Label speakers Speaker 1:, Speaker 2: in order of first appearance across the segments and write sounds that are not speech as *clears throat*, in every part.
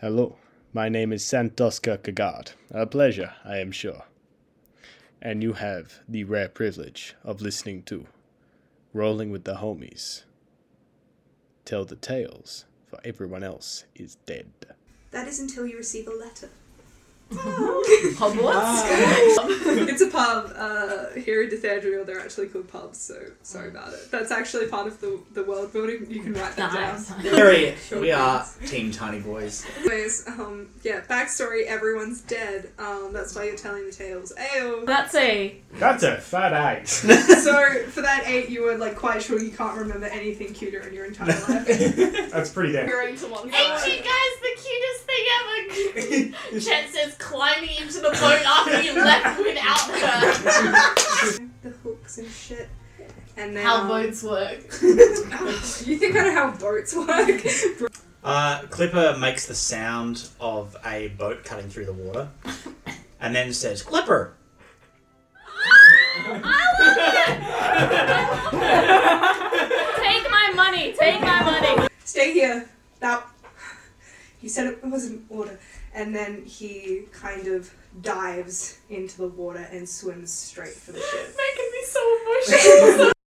Speaker 1: Hello, my name is Santoska Kagad. A pleasure, I am sure. And you have the rare privilege of listening to Rolling with the Homies. Tell the tales, for everyone else is dead.
Speaker 2: That is until you receive a letter.
Speaker 3: Hogwarts?
Speaker 2: *laughs* it's a pub. Uh, here in Dithadriel, they're actually called pubs, so sorry about it. That's actually part of the, the world building. You can write that
Speaker 3: Nice.
Speaker 2: down.
Speaker 4: Very,
Speaker 2: *laughs*
Speaker 4: we are Team Tiny Boys.
Speaker 2: Anyways, um, yeah, backstory everyone's dead. Um, that's why you're telling the tales.
Speaker 1: *laughs*
Speaker 2: Ayo!
Speaker 3: That's a.
Speaker 1: That's a fat ass.
Speaker 2: so, for that eight, you were like quite sure you can't remember anything cuter in your
Speaker 1: *laughs*
Speaker 2: entire life.
Speaker 1: That's pretty damn.
Speaker 2: Peering to one
Speaker 5: Ain't you
Speaker 2: side.
Speaker 5: guys the cutest thing
Speaker 2: *laughs*
Speaker 5: ever? Chet says climbing into the boat after you left without her.
Speaker 2: The hooks and shit. And then.
Speaker 5: How
Speaker 2: um,
Speaker 5: boats work.
Speaker 2: *laughs* you think I know how boats work?
Speaker 1: *laughs*
Speaker 4: Uh, Clipper makes the sound of a boat cutting through the water and then
Speaker 2: *laughs*
Speaker 4: says, Clipper!
Speaker 3: Take my money! Take my money!
Speaker 2: stay here. Now, *laughs* he said it was an order, and then he kind of dives into the water and swims straight for the ship.
Speaker 5: Making me so emotional.
Speaker 2: *laughs*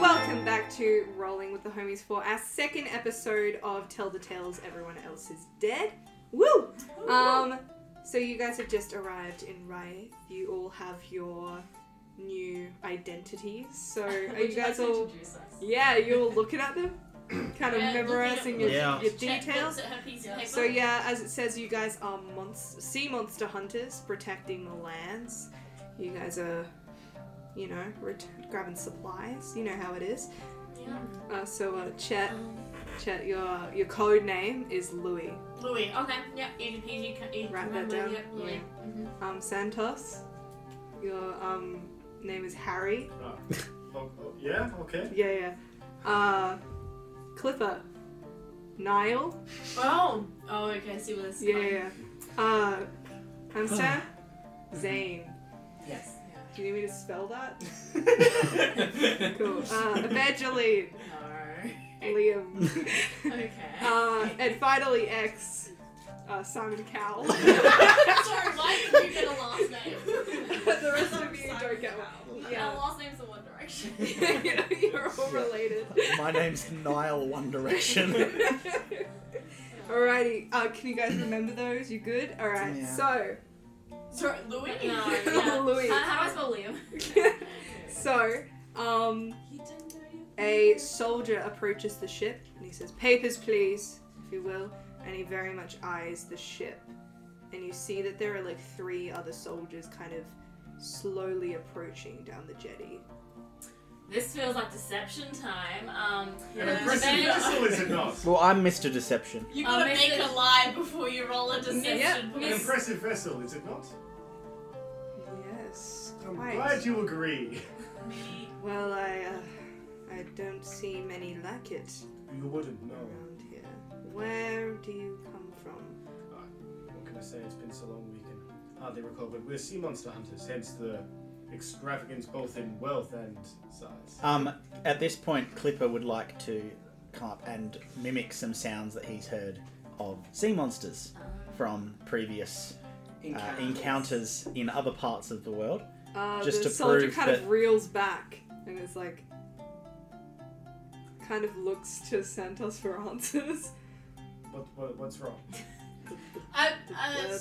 Speaker 2: Welcome back to Rolling with the Homies for our second episode of Tell the Tales Everyone Else Is Dead. Woo! Um, so you guys have just arrived in Rye. You all have your new identities. *laughs* So are you guys all? Yeah, you're all looking at them, kind of
Speaker 5: Yeah, looking at
Speaker 2: memorizing your,
Speaker 4: Yeah.
Speaker 2: your
Speaker 5: Chet
Speaker 2: details.
Speaker 5: looks at her piece of paper.
Speaker 2: So yeah, as it says, you guys are monst- sea monster hunters protecting the lands. You guys are, you know, ret- grabbing supplies. You know how it is.
Speaker 5: Yeah.
Speaker 2: Uh, so uh, Chet, Chet, your your code name is Louis.
Speaker 5: Louis, okay, yeah, easy peasy. can- easy to
Speaker 2: Write that
Speaker 5: remember,
Speaker 2: down.
Speaker 5: Yeah, Louis.
Speaker 2: Yeah. Um, Santos, your um name is Harry.
Speaker 6: Ah. Oh, Yeah, okay.
Speaker 2: Yeah, yeah. Uh, Clipper, Niall.
Speaker 5: Oh, oh, okay, I see what this is.
Speaker 2: Yeah, yeah. yeah. Uh, I'm Sam. Zane.
Speaker 3: Yes.
Speaker 2: Do you need me to spell that? Cool. Uh, Evangeline, Liam,
Speaker 5: No. *laughs* Okay. *laughs*
Speaker 2: uh, and finally X, uh, Simon *laughs* Cowell.
Speaker 5: Sorry, why did you get a last name? *laughs*
Speaker 2: the rest of you don't get one.
Speaker 5: Our
Speaker 2: Yeah.
Speaker 5: last name's the One Direction.
Speaker 2: *laughs* You're all related.
Speaker 4: My name's Niall One Direction.
Speaker 2: *laughs* Alrighty, uh, can you guys remember those? You good? Alright,
Speaker 4: Yeah.
Speaker 2: so,
Speaker 5: *laughs* Sorry, Louis? *laughs* No, yeah.
Speaker 2: Louis.
Speaker 5: How, how do I spell Liam?
Speaker 2: so, um,
Speaker 5: He didn't know you.
Speaker 2: a soldier approaches the ship and he says, Papers, please, if you will. And he very much eyes the ship. And you see that there are like three other soldiers kind of slowly approaching down the jetty.
Speaker 5: This feels like deception time. Um,
Speaker 2: Yeah.
Speaker 5: revenge.
Speaker 6: is not.
Speaker 4: well, I'm Mr. Deception.
Speaker 5: You
Speaker 3: Uh,
Speaker 5: gotta
Speaker 3: miss
Speaker 5: make
Speaker 3: it.
Speaker 5: a lie before you roll a deception.
Speaker 2: Yep,
Speaker 6: An
Speaker 5: miss.
Speaker 6: impressive vessel, is it not?
Speaker 2: Yes,
Speaker 6: I'm
Speaker 2: quite.
Speaker 6: glad you agree.
Speaker 5: Me.
Speaker 2: Well, I, uh, I don't see many like it
Speaker 6: You wouldn't know.
Speaker 2: around here. Where do you come from?
Speaker 6: What can I say? It's been so long we can hardly recall, but we're sea monster hunters, hence the extravagance both in wealth and size.
Speaker 4: Um, at this point, Clipper would like to come up and mimic some sounds that he's heard of sea monsters from previous uh, encounters in other parts of the world.
Speaker 2: Uh,
Speaker 4: Just
Speaker 2: the
Speaker 4: to
Speaker 2: soldier
Speaker 4: prove
Speaker 2: kind of
Speaker 4: that-
Speaker 2: reels back and is like, kind of looks to Santos for answers.
Speaker 6: What, what, what's wrong?
Speaker 5: A, a,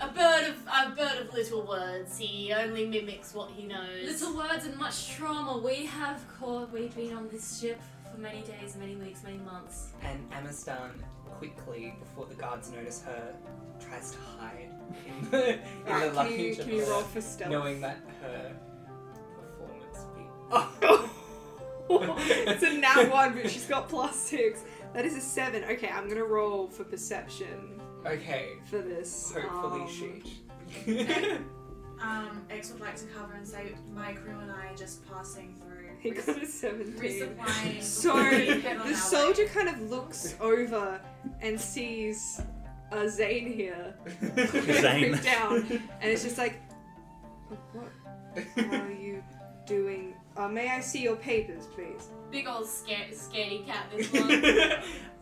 Speaker 5: a bird of a bird of little words. He only mimics what he knows.
Speaker 7: Little words and much trauma. We have caught, we've been on this ship for many days, many weeks, many months.
Speaker 8: And Amistan quickly, before the guards notice her, tries to hide in the, *laughs* in the
Speaker 2: Alright, Ah, can you,
Speaker 8: luggage
Speaker 2: can
Speaker 8: of
Speaker 2: you
Speaker 8: her,
Speaker 2: roll for stealth?
Speaker 8: knowing that her performance be. Oh,
Speaker 2: *laughs* it's a nat
Speaker 8: *laughs*
Speaker 2: one, but she's got plus six. That is a seven. Okay, I'm gonna roll for perception
Speaker 8: okay.
Speaker 2: for this.
Speaker 8: *laughs* Hopefully
Speaker 2: um,
Speaker 8: she.
Speaker 5: Um, X would like to cover and say, my crew and I are just passing
Speaker 2: He
Speaker 5: through.
Speaker 2: got a 17.
Speaker 5: resupplying. *laughs*
Speaker 2: So
Speaker 5: before we head on
Speaker 2: the
Speaker 5: our
Speaker 2: soldier kind of looks over and sees uh, Zane here
Speaker 4: *laughs* Zane.
Speaker 2: freaked out, and it's just like, what are you doing? Uh, may I see your papers, please?
Speaker 7: Big old sca- scaredy cat, this
Speaker 5: *laughs*
Speaker 7: one.
Speaker 9: and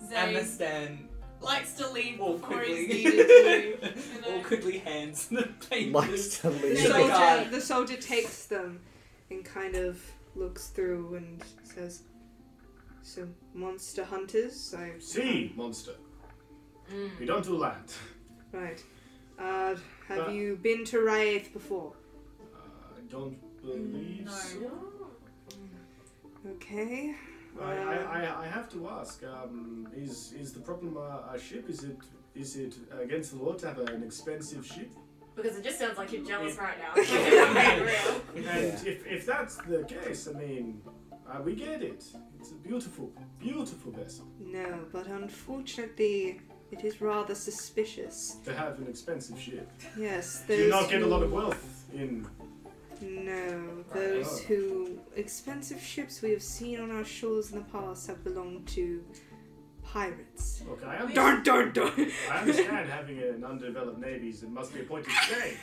Speaker 9: the
Speaker 7: Zane
Speaker 9: stand
Speaker 7: likes to leave before he's needed
Speaker 9: awkwardly,
Speaker 7: to.
Speaker 5: *laughs*
Speaker 7: you know.
Speaker 9: awkwardly hands the papers.
Speaker 8: *laughs*
Speaker 4: Likes
Speaker 2: *laughs*
Speaker 4: to
Speaker 6: Oh
Speaker 2: The
Speaker 9: He's
Speaker 4: leave.
Speaker 9: like,
Speaker 2: soldier,
Speaker 9: "Ah."
Speaker 2: the soldier takes them and kind of looks through and says, "So monster hunters, I
Speaker 6: Sea monster. We don't do land.
Speaker 2: right. Uh, have
Speaker 6: Uh,
Speaker 2: you been to Riath before?"
Speaker 6: Uh, I don't believe
Speaker 7: No.
Speaker 6: so.
Speaker 2: Okay.
Speaker 6: I, I, I, I have to ask. Um, is is the problem our, our ship? Is it is it against the law to have an expensive ship?
Speaker 10: Because it just sounds like you're jealous right
Speaker 7: *laughs*
Speaker 10: now.
Speaker 6: And if, if that's the case, I mean, uh, we get it. It's a beautiful, beautiful vessel
Speaker 2: No, but unfortunately, it is rather suspicious.
Speaker 6: to have an expensive ship.
Speaker 2: Yes,
Speaker 6: Do
Speaker 2: those
Speaker 6: you not get a lot of
Speaker 2: who-
Speaker 6: wealth in?
Speaker 2: No, those who expensive ships we have seen on our shores in the past have belonged to pirates.
Speaker 6: Look, I, am,
Speaker 2: *laughs* Dun dun dun.
Speaker 6: I understand having an undeveloped navy is- it must be a point to stay.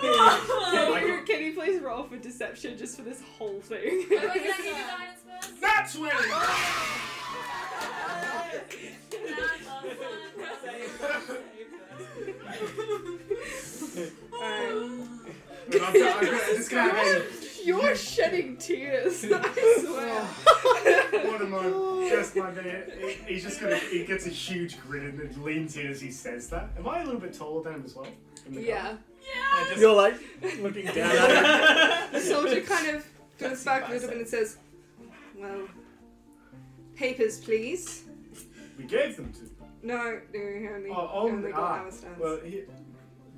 Speaker 2: Can you, can you please roll for deception just for this whole *laughs* thing?
Speaker 11: Wait, *laughs* can I give you guidance first?
Speaker 6: That's when.
Speaker 10: *laughs*
Speaker 2: Um,
Speaker 6: No, I'm sorry, I'm- this guy had
Speaker 2: *laughs* You're shedding *laughs* tears. I swear.
Speaker 6: one of my just my man. he- He's just gonna. He gets a huge grin and then leans in as he says that. Am I a little bit taller than him as well? In the car?
Speaker 2: yeah.
Speaker 6: I just-
Speaker 4: You're like looking down at *laughs* it.
Speaker 2: The soldier kind of goes back a little bit and says, Well, papers, please.
Speaker 6: we gave them to.
Speaker 2: No, no, he only,
Speaker 6: Oh, oh,
Speaker 2: only got
Speaker 6: ah,
Speaker 2: our stance.
Speaker 6: Well, he,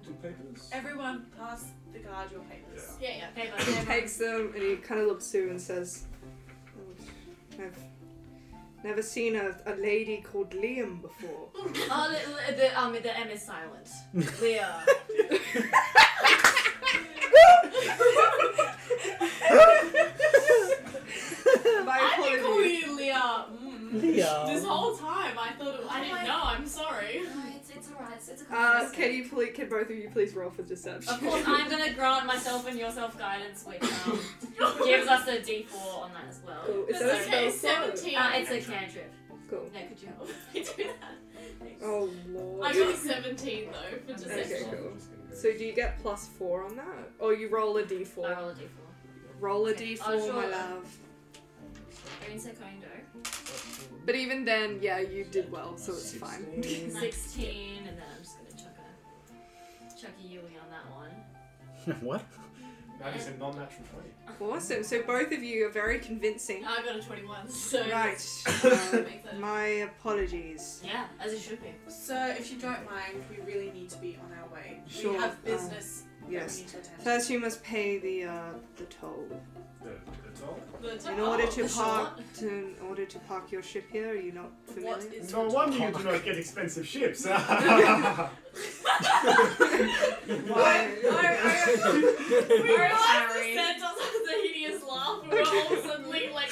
Speaker 6: the papers.
Speaker 5: Everyone, pass the guard your papers.
Speaker 7: Yeah, yeah, paper.
Speaker 2: he
Speaker 7: never mind.
Speaker 2: takes them and he kind of looks through and says, "Oh, I've never seen a, a lady called Liam
Speaker 7: *laughs*
Speaker 2: before.
Speaker 10: oh, the, the, the, um, the M is silent. Leah.
Speaker 2: My
Speaker 7: I've been calling
Speaker 2: apologies.
Speaker 7: you Leah mm,
Speaker 5: Um,
Speaker 7: this whole time. I thought it, I didn't know. I'm sorry.
Speaker 11: No, it's, it's alright. It's, it's a
Speaker 2: Uh,
Speaker 11: conversation.
Speaker 2: can you please, can both of you please roll for deception?
Speaker 10: Of course, I'm gonna grant myself and yourself guidance, which
Speaker 11: *laughs*
Speaker 10: um, gives us a D4 on that as well.
Speaker 2: Cool. Is that
Speaker 7: That's okay.
Speaker 2: a spell slot?
Speaker 7: Seventeen.
Speaker 10: Uh, it's a cantrip.
Speaker 2: *laughs*
Speaker 7: *laughs*
Speaker 2: Cool.
Speaker 10: No, could you help?
Speaker 7: I do that.
Speaker 2: Oh lord.
Speaker 7: I
Speaker 10: *laughs*
Speaker 7: got a seventeen though for
Speaker 2: Okay,
Speaker 7: deception.
Speaker 2: cool. So do you get plus four on that? Or you roll a d4?
Speaker 10: I roll a D4.
Speaker 2: Roll a
Speaker 10: Okay.
Speaker 2: d4,
Speaker 10: Oh, sure.
Speaker 2: my love.
Speaker 10: Green Secondo.
Speaker 2: But even then, yeah, you did well, so it's fine.
Speaker 10: 16, and then I'm just gonna chuck a, chuck a Yui on that one.
Speaker 4: what?
Speaker 6: That is a non-natural trait.
Speaker 2: Awesome. So both of you are very convincing.
Speaker 7: I got a twenty-one. So
Speaker 2: Right.
Speaker 7: *laughs* that
Speaker 2: um,
Speaker 7: makes sense.
Speaker 2: my apologies.
Speaker 10: Yeah, as it should be.
Speaker 5: So, if you don't mind, we really need to be on our way.
Speaker 2: Sure,
Speaker 5: We
Speaker 2: um,
Speaker 10: Uh,
Speaker 5: have business that
Speaker 2: Yes.
Speaker 5: we need to attend to.
Speaker 2: First, you must pay the uh, the toll.
Speaker 6: The, the toll.
Speaker 7: The
Speaker 2: In order
Speaker 7: top-
Speaker 2: to
Speaker 7: Oh, the
Speaker 2: park,
Speaker 7: short-
Speaker 2: to, in order to park your ship here, are you not
Speaker 7: What *laughs*
Speaker 2: familiar?
Speaker 7: is
Speaker 6: No wonder you do not get expensive ships. *laughs* Why?
Speaker 7: *laughs* Sorry. That does have *laughs* the hideous laugh. and We're all suddenly like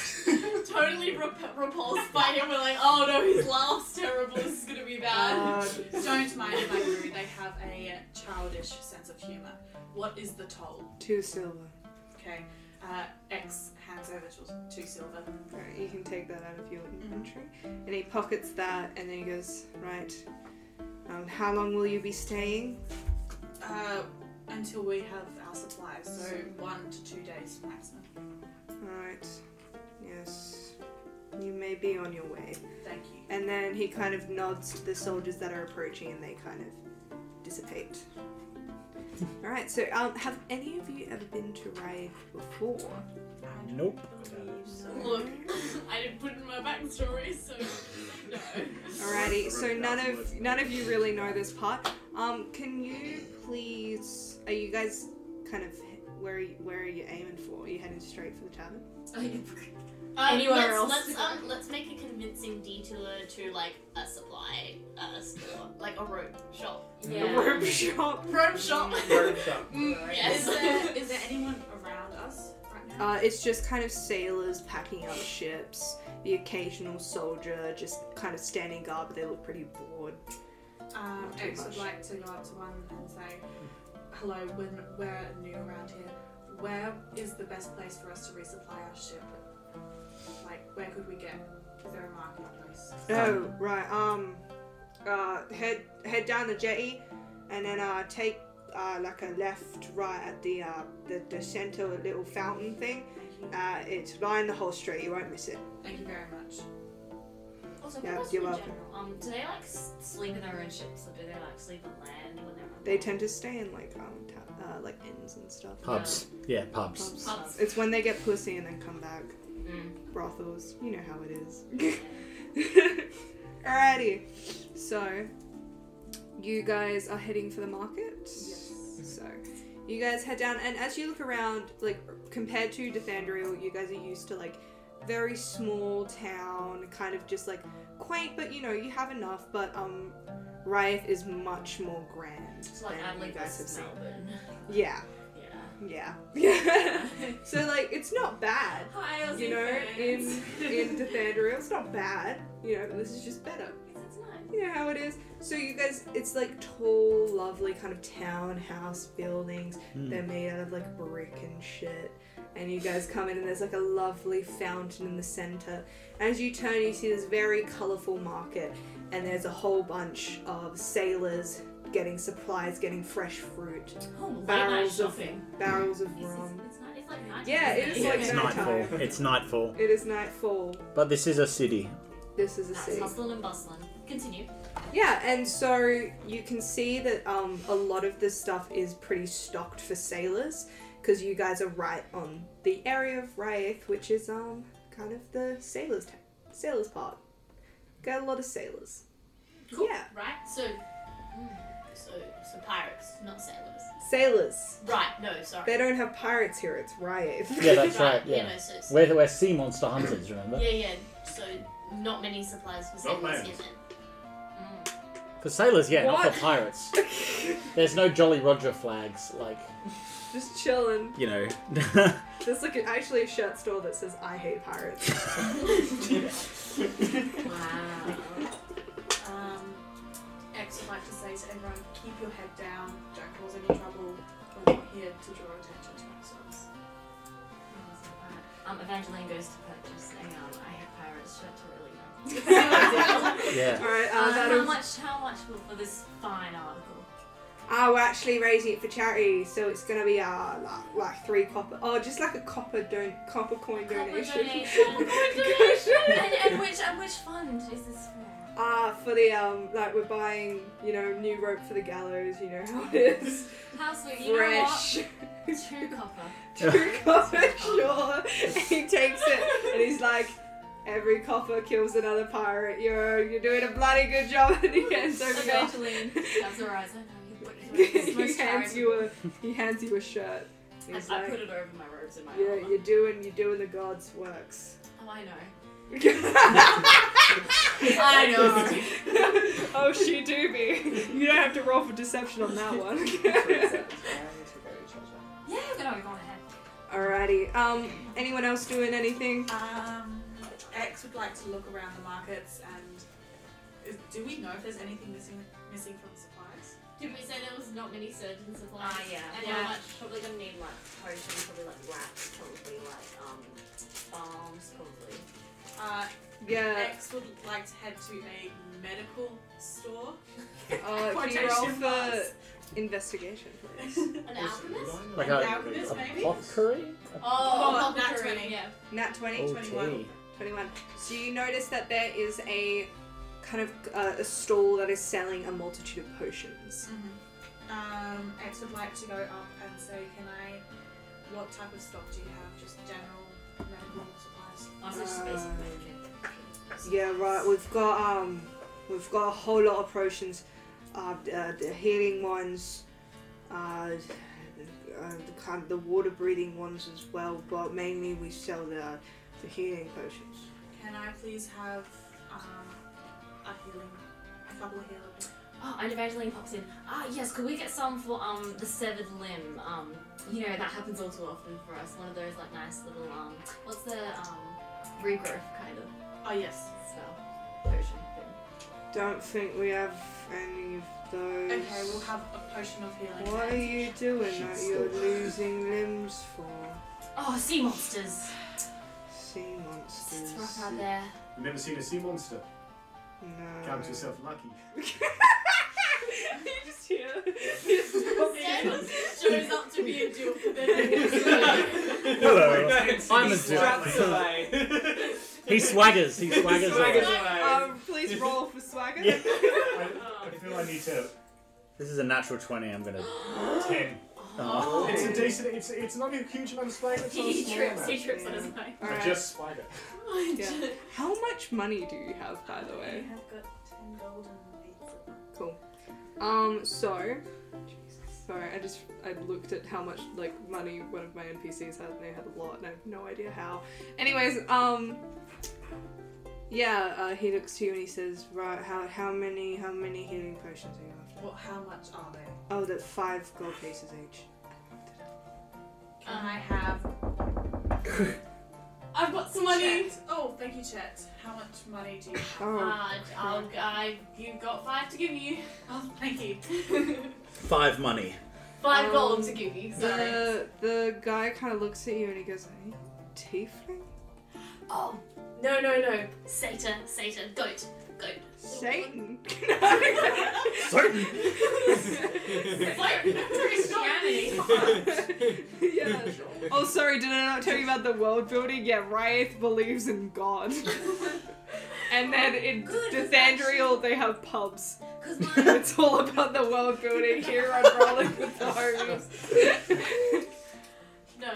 Speaker 7: totally rep- repulsed by him. We're like, oh no, his laugh's terrible. This is gonna be bad.
Speaker 2: Uh,
Speaker 5: Don't mind my crew, they have a childish sense of humour. What is the toll?
Speaker 2: two silver.
Speaker 5: Okay, uh, X hands over to, to Silver.
Speaker 2: Right, you can take that out of your
Speaker 7: Mm-hmm.
Speaker 2: inventory. And he pockets that and then he goes, Right, um, how long will you be staying?
Speaker 5: Uh, until we have our supplies, so one to two days maximum.
Speaker 2: Alright, yes, you may be on your way.
Speaker 5: Thank you.
Speaker 2: And then he kind of nods to the soldiers that are approaching and they kind of dissipate. Alright, so um, have any of you ever been to Rive before?
Speaker 4: Nope.
Speaker 7: Look, *laughs* I didn't put in my backstory, so no.
Speaker 2: Alrighty, so none of none of you really know this part. Um, can you please? Are you guys kind of where? Are you, where are you aiming for? Are you heading straight for the tavern?
Speaker 10: *laughs* Oh, yeah.
Speaker 7: Um,
Speaker 11: Anywhere
Speaker 7: let's,
Speaker 11: else.
Speaker 7: Let's um, let's make a convincing detour to like a supply uh, store, like a rope shop.
Speaker 11: Yeah.
Speaker 2: Rope shop.
Speaker 7: Rope shop.
Speaker 6: Rope
Speaker 1: *laughs*
Speaker 6: shop.
Speaker 7: Mm, *laughs* yes.
Speaker 5: Is there, Mm. is there anyone around us right now?
Speaker 2: Uh, it's just kind of sailors packing up ships, the occasional soldier just kind of standing guard, but they look pretty bored.
Speaker 5: Um,
Speaker 2: Not too
Speaker 5: X would
Speaker 2: much.
Speaker 5: like to go up to one and say, "Hello, when we're new around here, where is the best place for us to resupply our ship? Like, where could we get? Is there a marketplace?"
Speaker 2: Oh, right. Um, uh, head head down the jetty, and then uh, take uh, like a left, right at the uh, the, the center little fountain thing.
Speaker 5: Thank you.
Speaker 2: Uh, it's lying the whole street. You won't miss it.
Speaker 5: Thank you very much.
Speaker 10: Also,
Speaker 2: Yeah,
Speaker 10: yeah, in
Speaker 2: you're
Speaker 10: general,
Speaker 2: welcome.
Speaker 10: um, do they like s- sleep in their own ships, or do they like sleep on land when they're on
Speaker 2: They
Speaker 10: land?
Speaker 2: tend to stay in like um ta- uh, like inns and stuff.
Speaker 4: Pubs. Yeah, pubs.
Speaker 2: Pubs.
Speaker 10: Pubs.
Speaker 2: It's when they get pussy and then come back.
Speaker 10: Mm.
Speaker 2: Brothels. You know how it
Speaker 10: *laughs*
Speaker 2: is. *laughs* Alrighty. So, you guys are heading for the market. So, you guys head down, and as you look around, like compared to Dethandriel, you guys are used to like very small town, kind of just like quaint, but you know you have enough. But um, Riot is much more grand
Speaker 10: It's like
Speaker 2: than you
Speaker 10: Adelaide
Speaker 2: guys have
Speaker 10: versus
Speaker 2: seen.
Speaker 10: Melbourne.
Speaker 2: Yeah,
Speaker 10: Yeah.
Speaker 2: yeah. so like, it's not bad
Speaker 11: Hi, Aussie
Speaker 2: you know,
Speaker 11: fans.
Speaker 2: in in Defandrio. It's not bad. You know, this is just better.
Speaker 10: It's nice.
Speaker 2: You know how it is. So you guys, it's like tall, lovely kind of townhouse buildings. They're made out of like brick and shit. And you guys come in, and there's like a lovely fountain in the center. As you turn, you see this very colorful market, and there's a whole bunch of sailors getting supplies, getting fresh fruit,
Speaker 10: Oh, late night
Speaker 2: barrels of
Speaker 10: shopping.
Speaker 2: barrels of
Speaker 10: It's,
Speaker 2: rum.
Speaker 10: it's, ni- it's like night.
Speaker 2: Yeah, it is
Speaker 4: Yeah,
Speaker 2: like
Speaker 4: it's
Speaker 2: nighttime.
Speaker 4: nightfall. It's nightfall.
Speaker 2: It is nightfall.
Speaker 4: But this is a city.
Speaker 2: This is a
Speaker 10: That's
Speaker 2: city.
Speaker 10: hustling and bustling. Continue.
Speaker 2: Yeah, and so you can see that um, a lot of this stuff is pretty stocked for sailors because you guys are right on the area of Riath, which is um kind of the sailors ta- sailors part. Got a lot of sailors.
Speaker 7: Cool.
Speaker 2: Yeah,
Speaker 7: Right. So, mm, so so pirates, not sailors.
Speaker 2: sailors.
Speaker 7: Right. No, sorry.
Speaker 2: They don't have pirates here. It's Riath.
Speaker 4: Yeah, that's
Speaker 7: right.
Speaker 4: right.
Speaker 7: Yeah.
Speaker 4: Yeah.
Speaker 7: no, so, so-
Speaker 4: We're, we're sea monster hunters, remember?
Speaker 7: yeah. Yeah. So not many supplies for
Speaker 6: Not
Speaker 7: sailors here
Speaker 6: males.
Speaker 7: then.
Speaker 4: For sailors, yeah, not
Speaker 2: What?
Speaker 4: for pirates. There's no Jolly Roger flags, like,
Speaker 2: *laughs* Just chilling.
Speaker 4: you *laughs* know.
Speaker 2: There's like a- actually a shirt store that says "I hate pirates."
Speaker 10: Wow.
Speaker 7: *laughs*
Speaker 5: Um, X would like to say to everyone, keep your head down. Don't cause any trouble. We're not here to draw attention to ourselves.
Speaker 10: Um, Evangeline goes to purchase a um, I Hate Pirates shirt to really know.
Speaker 7: *laughs*
Speaker 10: *laughs*
Speaker 7: Oh,
Speaker 8: *laughs*
Speaker 4: yeah.
Speaker 2: All right, uh,
Speaker 10: Uh,
Speaker 2: that
Speaker 10: how
Speaker 2: is.
Speaker 10: much? How much will, for this fine article?
Speaker 2: Ah, we're actually raising it for charity, so it's gonna be uh like, like three copper. Oh, just like a copper don copper coin
Speaker 10: Copper
Speaker 2: donation. *laughs*
Speaker 10: donation.
Speaker 2: donation.
Speaker 11: and, and which and which fund is this for?
Speaker 2: *laughs* Ah, for the um, like we're buying, you know, new rope for the gallows. You know how it
Speaker 10: *laughs*
Speaker 2: is.
Speaker 11: How sweet. You
Speaker 2: Fresh.
Speaker 11: know what? True copper.
Speaker 2: Two copper, sure. *laughs* And he takes it and he's like, every copper kills another pirate. You're you're doing a bloody good job. *laughs* And he hands over your. *laughs*
Speaker 11: Evangeline has her eyes. I know you put it
Speaker 2: he hands you a he hands you a shirt.
Speaker 10: I,
Speaker 2: He's
Speaker 10: I put
Speaker 2: like,
Speaker 10: it over my robes and my
Speaker 2: yeah,
Speaker 10: armor.
Speaker 2: you're doing you're doing the gods' works.
Speaker 10: Oh, I know.
Speaker 2: I
Speaker 10: know.
Speaker 2: *laughs* oh, she do be. You don't have to roll for deception on that one.
Speaker 11: Yeah, no, go on ahead.
Speaker 2: *laughs* Alrighty. Um, anyone else doing anything?
Speaker 5: Um, X would like to look around the markets and is, do we know if there's anything missing missing from supplies?
Speaker 7: Did we say there was not many surgeon supplies?
Speaker 10: Ah, yeah.
Speaker 7: And
Speaker 10: yeah.
Speaker 7: how much?
Speaker 10: Probably gonna need like potions, probably like wraps, probably like um balms, probably.
Speaker 5: Uh,
Speaker 2: Yeah.
Speaker 5: X would like to head to a medical store.
Speaker 2: Uh, can you
Speaker 5: Quotation
Speaker 2: roll for
Speaker 5: marks.
Speaker 2: investigation, please?
Speaker 5: Mm-hmm.
Speaker 7: An alchemist?
Speaker 4: Like
Speaker 5: An
Speaker 4: a,
Speaker 5: alchemist, maybe?
Speaker 4: apothecary?
Speaker 5: Oh,
Speaker 7: not
Speaker 5: nat
Speaker 7: the
Speaker 5: 20.
Speaker 7: Korean, Yeah.
Speaker 2: Nat 20, 21. 21. So you notice that there is a kind of uh, a stall that is selling a multitude of potions.
Speaker 5: Um, X would like to go up and say, can I, what type of stock do you have? Just general medical supplies.
Speaker 10: I was just basically
Speaker 2: Um,
Speaker 10: making-
Speaker 2: Yeah, right. We've got um, we've got a whole lot of potions, uh, the, the healing ones, uh, the, uh, the kind the water breathing ones as well. But mainly we sell the for healing potions.
Speaker 5: Can I please have um, a healing, a couple of healing?
Speaker 10: Oh, *gasps* and Evangeline pops in. Ah, yes. Could we get some for um the severed limb? Um, you know that happens all too often for us. One of those like nice little um, what's the um, regrowth kind of
Speaker 5: Oh yes.
Speaker 10: spell potion thing?
Speaker 2: Don't think we have any of those.
Speaker 5: Okay, we'll have a potion of healing.
Speaker 2: What are you doing that
Speaker 4: She's
Speaker 2: you're
Speaker 4: still-
Speaker 2: losing limbs for?
Speaker 10: Oh, sea monsters.
Speaker 2: Sea monsters.
Speaker 10: It's rough out there.
Speaker 6: You've never seen a sea monster.
Speaker 2: No.
Speaker 6: Count yourself lucky. *laughs*
Speaker 2: you just hear. You just
Speaker 7: *laughs* shows up to be a duel for
Speaker 1: Hello. I'm a
Speaker 9: Straps
Speaker 1: dude. *laughs*
Speaker 8: *laughs*
Speaker 9: away.
Speaker 4: He swaggers. He swaggers.
Speaker 9: Swaggers
Speaker 4: away.
Speaker 9: away.
Speaker 2: um,
Speaker 5: *laughs*
Speaker 2: please roll for swagger.
Speaker 4: Yeah.
Speaker 6: I, I feel I need to
Speaker 4: This is a natural twenty. I'm gonna.
Speaker 6: ten.
Speaker 4: Oh.
Speaker 6: It's a decent. It's it's not a huge amount of spider. It's not a
Speaker 10: *laughs* He
Speaker 6: small
Speaker 10: trips. He
Speaker 6: amount.
Speaker 10: trips on his mic.
Speaker 2: All right.
Speaker 6: Just spider.
Speaker 2: Yeah. How much money do you have, by the way?
Speaker 5: have got ten gold and eight silver.
Speaker 2: Um, so. Sorry, I just I looked at how much like money one of my NPCs had, and they had a lot, and I have no idea how. Anyways, um, yeah, uh, he looks to you and he says, "Right, how how many how many healing potions are you after?"
Speaker 5: What? How much are they?
Speaker 2: Oh, that's five gold pieces each.
Speaker 5: Can I have?
Speaker 7: I've got some money.
Speaker 5: Chet. Oh, thank you, Chet. How much money do you? have?
Speaker 2: Oh,
Speaker 10: Uh,
Speaker 7: Ah, I'll, I, you've got five to give you.
Speaker 5: Oh, thank you.
Speaker 4: Five money.
Speaker 7: Five
Speaker 2: Um,
Speaker 7: gold to give you. Sorry.
Speaker 2: the the guy kind of looks at you and he goes, "Hey, tiefling,
Speaker 10: Oh,
Speaker 7: no, no, no.
Speaker 10: Satan, Satan, goat, goat.
Speaker 2: Satan." *laughs*
Speaker 4: Certain.
Speaker 7: Christianity.
Speaker 2: yeah. Oh, sorry, did I not tell you about the world building? Yeah, Riath believes in God. and then in
Speaker 10: Good,
Speaker 2: Desandriel, they have pubs.
Speaker 10: *laughs* Cause my
Speaker 2: it's all about the world building here on Rolling with the Homies.
Speaker 7: No.
Speaker 10: uh,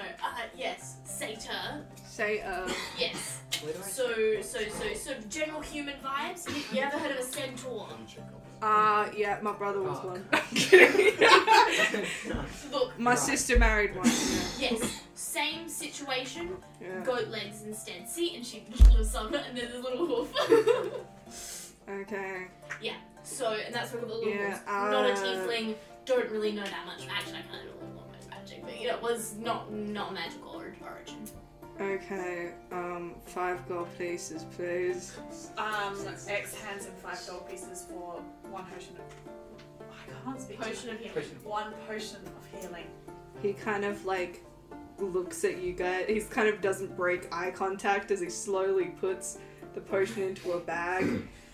Speaker 10: yes, Satan.
Speaker 2: Say, uh,
Speaker 10: Yes.
Speaker 9: Where do I
Speaker 8: *laughs*
Speaker 10: So, so, so, so general human vibes. You ever heard of a centaur?
Speaker 2: uh, yeah, my brother was
Speaker 9: Fuck.
Speaker 2: one. *laughs* I'm kidding.
Speaker 10: Look,
Speaker 2: my sister married one.
Speaker 10: yes, same situation.
Speaker 2: Yeah. yeah.
Speaker 10: Goat legs instead. See, and she *laughs* lives some, and then there's a little hoof.
Speaker 2: Okay.
Speaker 10: *laughs* so, and that's what the little
Speaker 2: Yeah,
Speaker 10: hoof. Not a
Speaker 2: uh,
Speaker 10: tiefling. Don't really know that much. Actually, I kind of know a little more about magic, but you know, it was not not magical or origin.
Speaker 2: Okay. Um, five gold pieces, please.
Speaker 5: Um, X hands in five gold pieces for one potion of. I can't speak.
Speaker 7: Potion of healing.
Speaker 5: One potion of healing.
Speaker 2: He kind of like looks at you guys. He's kind of doesn't break eye contact as he slowly puts the potion into a
Speaker 4: *clears throat*
Speaker 2: bag,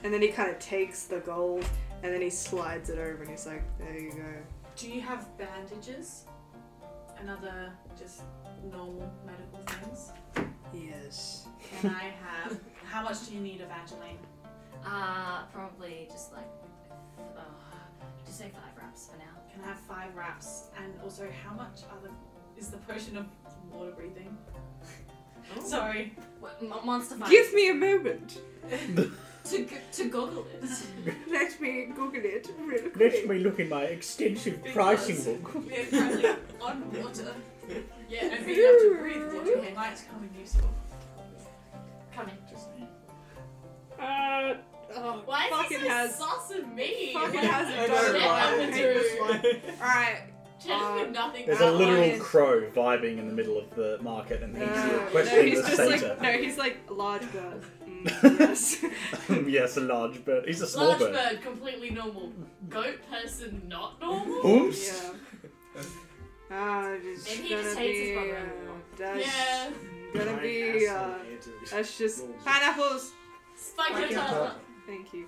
Speaker 2: and then he kind of takes the gold and then he slides it over and he's like, "There you go."
Speaker 5: Do you have bandages? Another just normal medical things.
Speaker 2: Yes.
Speaker 5: Can I have? How much do you need, Evangeline?
Speaker 10: Uh, probably just like, uh, just say five wraps for now.
Speaker 5: Can I have five wraps? And also, how much other is the potion of water breathing? Sorry.
Speaker 10: What, mo- monster vibes.
Speaker 2: Give me a moment.
Speaker 10: to g- to Google *laughs* it.
Speaker 2: Let me Google it real
Speaker 4: Let
Speaker 2: quick.
Speaker 4: me look in my extensive pricing book.
Speaker 5: We are currently on water.
Speaker 7: Yeah.
Speaker 5: And we have to breathe water. It might come in useful.
Speaker 10: Come in.
Speaker 2: Uh, oh,
Speaker 7: Why is
Speaker 2: fucking
Speaker 7: he so
Speaker 2: has.
Speaker 7: sus and mean?
Speaker 2: Fucking has
Speaker 9: I
Speaker 2: a
Speaker 9: don't
Speaker 2: dotted
Speaker 9: know.
Speaker 2: line. I hate this one.
Speaker 7: *laughs*
Speaker 2: Alright,
Speaker 7: Just
Speaker 2: Uh,
Speaker 7: with nothing.
Speaker 4: There's a
Speaker 2: That
Speaker 4: literal
Speaker 2: one is-
Speaker 4: crow vibing in the middle of the market, and he's
Speaker 2: Uh, no, no,
Speaker 4: questioning
Speaker 2: he's
Speaker 4: the
Speaker 2: just
Speaker 4: satyr.
Speaker 2: like, no, he's like large bird. Mm, yes.
Speaker 4: *laughs* yes, a large bird. He's a small
Speaker 7: Large
Speaker 4: bird.
Speaker 7: bird, completely normal. Goat person, not normal.
Speaker 4: *laughs* Oops.
Speaker 2: Yeah. Ah, it's
Speaker 10: Maybe he
Speaker 2: gonna
Speaker 10: just
Speaker 2: be,
Speaker 10: hates his
Speaker 2: uh,
Speaker 10: brother-in-law.
Speaker 2: that's
Speaker 7: Yeah.
Speaker 2: gonna be. Uh, that's just pineapples.
Speaker 7: Spike your
Speaker 2: Spike
Speaker 7: tongue.
Speaker 2: Thank
Speaker 10: *laughs*
Speaker 2: you.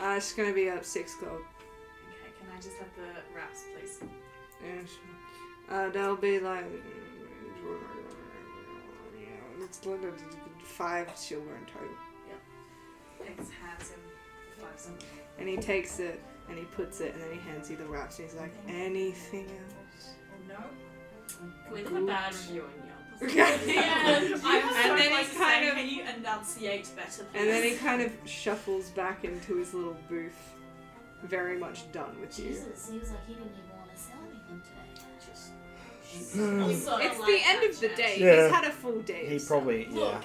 Speaker 2: uh, it's gonna be up six gold.
Speaker 5: Okay, can I just have the wraps, please?
Speaker 2: Yeah, sure. Uh, that'll be like. It's like five silver in total.
Speaker 5: X hands in five some.
Speaker 2: And he takes it and he puts it and then he hands you the wraps and he's like, anything
Speaker 5: No.
Speaker 10: Can we leave a bad review on Yelp?
Speaker 2: else?
Speaker 10: *laughs*
Speaker 7: Yeah.
Speaker 5: I'm
Speaker 2: And
Speaker 5: so
Speaker 2: then
Speaker 5: close
Speaker 2: he
Speaker 5: to
Speaker 2: kind
Speaker 5: saying,
Speaker 2: of-
Speaker 5: Can you enunciate better, please?
Speaker 2: And then he kind of shuffles back into his little booth, very much done with you.
Speaker 10: Jesus, seems like he didn't even want to sell anything today. Just It's also
Speaker 2: It's
Speaker 10: like
Speaker 2: the end
Speaker 10: that
Speaker 2: of the
Speaker 10: church.
Speaker 2: day.
Speaker 4: Yeah.
Speaker 2: He's had a full day.
Speaker 4: He
Speaker 2: of
Speaker 4: probably, yeah.
Speaker 7: Look,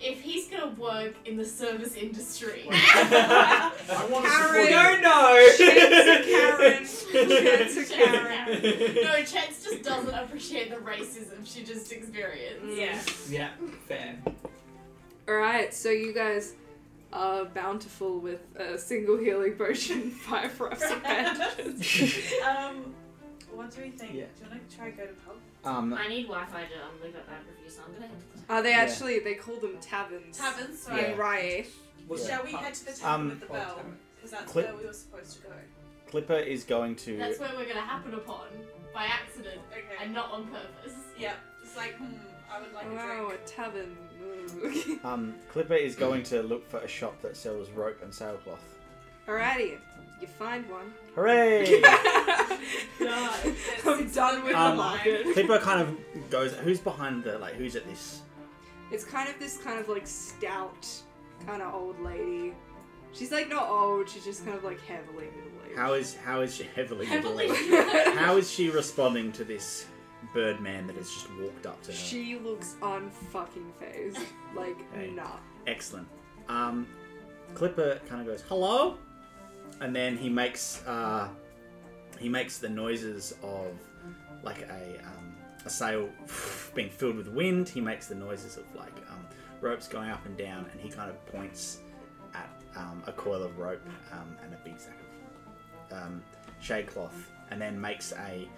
Speaker 7: if he's gonna work in the service
Speaker 4: *laughs*
Speaker 7: industry,
Speaker 6: I want to
Speaker 2: Karen.
Speaker 6: support you.
Speaker 9: No, no.
Speaker 2: Chance a Karen. Chance a
Speaker 7: *laughs*
Speaker 2: Karen.
Speaker 7: no, Chance just doesn't appreciate the racism she just experienced.
Speaker 2: *laughs* Yeah.
Speaker 9: Yeah, fair.
Speaker 2: All right, so you guys are bountiful with a single healing potion, *laughs* five rocks of
Speaker 4: *laughs*
Speaker 2: bandages.
Speaker 5: Um, what do we think?
Speaker 4: Yeah.
Speaker 5: Do you want to try go to pub?
Speaker 4: Um,
Speaker 10: I need Wi-Fi to um, leave up that review, so I'm gonna head to the
Speaker 2: Are they
Speaker 4: Yeah.
Speaker 2: actually? They call them taverns.
Speaker 5: Taverns,
Speaker 4: Yeah.
Speaker 5: sorry.
Speaker 2: In Rye.
Speaker 9: What's
Speaker 5: Shall
Speaker 9: the
Speaker 5: we
Speaker 9: pub?
Speaker 5: head
Speaker 9: *laughs*
Speaker 5: to the tavern
Speaker 4: Um,
Speaker 5: with the
Speaker 9: Well,
Speaker 5: bell?
Speaker 9: tavern.
Speaker 5: Because that's
Speaker 4: Clip-
Speaker 5: where we were supposed to go.
Speaker 4: Clipper is going to.
Speaker 7: That's where we're gonna happen upon by accident
Speaker 5: Okay.
Speaker 7: and not on purpose.
Speaker 5: Yeah. It's like, hmm, I would like a
Speaker 2: Wow,
Speaker 5: *laughs*
Speaker 10: *laughs*
Speaker 5: drink.
Speaker 2: a tavern. *laughs* Ooh.
Speaker 4: Um, Clipper is going to look for a shop that sells rope and
Speaker 7: *laughs*
Speaker 4: sailcloth.
Speaker 2: Alrighty, you find one.
Speaker 4: Hooray!
Speaker 5: *laughs*
Speaker 2: I'm done with the
Speaker 4: Um,
Speaker 2: line.
Speaker 4: Clipper kind of goes, who's behind the, like, who's at this?
Speaker 2: It's kind of this kind of like stout, kind of old lady. She's like not old. She's just kind of like heavily middle aged.
Speaker 4: How is, how is she heavily,
Speaker 7: Heavily. *laughs*
Speaker 4: How is she responding to this birdman that has just walked up to her?
Speaker 2: She looks unfucking phased. Like,
Speaker 4: *laughs* Hey.
Speaker 2: nah.
Speaker 4: Excellent. Um, Clipper kind of goes, "Hello," and then he makes uh, he makes the noises of like a um, a sail *sighs* being filled with wind. He makes the noises of like um, ropes going up and down, and he kind of points at um, a coil of rope um, and a big sack of um, shade cloth, and then makes a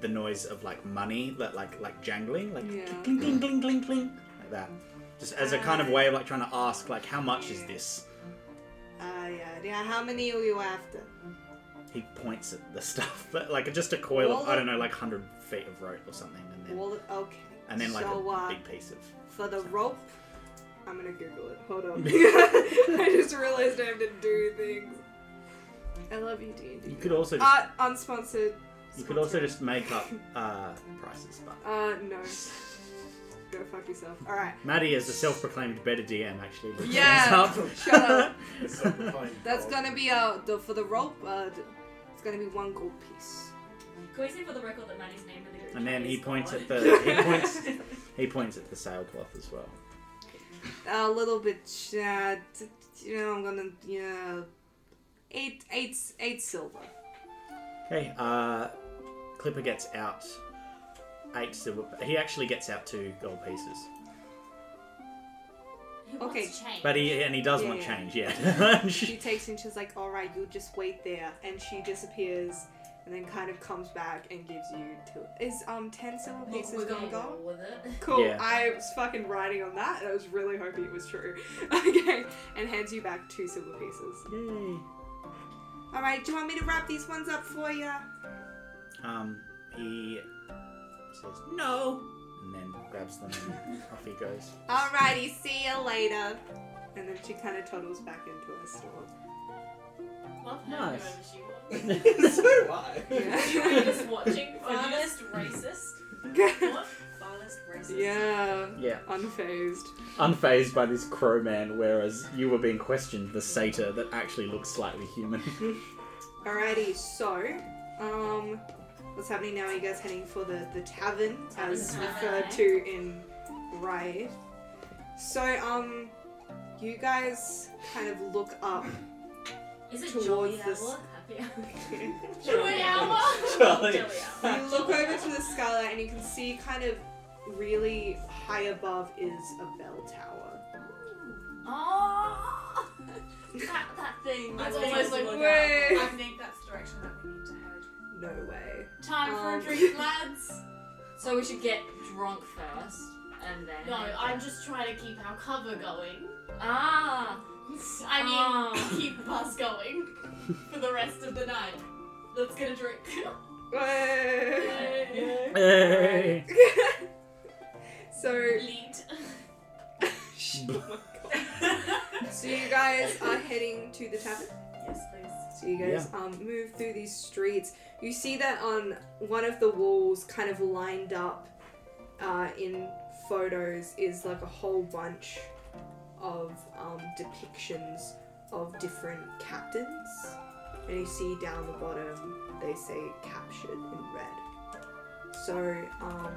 Speaker 4: the noise of like money, like like, like jangling, like
Speaker 2: Yeah.
Speaker 4: cling cling cling cling cling, like that. Just as a kind of way of like trying to ask, like, how much is this?
Speaker 2: Ah, yeah, yeah. How many are you after?
Speaker 4: He points at the *laughs* stuff, but like just a coil of, I don't know, like hundred feet of rope or something, and then
Speaker 2: All okay.
Speaker 4: and then like
Speaker 2: so,
Speaker 4: a
Speaker 2: uh,
Speaker 4: big piece of.
Speaker 2: for
Speaker 4: *laughs*
Speaker 2: the rope, I'm gonna Google it. Hold on. *laughs* I just realized I have to do things. I love you, D and D.
Speaker 4: You could also just,
Speaker 2: Uh, unsponsored.
Speaker 4: you could also
Speaker 2: sponsored.
Speaker 4: just make up uh, prices, but
Speaker 2: Uh, no. Go fuck yourself. All right.
Speaker 4: Maddie is a self-proclaimed better DM actually. looked
Speaker 2: Yeah,
Speaker 4: *laughs* things up.
Speaker 2: shut up.
Speaker 6: It's like a fine
Speaker 2: That's
Speaker 6: gold.
Speaker 2: gonna be uh the, for the rope. Uh, d- it's gonna be one gold piece.
Speaker 10: Can we say for the record that Maddie's name in the group
Speaker 4: and then
Speaker 10: chat
Speaker 4: he
Speaker 10: is
Speaker 4: points
Speaker 10: God?
Speaker 4: at
Speaker 2: *laughs*
Speaker 4: the he points he points at the sailcloth as well.
Speaker 2: A little bit. Uh, t- t- you know, I'm gonna yeah. Eight, eight, eight silver.
Speaker 4: Okay, uh, Clipper gets out eight silver. He actually gets out two gold pieces,
Speaker 10: Who wants
Speaker 2: Okay.
Speaker 10: to change?
Speaker 4: but he and he does
Speaker 2: Yeah,
Speaker 4: want
Speaker 2: yeah.
Speaker 4: change.
Speaker 2: *laughs*
Speaker 4: Yeah. *laughs*
Speaker 2: She takes and she's like, "All right, you just wait there," and she disappears, and then kind of comes back and gives you two. Is um ten silver
Speaker 10: Look,
Speaker 2: pieces
Speaker 10: we're
Speaker 2: gonna
Speaker 10: going
Speaker 2: go?
Speaker 10: with it.
Speaker 2: Cool.
Speaker 4: Yeah.
Speaker 2: I was fucking writing on that. and I was really hoping it was true. *laughs* okay, and hands you back two silver pieces.
Speaker 4: Yay.
Speaker 2: All right, do you want me to wrap these ones up for you?
Speaker 4: Um, he says no, and then grabs them
Speaker 2: *laughs*
Speaker 4: and off he goes.
Speaker 2: Alrighty, see you later. And then she kind of toddles back into her store.
Speaker 7: Love her
Speaker 4: Nice.
Speaker 7: whoever she was.
Speaker 9: so do I.
Speaker 7: *laughs*
Speaker 2: Yeah. *laughs*
Speaker 7: Just watching for
Speaker 5: Farthest
Speaker 7: this.
Speaker 5: racist.
Speaker 10: *laughs*
Speaker 5: Farthest racist.
Speaker 2: yeah,
Speaker 4: Yeah,
Speaker 2: unfazed.
Speaker 4: unfazed by this crow man, whereas you were being questioned, the satyr that actually looks slightly human.
Speaker 2: Alrighty, so, um, what's happening now? Are you guys heading for the, the tavern, as
Speaker 10: Tavern.
Speaker 2: referred to in Riot? So, um, you guys kind of look up.
Speaker 10: Is it
Speaker 2: Towards
Speaker 10: Jolly
Speaker 2: this-
Speaker 10: Hour? Happy Hour?
Speaker 7: Joy hour.
Speaker 9: Charlie.
Speaker 7: Joy hour.
Speaker 2: you look over to the skylight and you can see kind of really high above is a bell tower.
Speaker 7: *laughs*
Speaker 10: Oh, that, that thing.
Speaker 5: I
Speaker 10: That's
Speaker 5: was almost like,
Speaker 2: Way.
Speaker 5: I think that's the direction that we need to head.
Speaker 2: No way.
Speaker 7: Time
Speaker 2: Um,
Speaker 7: for a drink,
Speaker 10: *laughs*
Speaker 7: lads.
Speaker 10: So we should get drunk first, and then.
Speaker 7: No, I'm just trying to keep our cover going.
Speaker 10: *laughs* Ah.
Speaker 7: I mean,
Speaker 10: Ah.
Speaker 7: *laughs* keep us
Speaker 10: *laughs*
Speaker 7: going for the rest of the night. Let's get a drink. *laughs*
Speaker 2: Way.
Speaker 7: Lead.
Speaker 4: Hey.
Speaker 7: *laughs*
Speaker 2: so, *laughs* so you guys are heading to the tavern.
Speaker 5: Yes, please.
Speaker 2: So you guys um, move through these streets. You see that on one of the walls, kind of lined up uh, in photos, is like a whole bunch of um, depictions of different captains. And you see down the bottom, they say captured in red. So, um,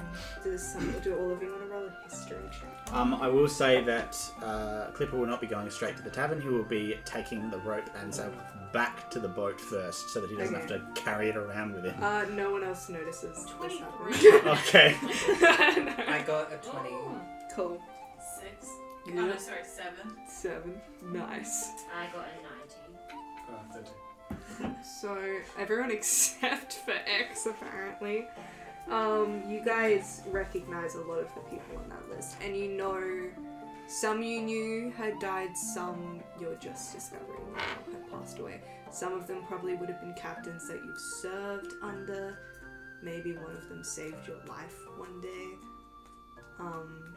Speaker 2: does some, do all of you want to roll a history check?
Speaker 4: *laughs* Um, I will say that uh, Clipper will not be going straight to the tavern. He will be taking the rope and sail back to the boat first, so that he doesn't
Speaker 2: Okay.
Speaker 4: have to carry it around with him.
Speaker 2: Uh, no one else notices. this *laughs*
Speaker 7: Twenty-three.
Speaker 4: *laughs* okay.
Speaker 2: happening. No.
Speaker 9: I got a 20. *laughs*
Speaker 2: Cool.
Speaker 7: *laughs* Six. Oh,
Speaker 2: Yeah.
Speaker 7: no, sorry, seven.
Speaker 2: Seven. Nice.
Speaker 10: I got a 19.
Speaker 7: *laughs*
Speaker 6: Ah, 13.
Speaker 2: So everyone *laughs* except for X apparently. Um, you guys recognize a lot of the people on that list, and you know some you knew had died, some you're just discovering now had passed away. Some of them probably would have been captains that you've served under. Maybe one of them saved your life one day. Um,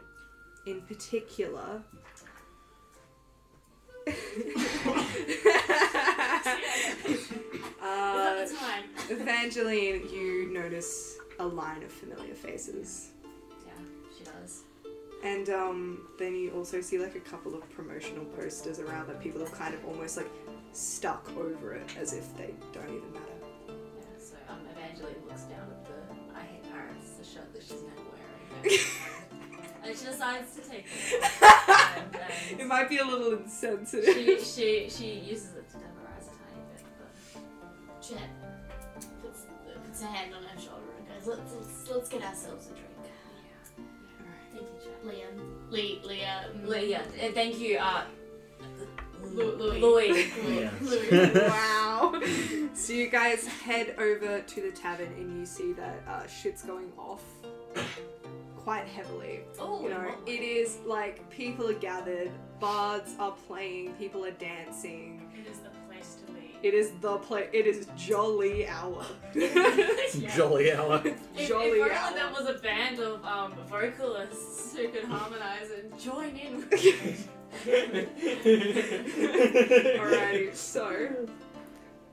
Speaker 2: in particular. *laughs* Uh, uh,
Speaker 7: Is that the time?
Speaker 2: Evangeline, you notice a line of familiar faces.
Speaker 10: Yeah, she does.
Speaker 2: And um, then you also see like a couple of promotional posters around that people have kind of almost like stuck over it as if they don't even matter.
Speaker 10: Yeah, so um, Evangeline looks down at the I Hate Pirates, the shirt that she's now wearing. and she decides to take it. And, and
Speaker 2: It might be a little insensitive.
Speaker 10: she, she, she uses it to temporize a tiny bit, but
Speaker 7: Jet puts, puts a hand on her shoulder and goes, let's, let's, let's get ourselves a drink.
Speaker 10: thank you, Jack.
Speaker 7: Liam. Lee, Leah. mm,
Speaker 10: Well, yeah, uh, thank you, uh,
Speaker 7: Lu- Louis.
Speaker 10: Louis.
Speaker 7: *laughs*
Speaker 4: Yeah.
Speaker 2: *laughs*
Speaker 7: Louis.
Speaker 2: *laughs* wow. so you guys head over to the tavern and you see that uh, shit's going off quite heavily.
Speaker 10: Oh,
Speaker 2: You know,
Speaker 10: lovely.
Speaker 2: it is like people are gathered, bards are playing, people are dancing.
Speaker 7: It is the place to be.
Speaker 2: It is the play. It is jolly hour.
Speaker 4: Jolly hour.
Speaker 10: If,
Speaker 2: jolly
Speaker 10: if
Speaker 2: hour. *laughs*
Speaker 10: only there was a band of um, vocalists who could harmonize and join in.
Speaker 2: Alrighty, so,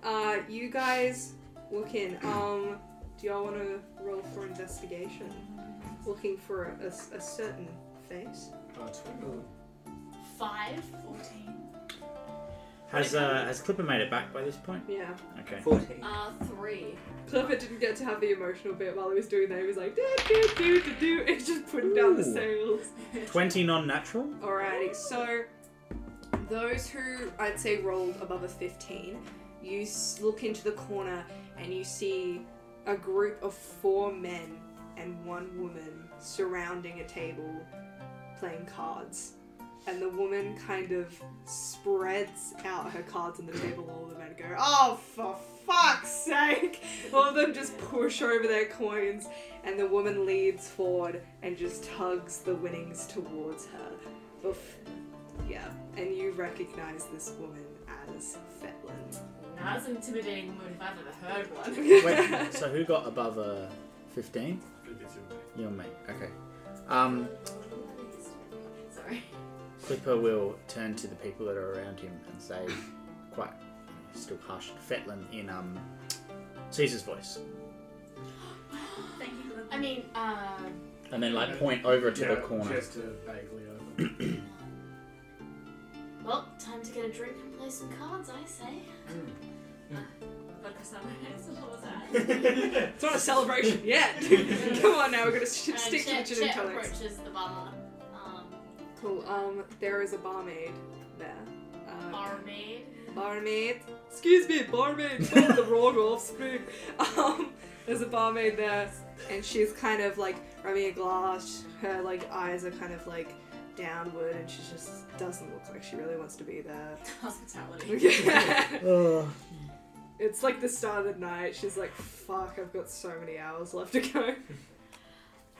Speaker 2: uh, you guys look in. Um, do y'all want to roll for investigation? Looking for a, a s- a certain face.
Speaker 6: Ah, 20.
Speaker 7: Five. Fourteen.
Speaker 4: Has uh, has Clipper made it back by this point?
Speaker 2: Yeah.
Speaker 4: Okay.
Speaker 9: 14.
Speaker 10: Uh, three.
Speaker 2: Clifford didn't get to have the emotional bit while he was doing that. He was like, do do do do do, and just putting down the
Speaker 4: Ooh.
Speaker 2: sails.
Speaker 4: Twenty non-natural.
Speaker 2: *laughs* Alrighty, so those who I'd say rolled above a 15, you s- look into the corner and you see a group of four men and one woman surrounding a table playing cards. And the woman kind of spreads out her cards on the table. All the men go, "Oh, for fuck's sake!" All of them just push over their coins, and the woman leads forward and just tugs the winnings towards her. Oof. Yeah, and you recognize this woman as Fetlin.
Speaker 10: That's an intimidating move if I've ever heard
Speaker 4: *laughs*
Speaker 10: one.
Speaker 4: Wait, so who got above a fifteen?
Speaker 6: If it's your way.
Speaker 4: You and me. Okay. Um,
Speaker 10: Sorry.
Speaker 4: Clipper will turn to the people that are around him and say, quite still hushed, Fetlin in um, Caesar's voice,
Speaker 7: Thank you. I mean, um,
Speaker 4: and then like point over to
Speaker 6: yeah,
Speaker 4: the corner.
Speaker 6: Just to vaguely over.
Speaker 7: well, time to get a drink and play some cards, I say. Uh,
Speaker 10: But
Speaker 7: *laughs*
Speaker 10: for some reason, what was that?
Speaker 2: It's not a *laughs* celebration yet. Come on now, we're gonna sh-
Speaker 7: And
Speaker 2: stick to
Speaker 7: Jet,
Speaker 2: gin and
Speaker 7: Jet
Speaker 2: tonics.
Speaker 7: approaches the bar. Um,
Speaker 2: Cool. Um, there is a barmaid there. Uh,
Speaker 7: barmaid.
Speaker 2: barmaid. Excuse me, barmaid. Not the wrong offspring. *laughs* Um, there's a barmaid there, and she's kind of like rubbing a glass. Her like eyes are kind of like downward, and she just doesn't look like she really wants to be there. *laughs*
Speaker 7: Hospitality.
Speaker 2: it's
Speaker 4: Oh,
Speaker 2: like the start of the night. She's like, "Fuck, I've got so many hours left to *laughs* go."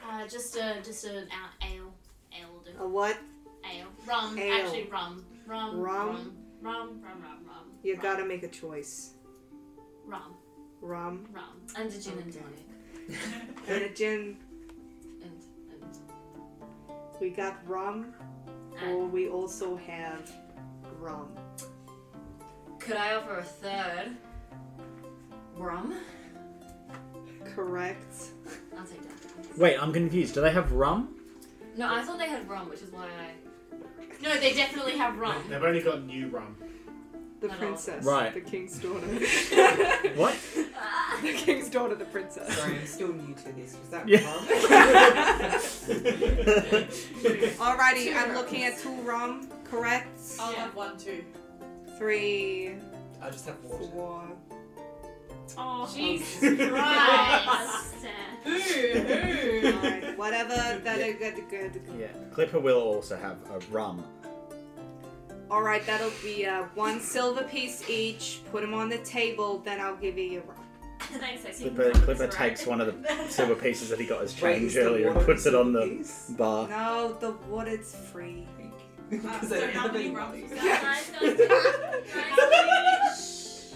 Speaker 7: Uh, just a, just an uh, ale. Ale will do.
Speaker 2: A what?
Speaker 7: Ale. Rum.
Speaker 2: Ale.
Speaker 7: Actually, rum. Rum.
Speaker 2: Rum.
Speaker 7: Rum. Rum. Rum. Rum. Rum.
Speaker 2: You
Speaker 7: rum,
Speaker 2: gotta make a choice.
Speaker 7: Rum.
Speaker 2: Rum
Speaker 7: Rum.
Speaker 10: And a gin and tonic.
Speaker 2: and a gin.
Speaker 10: And, and,
Speaker 2: We got rum, or
Speaker 10: and.
Speaker 2: we also have rum.
Speaker 10: Could I offer a third? Rum?
Speaker 2: Correct.
Speaker 10: I'll take that.
Speaker 4: wait, I'm confused. Do they have rum?
Speaker 10: No, I thought they had rum, which is why I.
Speaker 7: No, they definitely have rum.
Speaker 6: They've only got new rum.
Speaker 2: The
Speaker 10: Not all.
Speaker 2: princess, *laughs*
Speaker 4: Right.
Speaker 2: the king's daughter.
Speaker 4: What?
Speaker 2: The king's daughter, the princess.
Speaker 9: Sorry, I'm still new to this. Was that
Speaker 4: Yeah.
Speaker 9: wrong?
Speaker 2: Alrighty,
Speaker 7: Two
Speaker 2: I'm
Speaker 7: rums.
Speaker 2: looking at two rum, correct?
Speaker 5: I'll
Speaker 7: Yeah.
Speaker 5: have one too.
Speaker 10: *laughs*
Speaker 2: Three,
Speaker 9: I just have water.
Speaker 2: four.
Speaker 7: *laughs* *laughs* Oh,
Speaker 9: Jesus
Speaker 7: Christ. Who? Who?
Speaker 2: Alright, whatever. That'll get the good.
Speaker 4: Yeah. Clipper will also have a rum.
Speaker 2: Alright, that'll be uh, one silver piece each. Put them on the table, then I'll give you your rum.
Speaker 7: Thanks, I see.
Speaker 4: Clipper, Clipper takes
Speaker 7: *laughs*
Speaker 4: one of the silver pieces that he got as
Speaker 9: Wait, is
Speaker 4: change
Speaker 9: the
Speaker 4: earlier and
Speaker 9: water
Speaker 4: puts it on the
Speaker 9: piece?
Speaker 4: *laughs* bar.
Speaker 2: No, the water's free.
Speaker 9: *laughs* Thank you.
Speaker 5: Uh,
Speaker 9: Because
Speaker 5: so
Speaker 9: I-
Speaker 5: how many rums was that?
Speaker 10: Guys, guys, guys,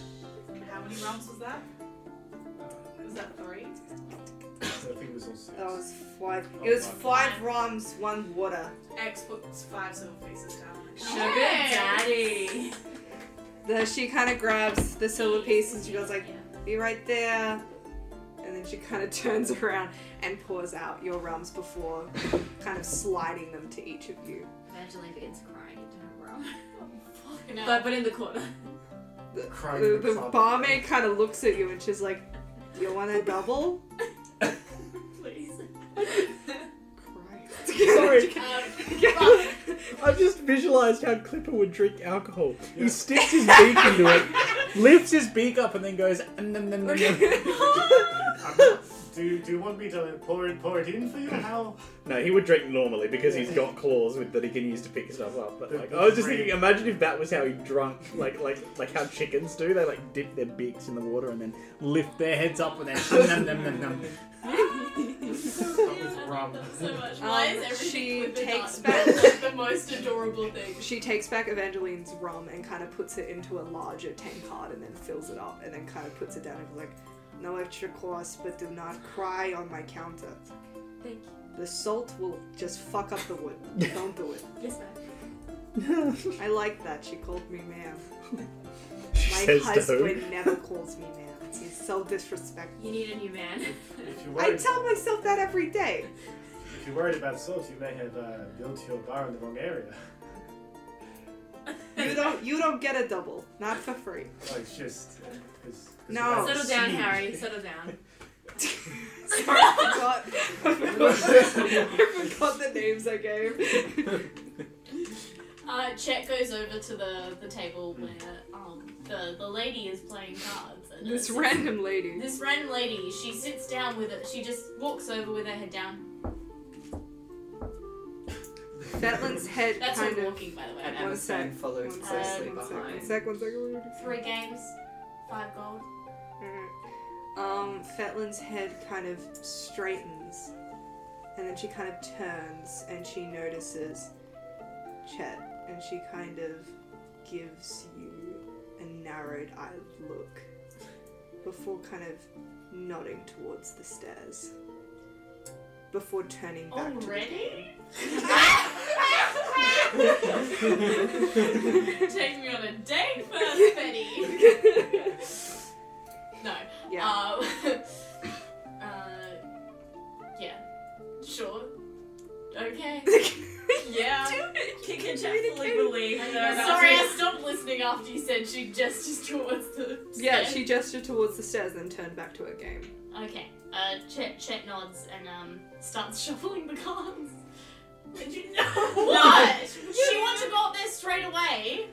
Speaker 5: How many rums was that? Was that three?
Speaker 6: I think it was all six.
Speaker 2: That was five. It was five rums, one water.
Speaker 5: X puts five silver pieces down.
Speaker 10: Sugar daddy.
Speaker 2: The, she kind of grabs the silver piece and she goes like, "Be right there," and then she kind of *laughs* turns around and pours out your rums before kind of sliding them to each of you.
Speaker 10: Eventually begins crying into her room. *laughs*
Speaker 7: Fucking hell.
Speaker 11: But, but in the corner.
Speaker 6: Crime
Speaker 2: The,
Speaker 6: in
Speaker 2: the
Speaker 6: trouble.
Speaker 2: barmaid kind of looks at you and she's like, "You want a double?"
Speaker 7: *laughs* *laughs* Please. Um,
Speaker 4: Sorry.
Speaker 7: *laughs*
Speaker 2: Sorry.
Speaker 4: I've just visualized how Clipper would drink alcohol. He sticks his beak into it, lifts his beak up, and then goes. "Nom, nom, nom, nom, nom."
Speaker 6: I'm not- do, do you want me to pour it pour it in for you? How?
Speaker 4: No, he would drink normally because he's got claws with, that he can use to pick stuff up. But
Speaker 6: The-
Speaker 4: like,
Speaker 6: the
Speaker 4: I was just
Speaker 6: brain.
Speaker 4: thinking, imagine if that was how he drunk, like like like how chickens do. They like dip their beaks in the water and then lift their *laughs* heads up and then nom nom nom nom. nom.
Speaker 6: That
Speaker 7: *laughs*
Speaker 6: was rum.
Speaker 7: So much. Why
Speaker 2: Um,
Speaker 7: is everything
Speaker 2: she
Speaker 7: Clipper
Speaker 2: takes
Speaker 7: *laughs* does
Speaker 2: back-
Speaker 7: like the *laughs* most adorable thing?
Speaker 2: She takes back Evangeline's rum and kind of puts it into a larger tankard and then fills it up and then kind of puts it down and goes like, "No extra cost, but do not cry on my counter."
Speaker 11: Thank you.
Speaker 2: The salt will just fuck up the
Speaker 4: *laughs*
Speaker 2: wood. Don't do it.
Speaker 11: Yes, ma'am.
Speaker 2: I like that she called me ma'am.
Speaker 4: She
Speaker 2: My
Speaker 4: says to
Speaker 2: husband
Speaker 4: him,
Speaker 2: never calls me ma'am. He's so disrespectful.
Speaker 11: You need a new man.
Speaker 7: *laughs*
Speaker 6: If you're
Speaker 2: I
Speaker 6: worried,
Speaker 2: tell myself that every day.
Speaker 6: if you're worried about salt, you may have uh, built your bar in the wrong area. *laughs*
Speaker 2: You don't. You don't get a double. Not for free. *laughs*
Speaker 6: Like just. uh, 'cause- 'cause
Speaker 2: No.
Speaker 6: we're
Speaker 11: Settle down,
Speaker 6: siege.
Speaker 11: Harry. Settle down.
Speaker 2: Sorry, I forgot. *laughs* I forgot the names I gave.
Speaker 7: Uh, Chet goes over to the, the table
Speaker 4: Mm.
Speaker 7: where um, the, the lady is playing cards. And
Speaker 2: This
Speaker 7: it's-
Speaker 2: random lady.
Speaker 7: This random lady, she sits down with it. She just walks over with her head down.
Speaker 2: Fetlin's head
Speaker 7: That's
Speaker 2: kind
Speaker 7: her
Speaker 2: of.
Speaker 7: walking, by the way.
Speaker 9: And
Speaker 2: One
Speaker 9: Amazon
Speaker 2: sec,
Speaker 9: followed
Speaker 2: One
Speaker 9: closely
Speaker 2: second. One second. One
Speaker 9: behind.
Speaker 2: second. One second.
Speaker 7: Three games, five gold.
Speaker 2: Alright. Um, Fetlin's head kind of straightens, and then she kind of turns and she notices Chet, and she kind of gives you a narrowed-eyed look before kind of nodding towards the stairs. Before turning back
Speaker 7: Oh,
Speaker 2: to the
Speaker 7: Already? *laughs* Take me on a date first, Betty.
Speaker 2: *laughs*
Speaker 7: No.
Speaker 2: Yeah. *laughs*
Speaker 7: Um, *laughs* uh, yeah. Sure. Okay. yeah.
Speaker 10: She can definitely believe
Speaker 7: *laughs*
Speaker 10: that.
Speaker 7: Sorry, I stopped listening after you said she gestures towards the.
Speaker 2: yeah,
Speaker 7: stairs.
Speaker 2: she gestured towards the stairs and then turned back to her game.
Speaker 7: Okay. Uh, Chet, Chet nods and um starts *laughs* shuffling the cards. Did you *laughs* what? she wants to go up there straight away.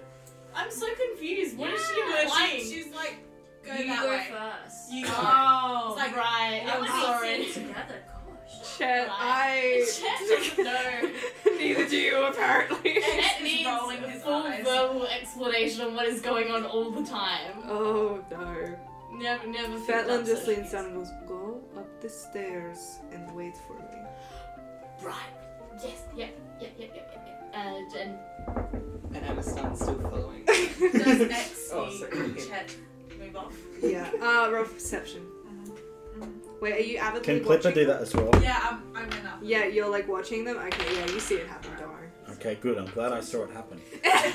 Speaker 7: I'm so confused. What is
Speaker 10: Yeah,
Speaker 7: she
Speaker 5: Like,
Speaker 7: implying?
Speaker 5: she's like, go
Speaker 11: you
Speaker 5: that
Speaker 11: go
Speaker 5: way.
Speaker 11: first.
Speaker 7: *laughs* You oh,
Speaker 5: like-
Speaker 7: right.
Speaker 5: Yeah,
Speaker 7: I'm
Speaker 5: like-
Speaker 7: sorry.
Speaker 11: Together, gosh.
Speaker 2: Chet,
Speaker 7: *laughs*
Speaker 2: I.
Speaker 7: Chet doesn't know.
Speaker 2: *laughs* Neither do you, apparently.
Speaker 7: *laughs* Chet
Speaker 5: He's
Speaker 7: needs
Speaker 5: rolling
Speaker 7: a
Speaker 5: his
Speaker 7: full
Speaker 5: eyes.
Speaker 7: verbal explanation on what is going on all the time.
Speaker 2: oh no.
Speaker 7: Never, never. picked
Speaker 2: Fatlin
Speaker 7: up
Speaker 2: just
Speaker 7: such
Speaker 2: leans
Speaker 7: things.
Speaker 2: down and goes, Go up the stairs and wait for me.
Speaker 7: Right. Yes. Yep. Yep. Yep. Yep. Uh, Yep. And and
Speaker 9: And Amazon's still following.
Speaker 5: Does X
Speaker 9: Oh,
Speaker 5: see
Speaker 9: sorry.
Speaker 5: Chet move off?
Speaker 2: Yeah, *laughs* uh, roll perception. Wait, are you avidly
Speaker 4: Can Clipper
Speaker 2: watching
Speaker 4: do
Speaker 2: them?
Speaker 4: that as well?
Speaker 5: Yeah, I'm, I'm enough.
Speaker 2: Yeah, you're like watching them? Okay, yeah, you see it happen, don't
Speaker 4: Okay, good. I'm glad I saw it
Speaker 2: *laughs*
Speaker 4: happen.
Speaker 2: worry.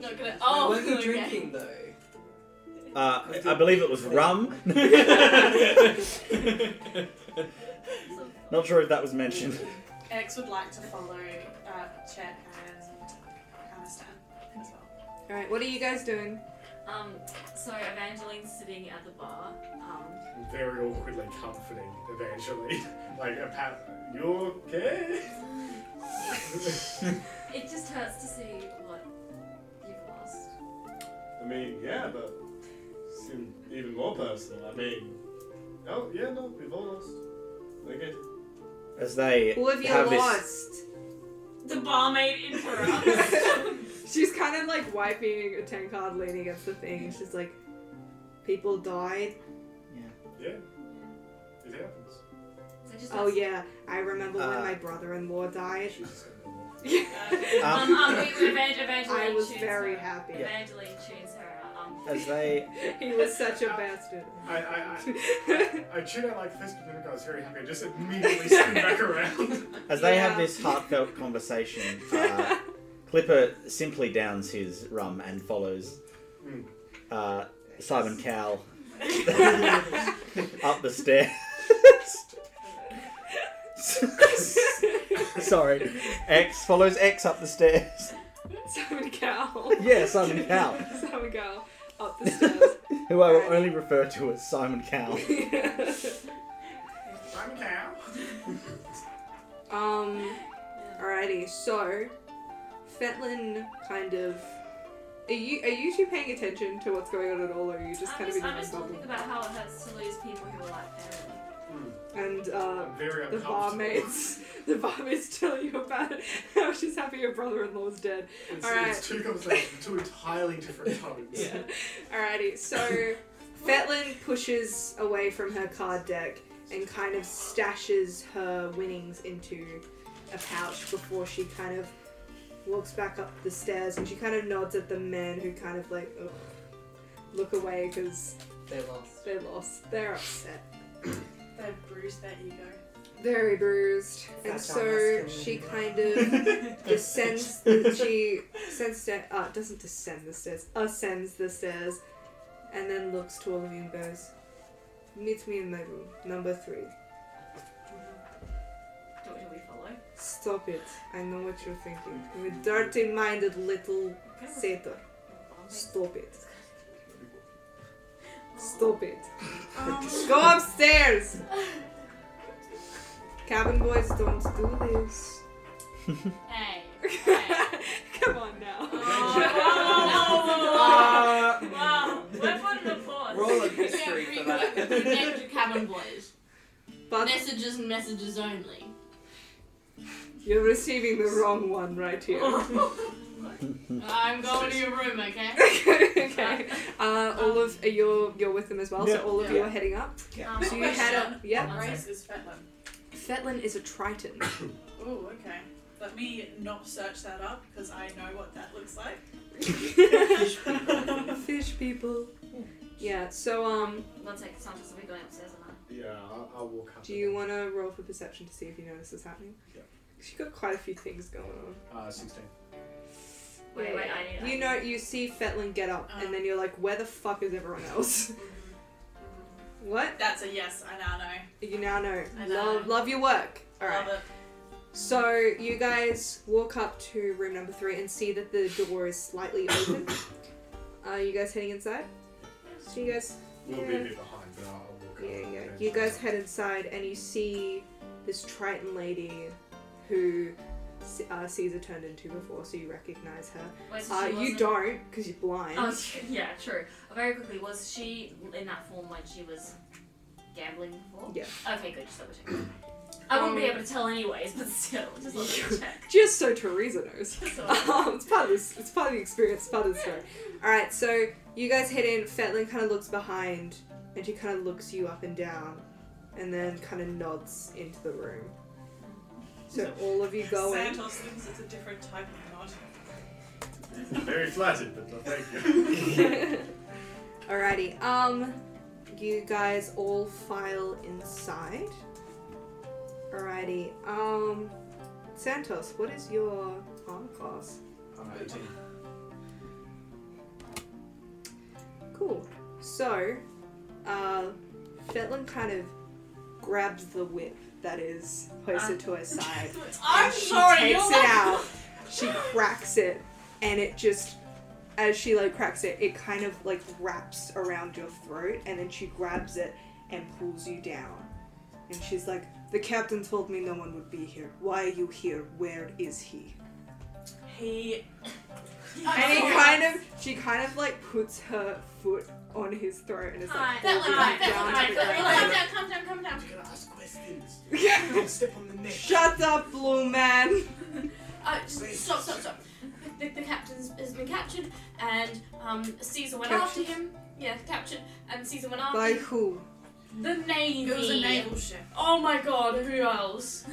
Speaker 7: *laughs* not gonna.
Speaker 9: Oh,
Speaker 7: Oh.
Speaker 9: what are you
Speaker 7: *laughs* okay.
Speaker 9: drinking though?
Speaker 4: Uh, I believe it was rum.
Speaker 2: *laughs*
Speaker 4: Not sure if that was mentioned.
Speaker 5: X would like to follow uh, Chet and Anistan as well.
Speaker 2: Alright, what are you guys doing?
Speaker 10: Um, so Evangeline's sitting at the bar. Um,
Speaker 6: Very awkwardly comforting Evangeline. *laughs* like a pat. You okay?
Speaker 10: it just hurts to see what you've lost.
Speaker 6: I mean, yeah, but seem even more personal. I mean, oh yeah, no, we've all lost. Okay.
Speaker 4: As they
Speaker 2: Who have you
Speaker 4: have this,
Speaker 2: lost?
Speaker 7: The barmaid
Speaker 2: *laughs*
Speaker 7: interrupts.
Speaker 2: She's kind of like wiping a 10 card leaning against the thing. and She's like, people died.
Speaker 6: Yeah. It happens.
Speaker 10: So just
Speaker 2: Oh,
Speaker 10: ask-
Speaker 2: yeah. I remember when
Speaker 4: Uh,
Speaker 2: my brother in law died.
Speaker 6: Jesus. I don't know.
Speaker 2: *laughs*
Speaker 10: Um, um, we- we- Evang- Evangeline
Speaker 2: I was
Speaker 10: tunes
Speaker 2: very
Speaker 10: her.
Speaker 2: happy.
Speaker 10: Evangeline tunes her. Um,
Speaker 4: as they
Speaker 2: he was such a bastard.
Speaker 6: I, I,
Speaker 2: *laughs*
Speaker 6: I, I chewed out like this, but then I was very happy. I just immediately spun
Speaker 2: *laughs*
Speaker 6: back around.
Speaker 4: as they have
Speaker 2: Yeah.
Speaker 4: this heartfelt conversation. Uh,
Speaker 2: *laughs*
Speaker 4: Clipper simply downs his rum and follows
Speaker 6: Mm.
Speaker 4: uh, Simon *laughs* Cowell up the stairs. *laughs* Sorry, X follows X up the stairs.
Speaker 2: Simon *laughs* Cowell.
Speaker 4: Yeah, Simon Cowell,
Speaker 2: Simon Cowell. Up the stairs.
Speaker 4: who I will only refer to as Simon Cowell. *laughs*
Speaker 6: I'm cow.
Speaker 2: Um, alrighty. So, Fetlin, kind of. Are you are you two paying attention to what's going on at all, or are you just
Speaker 10: I'm
Speaker 2: kind
Speaker 10: just,
Speaker 2: of in
Speaker 10: I'm
Speaker 2: your
Speaker 10: just
Speaker 2: own bubble?
Speaker 10: talking about how it hurts to lose people who are like family.
Speaker 2: And uh,
Speaker 6: I'm very
Speaker 2: the
Speaker 6: uncomfortable.
Speaker 2: barmaids, the *laughs* barmaids tell you about it. How she's happy your brother-in-law's dead.
Speaker 6: It's,
Speaker 2: All right.
Speaker 6: it's two conversations, two
Speaker 2: *laughs*
Speaker 6: entirely different tones.
Speaker 2: Yeah. Alrighty, so Fetlin pushes away from her card deck and kind of stashes her winnings into a pouch before she kind of walks back up the stairs and she kind of nods at the men who kind of like ugh, look away because
Speaker 9: They lost.
Speaker 2: they're lost. They're upset.
Speaker 5: They bruised their ego.
Speaker 2: Very bruised. And
Speaker 9: That's
Speaker 2: so
Speaker 9: almost
Speaker 2: she
Speaker 9: gonna
Speaker 2: kind of descends she sends sta- uh, doesn't descend the stairs ascends the stairs and then looks to all of you and goes meet me in my room number three
Speaker 10: Do, do we follow?
Speaker 2: stop it i know what you're thinking you dirty minded little satyr stop it stop it go upstairs cabin boys don't do this
Speaker 7: *laughs* hey.
Speaker 2: *laughs* come on now
Speaker 10: *laughs*
Speaker 7: Oh, wow. wow. We're putting a pause.
Speaker 9: Roll a history for that.
Speaker 7: Connect to cabin boys.
Speaker 2: but
Speaker 7: Messages and messages only.
Speaker 2: You're receiving the wrong one right here.
Speaker 10: Oh.
Speaker 7: I'm going to your room, okay?
Speaker 2: *laughs* okay. Uh, all of you're you're with them as well,
Speaker 4: Yeah.
Speaker 2: so all of you are heading up.
Speaker 7: Um,
Speaker 2: So you head up. Yeah.
Speaker 5: What race is Fetlin?
Speaker 2: Fetlin is a
Speaker 10: *laughs*
Speaker 2: Triton.
Speaker 5: Oh, okay. Let me not search that up because I know what that looks like. *laughs*
Speaker 2: Fish people. Yeah. So um,
Speaker 10: We'll take some because we're going upstairs or not.
Speaker 6: Yeah, I'll, I'll walk up.
Speaker 2: do you want to roll for perception to see if you notice this happening?
Speaker 6: Yeah.
Speaker 2: She got quite a few things going on.
Speaker 6: Uh, 16.
Speaker 10: Wait, wait, I need- I
Speaker 2: You know, you see Fetlin get up,
Speaker 5: Um.
Speaker 2: and then you're like, "Where the fuck is everyone
Speaker 10: *laughs*
Speaker 2: else?" what?
Speaker 5: That's a yes, I now know.
Speaker 2: You now know.
Speaker 5: I know.
Speaker 2: Love, love your work. All right.
Speaker 5: Love it.
Speaker 2: So you guys walk up to room number three and see that the door is slightly open. Are you guys heading inside? So you guys,
Speaker 6: We'll be a
Speaker 2: Yeah.
Speaker 6: bit behind, but I'll, I'll walk
Speaker 2: yeah,
Speaker 6: up.
Speaker 2: yeah.
Speaker 6: Okay.
Speaker 2: You guys head inside and you see this Triton lady who S- uh, Caesar turned into before, so you recognize her.
Speaker 10: Wait, so
Speaker 2: Uh,
Speaker 10: she
Speaker 2: you
Speaker 10: wasn't-
Speaker 2: don't because you're blind.
Speaker 10: Oh, she- yeah, true. Oh, Very quickly, was she in that form when she was gambling before?
Speaker 2: Yeah.
Speaker 10: Okay, good. Just double check. I wouldn't be
Speaker 2: Um,
Speaker 10: able to tell anyways, but still, just let me check.
Speaker 2: Just so Teresa knows.
Speaker 10: So,
Speaker 2: Um, it's part of this. It's part of the experience. It's part of the story. All right, so you guys head in. Fetlin kind of looks behind, and she kind of looks you up and down, and then kind of nods into the room. So all of you go in.
Speaker 5: Santos thinks it's a different type of nod.
Speaker 6: *laughs* Very flattered, but no, thank
Speaker 2: *laughs*
Speaker 6: you.
Speaker 2: Alrighty. Um, you guys all file inside. Alrighty. Um, Santos, what is your arm class?
Speaker 6: I'm 18.
Speaker 2: Cool. So, uh, Fetlin kind of grabs the whip that is posted to
Speaker 7: *laughs*
Speaker 2: her side.
Speaker 7: Uh, I'm
Speaker 2: she
Speaker 7: sorry,
Speaker 2: takes
Speaker 7: you're
Speaker 2: it out. She cracks it, and it just as she like cracks it, it kind of like wraps around your throat, and then she grabs it and pulls you down. And she's like, "The captain told me no one would be here. Why are you here? Where is he?"
Speaker 5: He.
Speaker 2: And he kind of, she kind of like puts her foot on his throat and is like,
Speaker 5: Hi.
Speaker 7: That
Speaker 2: pulls him
Speaker 5: Hi.
Speaker 2: down
Speaker 5: Hi.
Speaker 2: to the
Speaker 5: Hi.
Speaker 7: Come
Speaker 10: *laughs*
Speaker 2: ground.
Speaker 7: down, come down, come down.
Speaker 6: You can ask questions.
Speaker 2: Yeah.
Speaker 6: Don't step on the neck.
Speaker 2: Shut up, blue man.
Speaker 7: Uh, just stop, stop, stop. The, the captain has been captured, and um, Caesar went after
Speaker 2: Captured?
Speaker 7: him. Yeah, captured, and Caesar went after
Speaker 2: By
Speaker 7: him.
Speaker 2: who?
Speaker 7: the navy.
Speaker 5: It was a naval ship.
Speaker 7: Oh my god, who else?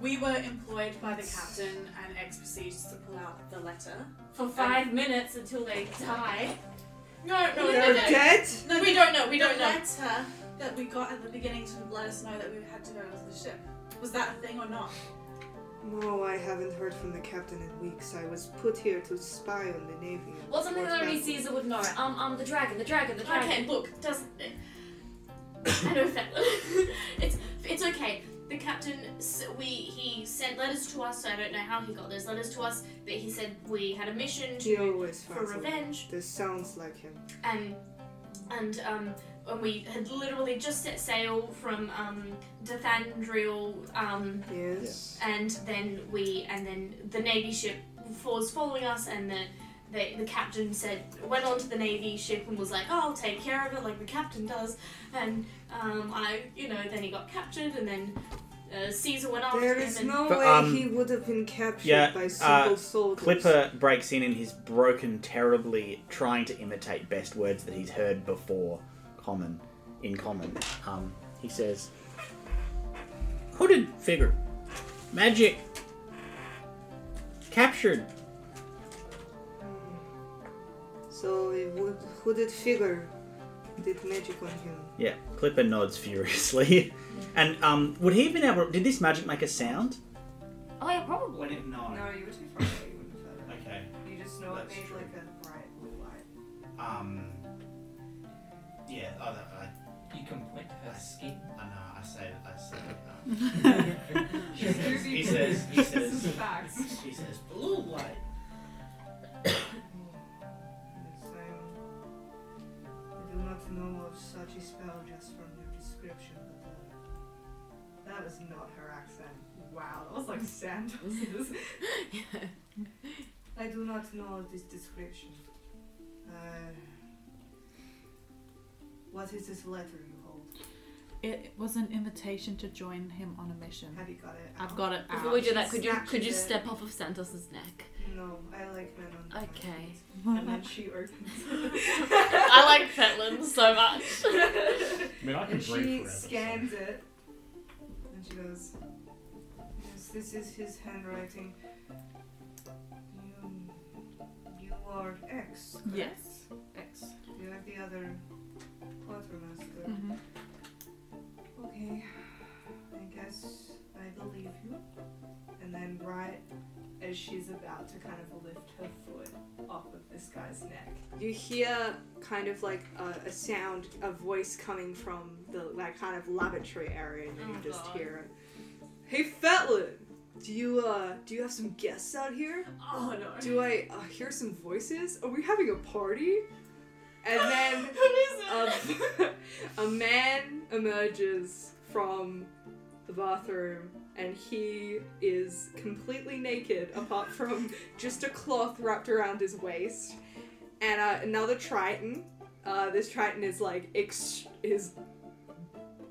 Speaker 5: We were employed by the captain and ex besieged to pull out the letter.
Speaker 11: for five minutes until they die.
Speaker 7: No, no,
Speaker 2: They're
Speaker 7: no, no.
Speaker 2: dead.
Speaker 5: No,
Speaker 7: We don't know. We
Speaker 5: the
Speaker 7: don't know.
Speaker 5: letter that we got at the beginning to let us know that we had to go to the ship. Was that a thing or not?
Speaker 2: No, I haven't heard from the captain in weeks. I was put here to spy on the navy. and
Speaker 10: What's something
Speaker 2: report
Speaker 10: that only
Speaker 2: back.
Speaker 10: Caesar would know? Um, um, the dragon, the dragon, the dragon.
Speaker 7: Okay, look, doesn't. I know that. *laughs* it's it's okay. The captain, s- we he sent letters to us. So I don't know how he got those letters to us, but he said we had a mission
Speaker 2: He
Speaker 7: to
Speaker 2: always
Speaker 7: for
Speaker 2: finds a way.
Speaker 7: revenge.
Speaker 2: This sounds like him.
Speaker 7: and and um, when we had literally just set sail from um, Dathandriel, um,
Speaker 2: Yes.
Speaker 7: and then we and then the navy ship was following us, and the, the the captain said went onto the navy ship and was like, "Oh, I'll take care of it," like the captain does, and um, I, you know, then he got captured, and then uh, Caesar went after
Speaker 2: There
Speaker 7: him.
Speaker 2: is
Speaker 7: and,
Speaker 2: no
Speaker 4: But,
Speaker 2: way
Speaker 4: um,
Speaker 2: he would have been captured
Speaker 4: yeah,
Speaker 2: by
Speaker 4: uh,
Speaker 2: simple soldiers.
Speaker 4: Clipper breaks in and he's broken terribly, trying to imitate best words that he's heard before, common, in common. Um, he says, "Hooded figure, magic, captured."
Speaker 2: So a wood- hooded figure did magic on him.
Speaker 4: Yeah, Clipper nods furiously, *laughs* and um, would he have been able? Did this magic make a sound?
Speaker 10: Oh yeah, probably.
Speaker 9: Would it not?
Speaker 2: you were too far away. You wouldn't have
Speaker 9: Okay.
Speaker 2: You just know
Speaker 9: it That's made, true. like,
Speaker 2: a bright blue light.
Speaker 9: Um. Yeah. I, I, you can point to her skin. I know. I say. I say. Uh, he says. He says. He says.
Speaker 5: Facts.
Speaker 9: He says. Blue light.
Speaker 2: I do not know of such a spell just from your description, but uh, that was not her accent. Wow, that was like
Speaker 12: *laughs*
Speaker 2: Santos. I do not know of this description. Uh, what is this letter you hold?
Speaker 12: It was an invitation to join him on a mission.
Speaker 2: Have you got it?
Speaker 12: I've
Speaker 2: out?
Speaker 12: got it
Speaker 10: Before we
Speaker 12: out.
Speaker 10: do that, could you
Speaker 2: Snatches
Speaker 10: could you
Speaker 2: it.
Speaker 10: step off of Santos's
Speaker 7: *laughs*
Speaker 10: neck?
Speaker 2: No, I like men on. the
Speaker 10: Okay.
Speaker 2: phone. And then
Speaker 12: *laughs*
Speaker 2: she opens.
Speaker 10: I like Fetlin so much.
Speaker 2: and
Speaker 8: I mean, I can breathe
Speaker 2: she
Speaker 8: forever, so-
Speaker 2: scans it, and she goes, "Yes, this is his handwriting. You, you are X. correct?
Speaker 12: Yes. X.
Speaker 2: You are the other quartermaster.
Speaker 12: Mm-hmm.
Speaker 2: Okay, I guess I believe you. And then, right as she's about to kind of lift her foot off of this guy's neck, you hear kind of like a, a sound, a voice coming from the like kind of lavatory area, and you
Speaker 7: Oh,
Speaker 2: just
Speaker 7: God.
Speaker 2: hear it. Hey, Fetlin, do you uh do you have some guests out here?
Speaker 7: oh no.
Speaker 2: Do I uh, hear some voices? Are we having a party?
Speaker 7: *laughs*
Speaker 2: And then
Speaker 7: Who is it?
Speaker 2: a, a *laughs* man emerges from the bathroom and he is completely naked apart from just a cloth wrapped around his waist and uh, another triton uh, this triton is like ex- is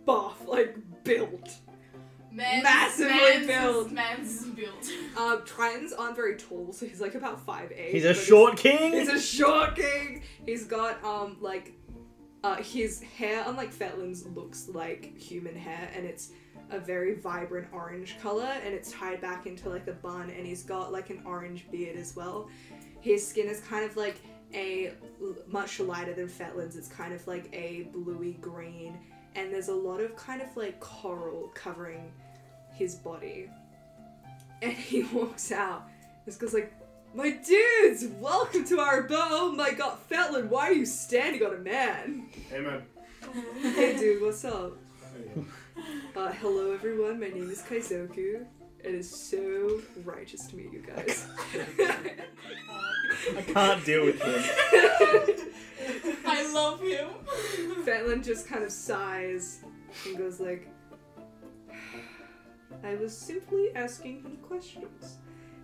Speaker 2: buff like built
Speaker 7: Mans-
Speaker 2: Massively
Speaker 7: mans-
Speaker 2: built.
Speaker 7: Mans built. *laughs*
Speaker 2: uh, tritons aren't very tall so he's like about 5'8
Speaker 4: He's
Speaker 2: but
Speaker 4: a short king.
Speaker 2: He's a shocking. He's got um like uh his hair unlike Fetlin's looks like human hair and it's a very vibrant orange color and it's tied back into like a bun and he's got like an orange beard as well. His skin is kind of like a l- much lighter than Fetlin's. It's kind of like a bluey green and there's a lot of kind of like coral covering his body. And he *laughs* walks out. This guy's like, my dudes, welcome to our boat. Oh my god, Fetlin, why are you standing on a man?
Speaker 6: Hey man.
Speaker 2: hey dude, what's up? Uh, hello everyone, my name is Kaizoku. It is so righteous to meet you guys.
Speaker 4: I can't deal with him.
Speaker 7: I love him.
Speaker 2: Fetlin just kind of sighs and goes like, "I was simply asking him questions."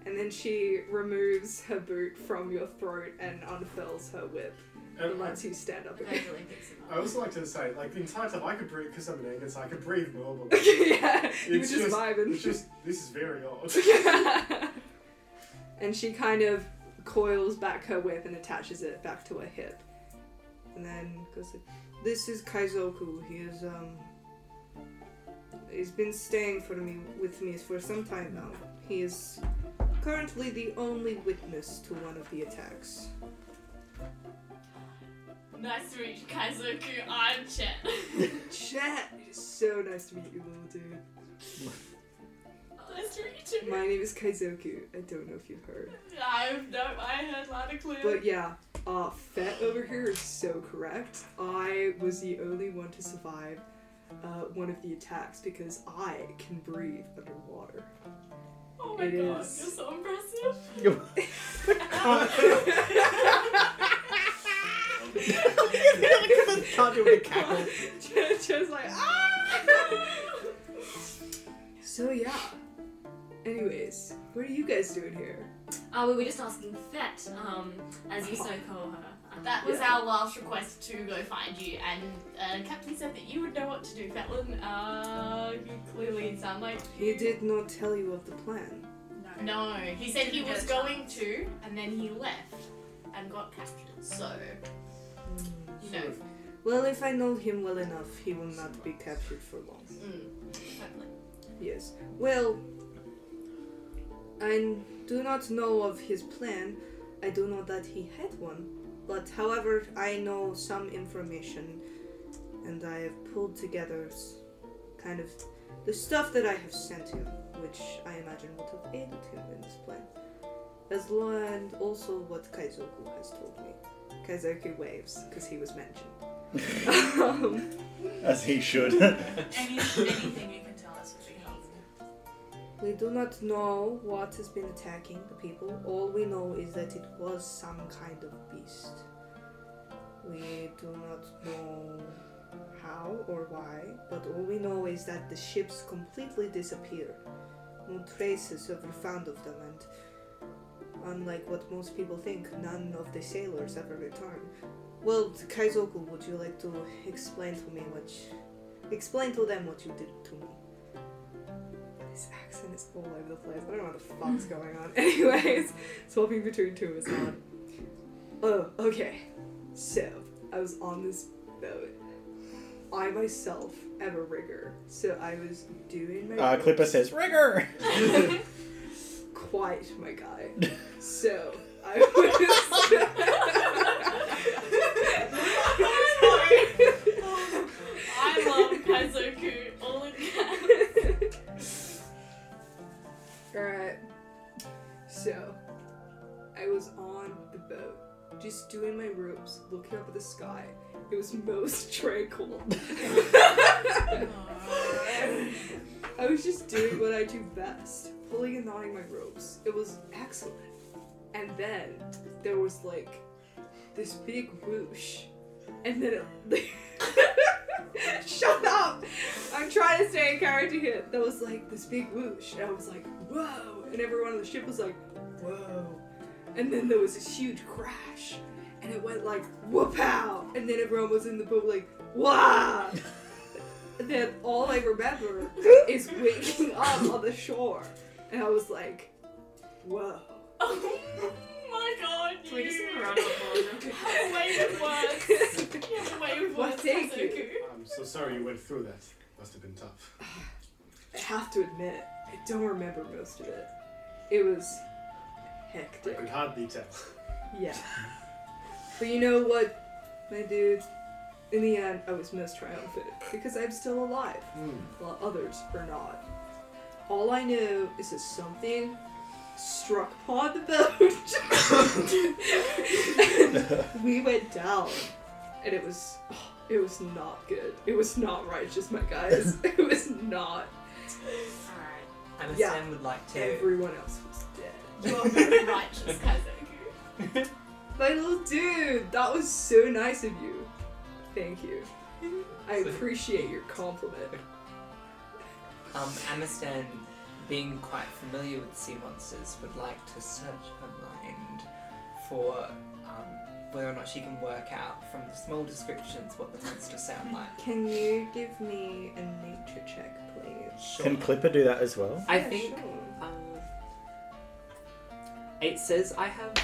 Speaker 2: And then she removes her boot from your throat and unfurls her whip and
Speaker 6: And I,
Speaker 2: lets you stand up *laughs* again.
Speaker 10: Eventually picks him
Speaker 6: I
Speaker 10: up.
Speaker 6: also like to say, like the entire time I could breathe because I'm an Angus, I could breathe
Speaker 2: *laughs*
Speaker 6: normally.
Speaker 2: yeah, you were
Speaker 6: It's
Speaker 2: just,
Speaker 6: just-
Speaker 2: vibing.
Speaker 6: It's just this is very odd.
Speaker 2: *laughs*
Speaker 6: *laughs*
Speaker 2: and she kind of coils back her whip and attaches it back to her hip. And then goes like, This is Kaizoku. He is, um. He's been staying for me with me for some time now. He is currently the only witness to one of the attacks. *laughs*
Speaker 10: Nice to meet you, Kaizoku.
Speaker 7: *laughs*
Speaker 10: I'm Chet.
Speaker 2: Chet! It is so nice to meet you, little dude.
Speaker 10: nice to meet you.
Speaker 2: My name is Kaizoku. I don't know if you've heard.
Speaker 10: I've no, I heard loud and clear.
Speaker 2: But yeah, uh, Fett over here is so correct. I was the only one to survive uh, one of the attacks because I can breathe underwater.
Speaker 10: oh my
Speaker 2: it
Speaker 10: god,
Speaker 2: is.
Speaker 10: you're so impressive.
Speaker 4: can't deal with a cackle.
Speaker 2: Just like, ah! so yeah. Anyways, what are you guys doing here?
Speaker 10: Uh, we were just asking Fet, um, as you so call her. Uh,
Speaker 7: That was
Speaker 2: Yeah.
Speaker 7: our last request to go find you, and uh, Captain said that you would know what to do, Fetlin. Uh, you clearly sound like
Speaker 2: He did not tell you of the plan.
Speaker 7: no. He said he
Speaker 5: Didn't get
Speaker 7: was
Speaker 5: a
Speaker 7: going to, and then he left and got captured. So you know,
Speaker 2: Well, if I know him well enough, he will not be captured for long. *laughs*
Speaker 7: Mm.
Speaker 10: *laughs*
Speaker 7: Fetlin.
Speaker 2: Yes. Well, I do not know of his plan. I do know that he had one. But however, I know some information and I have pulled together s- kind of the stuff that I have sent him, which I imagine would have aided him in this plan. As lo- and also what Kaizoku has told me. Kaizoku waves because he was mentioned. um,
Speaker 4: As he should.
Speaker 5: Any, anything you can tell us would be helpful.
Speaker 2: We do not know what has been attacking the people. All we know is that it was some kind of beast. We do not know how or why, but all we know is that the ships completely disappeared. No traces ever found of them, and unlike what most people think, none of the sailors ever returned. Well, Kaizoku, would you like to explain to me what? you- explain to them what you did to me. This accent is all over the place. I don't know what the *laughs* fuck's going on. Anyways, swapping between two is hard. Oh, okay. So, I was on this boat. I myself am a rigger, so I was doing my
Speaker 4: Uh, Clipper says, Rigor!
Speaker 2: quite my guy. So I *laughs* was.
Speaker 10: I love Kaizoku. All in caps.
Speaker 2: *laughs* Alright. So I was on the boat, just doing my ropes, looking up at the sky. It was most *laughs* tranquil. *laughs* I was just doing what I do best, pulling and knotting my ropes. It was excellent. And then there was like this big whoosh, and then it. *laughs* Shut up! I'm trying to stay in character here. There was like this big whoosh, and I was like, whoa! And everyone on the ship was like, whoa. And then there was this huge crash, and it went like, whoop-pow! And then everyone was in the boat like, wow! then all I remember is waking up on the shore, and I was like, whoa.
Speaker 10: Oh my god, you.
Speaker 11: Can we just have a round of applause real quick?
Speaker 10: have a way of words. You have a way of
Speaker 2: Well,
Speaker 10: words,
Speaker 2: thank you.
Speaker 10: Kaizoku.
Speaker 6: I'm so sorry you went through that. Must have been tough.
Speaker 2: I have to admit, I don't remember most of it. It was
Speaker 6: I
Speaker 2: hectic.
Speaker 6: could hardly tell.
Speaker 2: Yeah. But you know what, my dude? In the end, I was most triumphant because I'm still alive, while others are not. All I know is that something struck upon the boat. *laughs* and we went down, and it was oh, it was not good. It was not righteous, my guys. It was not.
Speaker 10: Alright.
Speaker 8: And
Speaker 2: Yeah.
Speaker 8: Sam would like to.
Speaker 2: Everyone else was dead.
Speaker 7: You are very
Speaker 10: *laughs*
Speaker 7: righteous, Kazoku.
Speaker 2: My little dude, that was so nice of you. Thank you. I appreciate your compliment.
Speaker 8: Um, Amistan, being quite familiar with sea monsters, would like to search online for um, whether or not she can work out from the small descriptions what the monsters sound like.
Speaker 2: Can you give me a nature check, please?
Speaker 4: Can Clipper do that as well?
Speaker 8: I
Speaker 2: Yeah,
Speaker 8: think
Speaker 2: sure.
Speaker 8: um, it says I have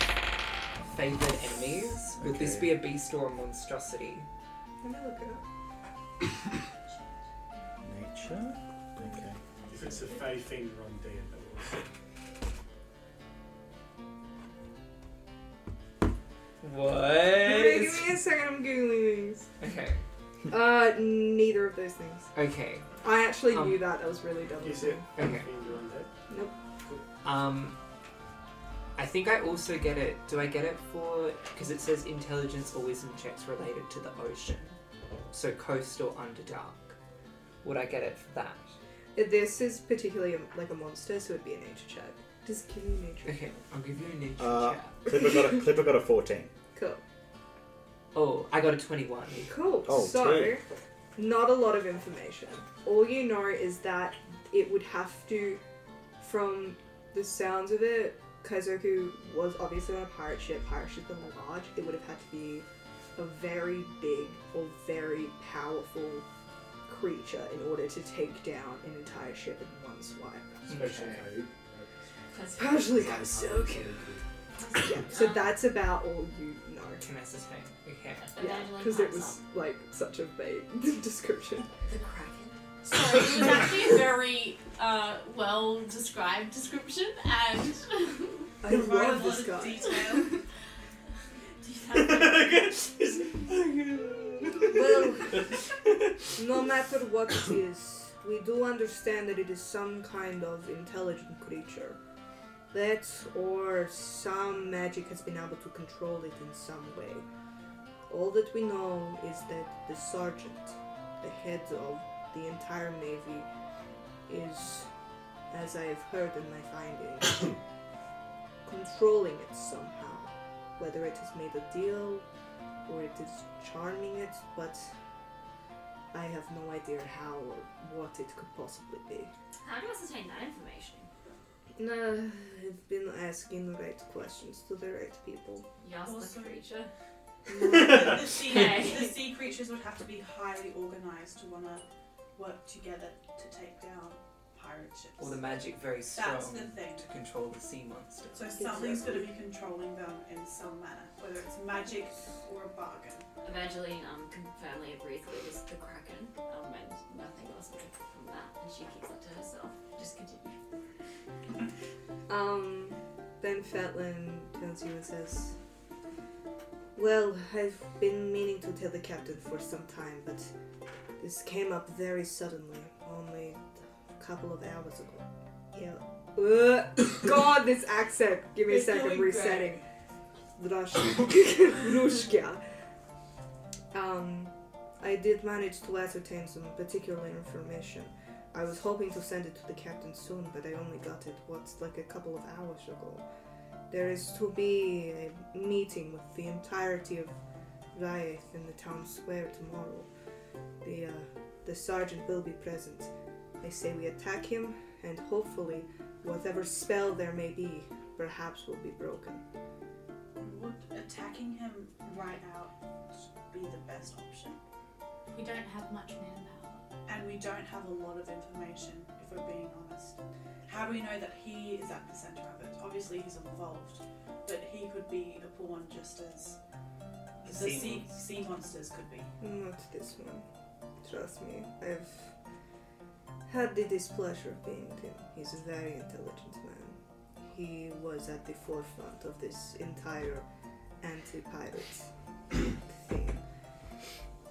Speaker 8: favored enemies. Would this
Speaker 4: Okay.
Speaker 8: be a beast or a monstrosity?
Speaker 2: Let me look it up.
Speaker 4: Nature? Okay.
Speaker 6: If it's a fey thing, we're on D and doubles.
Speaker 8: What?
Speaker 2: Wait, give me a second, I'm googling these.
Speaker 8: Okay.
Speaker 2: Uh, neither of those things.
Speaker 8: Okay.
Speaker 2: I actually
Speaker 8: Um,
Speaker 2: knew that, that was really dumb.
Speaker 6: Is it fey
Speaker 8: Okay.
Speaker 6: thing you're on D?
Speaker 2: Nope.
Speaker 8: Um, I think I also get it. Do I get it for because it says intelligence or wisdom checks related to the ocean, so coast or underdark? Would I get it for that?
Speaker 2: This is particularly a, like a monster, so it'd be a nature check. Just give me a nature
Speaker 8: Okay,
Speaker 2: check.
Speaker 8: I'll give you a nature
Speaker 4: Uh,
Speaker 8: check.
Speaker 4: Clipper got a Clipper got a fourteen.
Speaker 2: Cool.
Speaker 8: Oh, I got a twenty-one.
Speaker 2: Cool.
Speaker 4: Oh,
Speaker 2: so,
Speaker 4: two.
Speaker 2: not a lot of information. All you know is that it would have to, from the sounds of it, Kaizoku was obviously on a pirate ship. Pirate ships are large. It would have had to be a very big or very powerful creature in order to take down an entire ship in one swipe.
Speaker 6: Special
Speaker 8: Okay.
Speaker 6: code.
Speaker 2: Partially Kaizoku. Yeah, so
Speaker 10: Um,
Speaker 2: that's about all you know.
Speaker 8: Can I sustain? Okay.
Speaker 2: Yeah,
Speaker 10: Evangeline
Speaker 2: because it
Speaker 10: pipes
Speaker 2: was like such a vague *laughs* description.
Speaker 10: up. The Kraken.
Speaker 7: Sorry,
Speaker 2: *laughs*
Speaker 7: it was actually a very uh, well described description and
Speaker 2: I
Speaker 7: provided a
Speaker 2: love
Speaker 7: lot
Speaker 2: this
Speaker 7: of
Speaker 2: guy.
Speaker 7: detail.
Speaker 2: Well, no matter what it is, we do understand that it is some kind of intelligent creature. That or some magic has been able to control it in some way. All that we know is that the sergeant, the head of the entire navy, is, as I have heard in my findings, *coughs* controlling it somehow. Whether it has made a deal or it is charming it, but I have no idea how or what it could possibly be.
Speaker 10: How do I sustain that information?
Speaker 2: No, I've been asking the right questions to the right people.
Speaker 10: You ask
Speaker 5: Also-
Speaker 10: the creature.
Speaker 5: the, sea,
Speaker 10: Okay.
Speaker 5: the sea creatures would have to be highly organized to want to work together to take down pirate ships.
Speaker 8: Or the magic very strong
Speaker 5: That's the thing.
Speaker 8: to control the sea monster.
Speaker 5: So something's going to be controlling them in some manner, whether it's magic or a bargain.
Speaker 10: Evangeline um, firmly agrees that it was the Kraken um, and nothing else was from that, and she keeps it to herself. Just continue.
Speaker 2: Um, then Fatlin turns to you and says, Well, I've been meaning to tell the captain for some time, but this came up very suddenly, only a couple of hours ago. Yeah. *coughs* Uh, God, this accent! Give me a
Speaker 5: You're
Speaker 2: second,
Speaker 5: doing
Speaker 2: I'm
Speaker 5: great.
Speaker 2: resetting. Russian. Rushka. Um, I did manage to ascertain some particular information. I was hoping to send it to the captain soon, but I only got it, what, like a couple of hours ago. There is to be a meeting with the entirety of Riath in the town square tomorrow. The, uh, the sergeant will be present. I say we attack him, and hopefully, whatever spell there may be, perhaps will be broken.
Speaker 5: Would attacking him right out be the best option?
Speaker 11: We don't have much manpower.
Speaker 5: And we don't have a lot of information, if we're being honest. How do we know that he is at the center of it? Obviously, he's involved, but he could be a pawn just as the sea, sea, monsters could be.
Speaker 2: Not this one. Trust me, I've had the displeasure of being with him. He's a very intelligent man. He was at the forefront of this entire anti pirate *coughs* thing.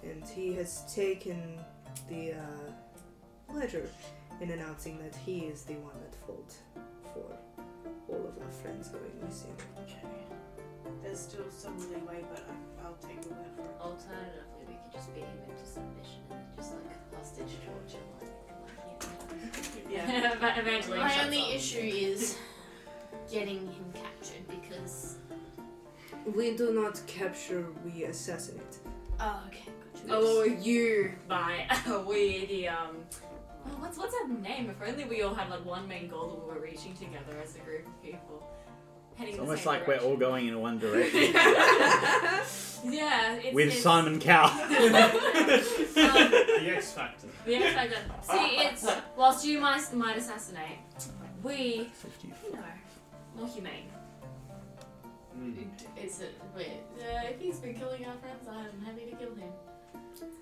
Speaker 2: And he has taken the uh, pleasure in announcing that he is the one at fault for all of our friends going missing.
Speaker 5: Okay. There's still some leeway, but I, I'll take the word for it.
Speaker 10: Alternatively, we could just beat him into submission and just like hostage torture, like, like you know. *laughs*
Speaker 5: Yeah.
Speaker 10: Eva- Evangeline
Speaker 7: My
Speaker 10: shuts
Speaker 7: only
Speaker 10: up.
Speaker 7: issue is getting him captured because.
Speaker 2: We do not capture, we assassinate.
Speaker 7: Oh, okay.
Speaker 10: Oh, you by *laughs* we the um. oh, What's what's that name? If only we all had like one main goal that we were reaching together as a group of people, heading.
Speaker 4: It's
Speaker 10: the
Speaker 4: almost
Speaker 10: same
Speaker 4: like we're all going in one direction.
Speaker 10: direction. *laughs* yeah. It's,
Speaker 4: With
Speaker 10: it's, *laughs* Um,
Speaker 4: Simon Cowell.
Speaker 6: the X Factor.
Speaker 10: The X Factor. See, it's whilst you might, might assassinate, we you know more humane.
Speaker 7: Is it. Wait. Uh, if he's been killing our friends, I'm happy to kill him.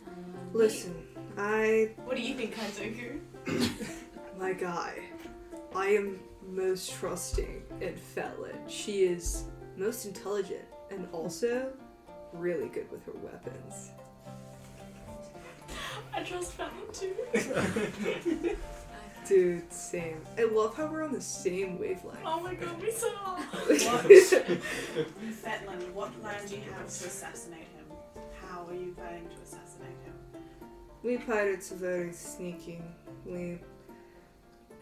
Speaker 7: Um,
Speaker 2: Listen, I,
Speaker 7: What do you think, Kaizoku?
Speaker 2: my guy, I am most trusting in Fallon. She is most intelligent and also really good with her weapons.
Speaker 7: *laughs* I trust Fallon too.
Speaker 2: Dude, same. I love how we're on the same wavelength.
Speaker 7: oh my god,
Speaker 5: *laughs*
Speaker 7: we saw. *laughs*
Speaker 5: Fetlin, what plan do you have to assassinate him? How are you planning to assassinate him?
Speaker 2: We pirates are very sneaking. We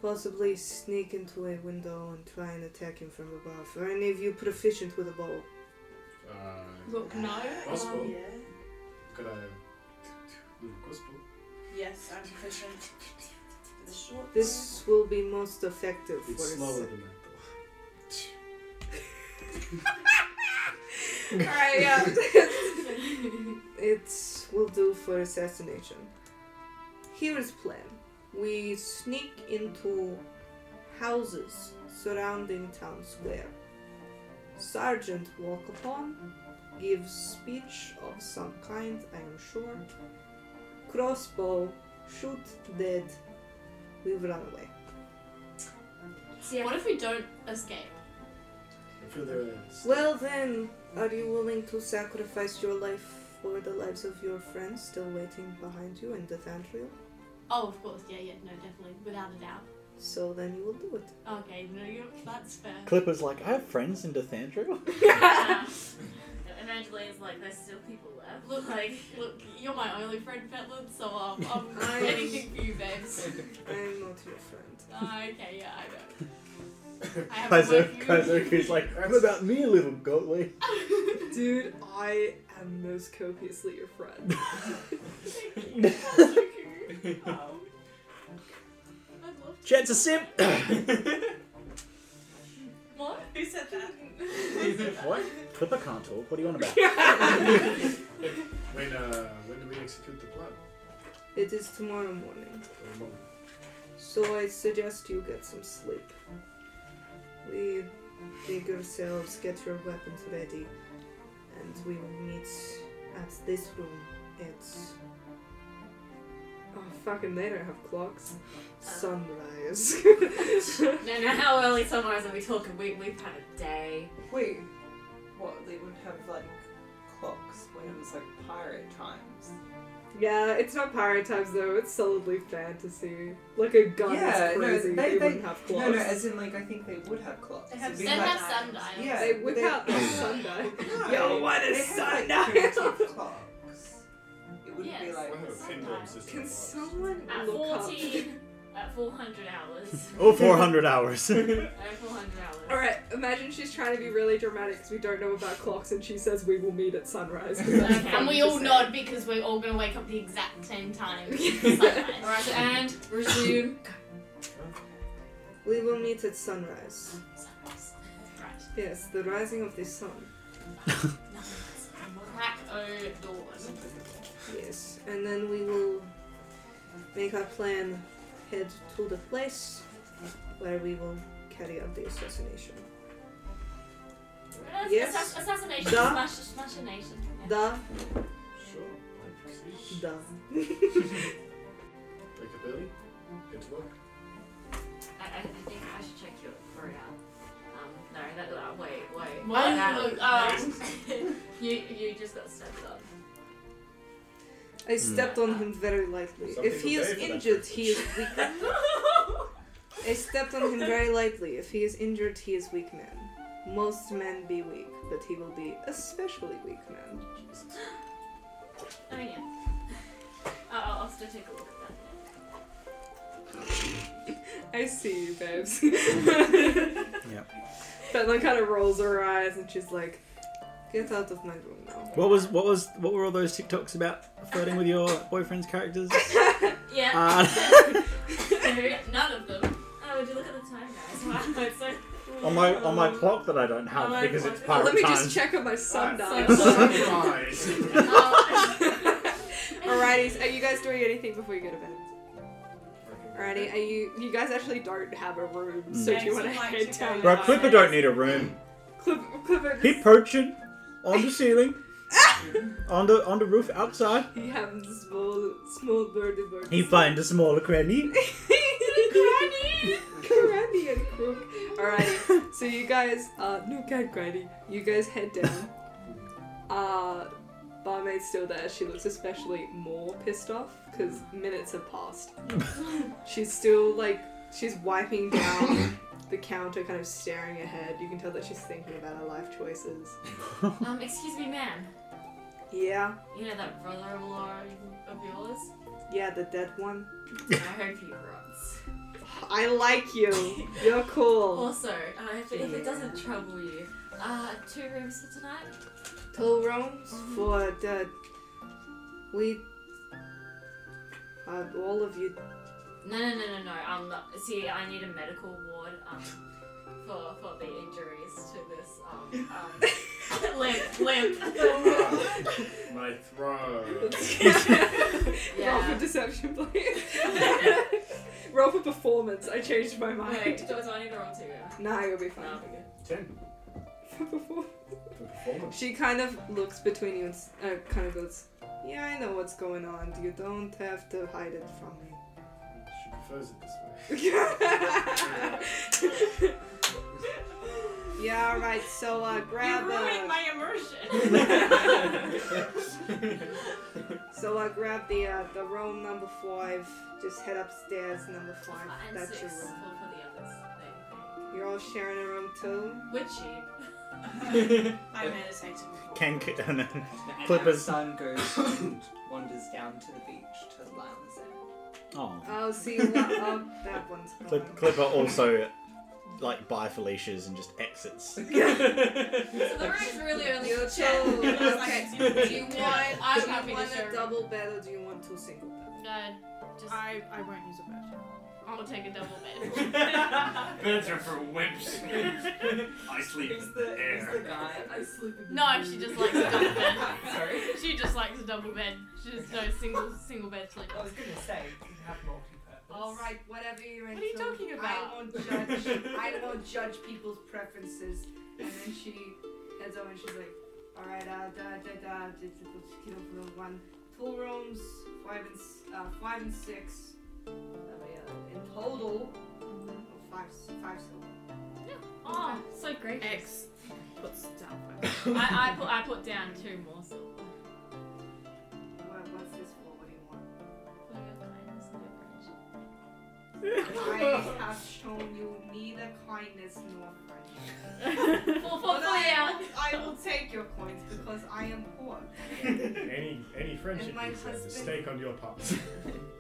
Speaker 2: possibly sneak into a window and try and attack him from above. Are any of you proficient with a bow?
Speaker 7: Look, no.
Speaker 6: Possible.
Speaker 7: um,
Speaker 5: Yeah.
Speaker 6: Uh, Could I with a crossbow?
Speaker 5: Yes, I'm proficient. The short. *laughs*
Speaker 2: This will be most effective for
Speaker 6: It's
Speaker 2: a
Speaker 6: slower
Speaker 2: se-
Speaker 6: than
Speaker 2: *laughs*
Speaker 6: that
Speaker 2: Alright, yeah. it will do for assassination. Here is plan. We sneak into houses surrounding town square. Sergeant Walkupon gives speech of some kind, I am sure. Crossbow, shoot dead. We run away.
Speaker 10: See, I
Speaker 7: What if we don't escape?
Speaker 6: though. I feel there is
Speaker 2: Well then, are you willing to sacrifice your life for the lives of your friends still waiting behind you in the Thandriel?
Speaker 7: Oh, of course, yeah, yeah, no, definitely, without a doubt.
Speaker 2: So then you will do it.
Speaker 7: Okay, no, you that's fair.
Speaker 4: Clipper's like, I have friends in Dethandriel.
Speaker 10: Um, *laughs* Evangeline's like, there's still people left.
Speaker 7: Look, like, look, you're my only friend, Fetlin, so um, *laughs* I'm
Speaker 2: I-
Speaker 7: anything for you, babes.
Speaker 2: I am not your friend.
Speaker 7: Ah, okay, yeah, I know. I have
Speaker 4: Kaiser-
Speaker 7: work-
Speaker 4: Kaiser's like, what about me, little goatly?
Speaker 2: Dude, I am most copiously your friend.
Speaker 7: *laughs* Kaizoku. Um, I'd love to-
Speaker 4: Chad's a *laughs* simp.
Speaker 7: What?
Speaker 5: Who said that?
Speaker 4: what? Clipper can't talk. What do you want about?
Speaker 6: when uh when do we execute the plan?
Speaker 2: it is tomorrow morning,
Speaker 6: For a moment.
Speaker 2: so I suggest you get some sleep. We dig yourselves, get your weapons ready, and we will meet at this room. It's. Oh, fucking, they don't have clocks. Sunrise. *laughs*
Speaker 10: No, no, how early sunrise are we talking? We, we've had a day.
Speaker 8: Wait, what? They would have like clocks when it was like pirate times.
Speaker 2: yeah, it's not pirate times though, it's solidly fantasy. Like a gun
Speaker 8: yeah,
Speaker 2: is crazy,
Speaker 8: no, they,
Speaker 2: they,
Speaker 8: they
Speaker 2: wouldn't have clocks.
Speaker 8: No, no, as in like I think they would have clocks.
Speaker 5: They have
Speaker 8: It'd
Speaker 7: They
Speaker 8: be
Speaker 5: sun-
Speaker 7: have
Speaker 8: like,
Speaker 7: sundials.
Speaker 8: yeah,
Speaker 2: They whip
Speaker 8: they- *coughs*
Speaker 2: out a sundial.
Speaker 8: No,
Speaker 2: Yo, what
Speaker 8: they
Speaker 2: is
Speaker 8: have,
Speaker 2: sundial?
Speaker 8: like, primitive clocks. It would be
Speaker 10: Yes.
Speaker 6: I
Speaker 8: like
Speaker 6: have a pendulum system.
Speaker 2: Can
Speaker 6: box.
Speaker 2: someone
Speaker 10: At
Speaker 2: look up?
Speaker 10: 14, at 400
Speaker 2: *laughs*
Speaker 10: hours.
Speaker 4: *laughs* Oh, 400 *laughs* hours.
Speaker 10: At 400 hours.
Speaker 2: All right, imagine she's trying to be really dramatic because we don't know about clocks, and she says we will meet at sunrise. 'cause that's
Speaker 10: Okay.
Speaker 7: And we
Speaker 2: fun to
Speaker 7: all
Speaker 2: say.
Speaker 7: nod because we're all gonna wake up the exact same time. *laughs*
Speaker 10: *laughs*
Speaker 7: Sunrise.
Speaker 10: Alright, and
Speaker 2: *coughs*
Speaker 10: resume.
Speaker 2: We will meet at sunrise.
Speaker 7: Sunrise.
Speaker 2: Yes, the rising of the sun.
Speaker 7: Right. Crack o' dawn.
Speaker 2: Yes, and then we will make our plan, head to the place where we will carry out the assassination. Yes.
Speaker 10: Assass- Assassination,
Speaker 2: Da.
Speaker 10: smash, smash a nation. Yeah.
Speaker 2: Da
Speaker 6: Sure. I see.
Speaker 2: da. *laughs*
Speaker 6: Wake up early. Get to work.
Speaker 10: I, I, I think I should check your for it out. Um, no, that, that wait, wait. uh,
Speaker 7: What?
Speaker 10: That-
Speaker 7: Look, um,
Speaker 10: you, you just got stepped on.
Speaker 2: I stepped on him very lightly.
Speaker 6: Some
Speaker 2: if
Speaker 6: people
Speaker 2: he is
Speaker 6: pay for that
Speaker 2: injured, he is weak. I stepped on him very lightly. If he is injured, he is weak man. Most men be weak, but he will be especially weak man.
Speaker 10: I *laughs* mean, Oh, yeah. Uh, I'll, I'll still take a look at that.
Speaker 2: I see you, *laughs* babes.
Speaker 4: Yep.
Speaker 2: Fetlin kind of rolls her eyes and she's like, get out of my room now.
Speaker 4: What was what was what were all those TikToks about flirting with your boyfriend's characters?
Speaker 10: Yeah.
Speaker 4: Uh,
Speaker 10: *laughs* None of them. Oh, would you look at the time, guys? Wow, *laughs* it's like.
Speaker 4: *laughs* on my on my clock that I don't have
Speaker 10: Oh, I
Speaker 4: because
Speaker 10: want
Speaker 4: it's
Speaker 10: it.
Speaker 4: pirate
Speaker 2: Let me
Speaker 4: time.
Speaker 2: just check on my sundial.
Speaker 6: Sunrise.
Speaker 2: *laughs* Alrighty, are you guys doing anything before you go to bed? Alrighty, are you you guys actually don't have a room, so
Speaker 5: Mm.
Speaker 2: do you want to
Speaker 5: Yes,
Speaker 2: head down?
Speaker 4: Bro, Clipper don't need a room.
Speaker 2: Clip, Clipper,
Speaker 4: He perching on
Speaker 2: *laughs*
Speaker 4: the ceiling, on the on the roof outside.
Speaker 2: he has a small small birdie bird.
Speaker 4: He find a smaller cranny.
Speaker 2: Granny! Granny and Crook. Alrighty, so you guys, uh, no cat Granny, you guys head down. Uh, barmaid's still there. She looks especially more pissed off because minutes have passed. she's still like, she's wiping down the counter, kind of staring ahead. You can tell that she's thinking about her life choices.
Speaker 10: Um, excuse me, ma'am.
Speaker 2: Yeah,
Speaker 10: You know that brother of law of yours?
Speaker 2: yeah, the dead one.
Speaker 10: I hope he rots.
Speaker 2: I like you. You're
Speaker 4: Oh.
Speaker 2: cool.
Speaker 10: Also, uh, if, it, if it doesn't trouble you, uh, two rooms for tonight?
Speaker 2: Two rooms for the. We. Uh, all of you.
Speaker 10: No, no, no, no, no. Um, see, I need a medical ward um, for for the injuries to this um, um
Speaker 2: *laughs*
Speaker 10: limp, limp.
Speaker 6: My throne.
Speaker 2: Roll
Speaker 10: yeah.
Speaker 2: for deception, please. *laughs* roll for performance. I changed my mind.
Speaker 10: Wait, do, do I need to roll two? Yeah.
Speaker 2: Nah, you'll be fine.
Speaker 10: No, we're good.
Speaker 6: Ten.
Speaker 2: For performance.
Speaker 6: For performance.
Speaker 2: She kind of looks between you and s- uh, kind of goes, Yeah, I know what's going on. You don't have to hide it from *laughs* me.
Speaker 6: She prefers it this way.
Speaker 2: yeah, alright, so uh, grab
Speaker 7: You're ruining
Speaker 2: uh,
Speaker 7: my immersion.
Speaker 2: So I grab the uh, the room number five. Just head upstairs, number five.
Speaker 10: *laughs* And
Speaker 2: That's
Speaker 10: six
Speaker 2: your
Speaker 10: for,
Speaker 2: room.
Speaker 10: for the others. They,
Speaker 2: You're all sharing a room too.
Speaker 10: they. We're cheap.
Speaker 7: I meditated before.
Speaker 4: Can *laughs* and then
Speaker 8: And
Speaker 4: Clippers.
Speaker 8: Clippers. Sun goes and wanders down to the beach to lounge in.
Speaker 4: Oh.
Speaker 2: Oh, see, well, oh, *laughs* that one's gone.
Speaker 4: Clip, Clipper also like buy Felicia's and just exits.
Speaker 10: So the room's really
Speaker 2: *laughs*
Speaker 10: only
Speaker 2: You're
Speaker 10: for ten.
Speaker 2: two.
Speaker 7: *laughs* I was
Speaker 2: Okay.
Speaker 7: like,
Speaker 2: Do you want?
Speaker 7: I'm
Speaker 2: do
Speaker 7: happy
Speaker 2: you
Speaker 7: to
Speaker 2: want
Speaker 7: share.
Speaker 2: a double bed or do you want two single beds?
Speaker 7: No, just
Speaker 12: I, I won't use a bed.
Speaker 7: I'll take a double bed.
Speaker 9: Beds are for wimps. I sleep in the
Speaker 8: Who's the
Speaker 9: air.
Speaker 8: guy?
Speaker 10: I sleep in
Speaker 7: No, she just likes a double bed.
Speaker 8: Sorry.
Speaker 7: She just likes a double bed. She just no single single bed sleep.
Speaker 8: I was gonna say you can have multi-purpose.
Speaker 2: All right, whatever you're
Speaker 7: What
Speaker 2: into.
Speaker 7: are you talking
Speaker 2: I
Speaker 7: about?
Speaker 2: won't judge. I won't judge people's preferences. And then she heads over and she's like, "All right, uh, da da da, da, da, da, she killed for the one, two rooms, five and s- uh, five and six. That'll be, uh, in total,
Speaker 7: Mm-hmm.
Speaker 2: five s- five silver.
Speaker 7: Oh, so great.
Speaker 12: X puts down
Speaker 7: I, I put I put down two more silver.
Speaker 2: What, what's this for? What do you want?
Speaker 7: *laughs*
Speaker 2: I have shown you neither kindness nor friendship.
Speaker 7: Four, four,
Speaker 2: But
Speaker 7: four, Oh, yeah.
Speaker 2: I, will, I will take your coins because I am poor.
Speaker 7: *laughs*
Speaker 6: Any any friendship
Speaker 2: And my
Speaker 6: is a
Speaker 2: husband-
Speaker 6: mistake on your part.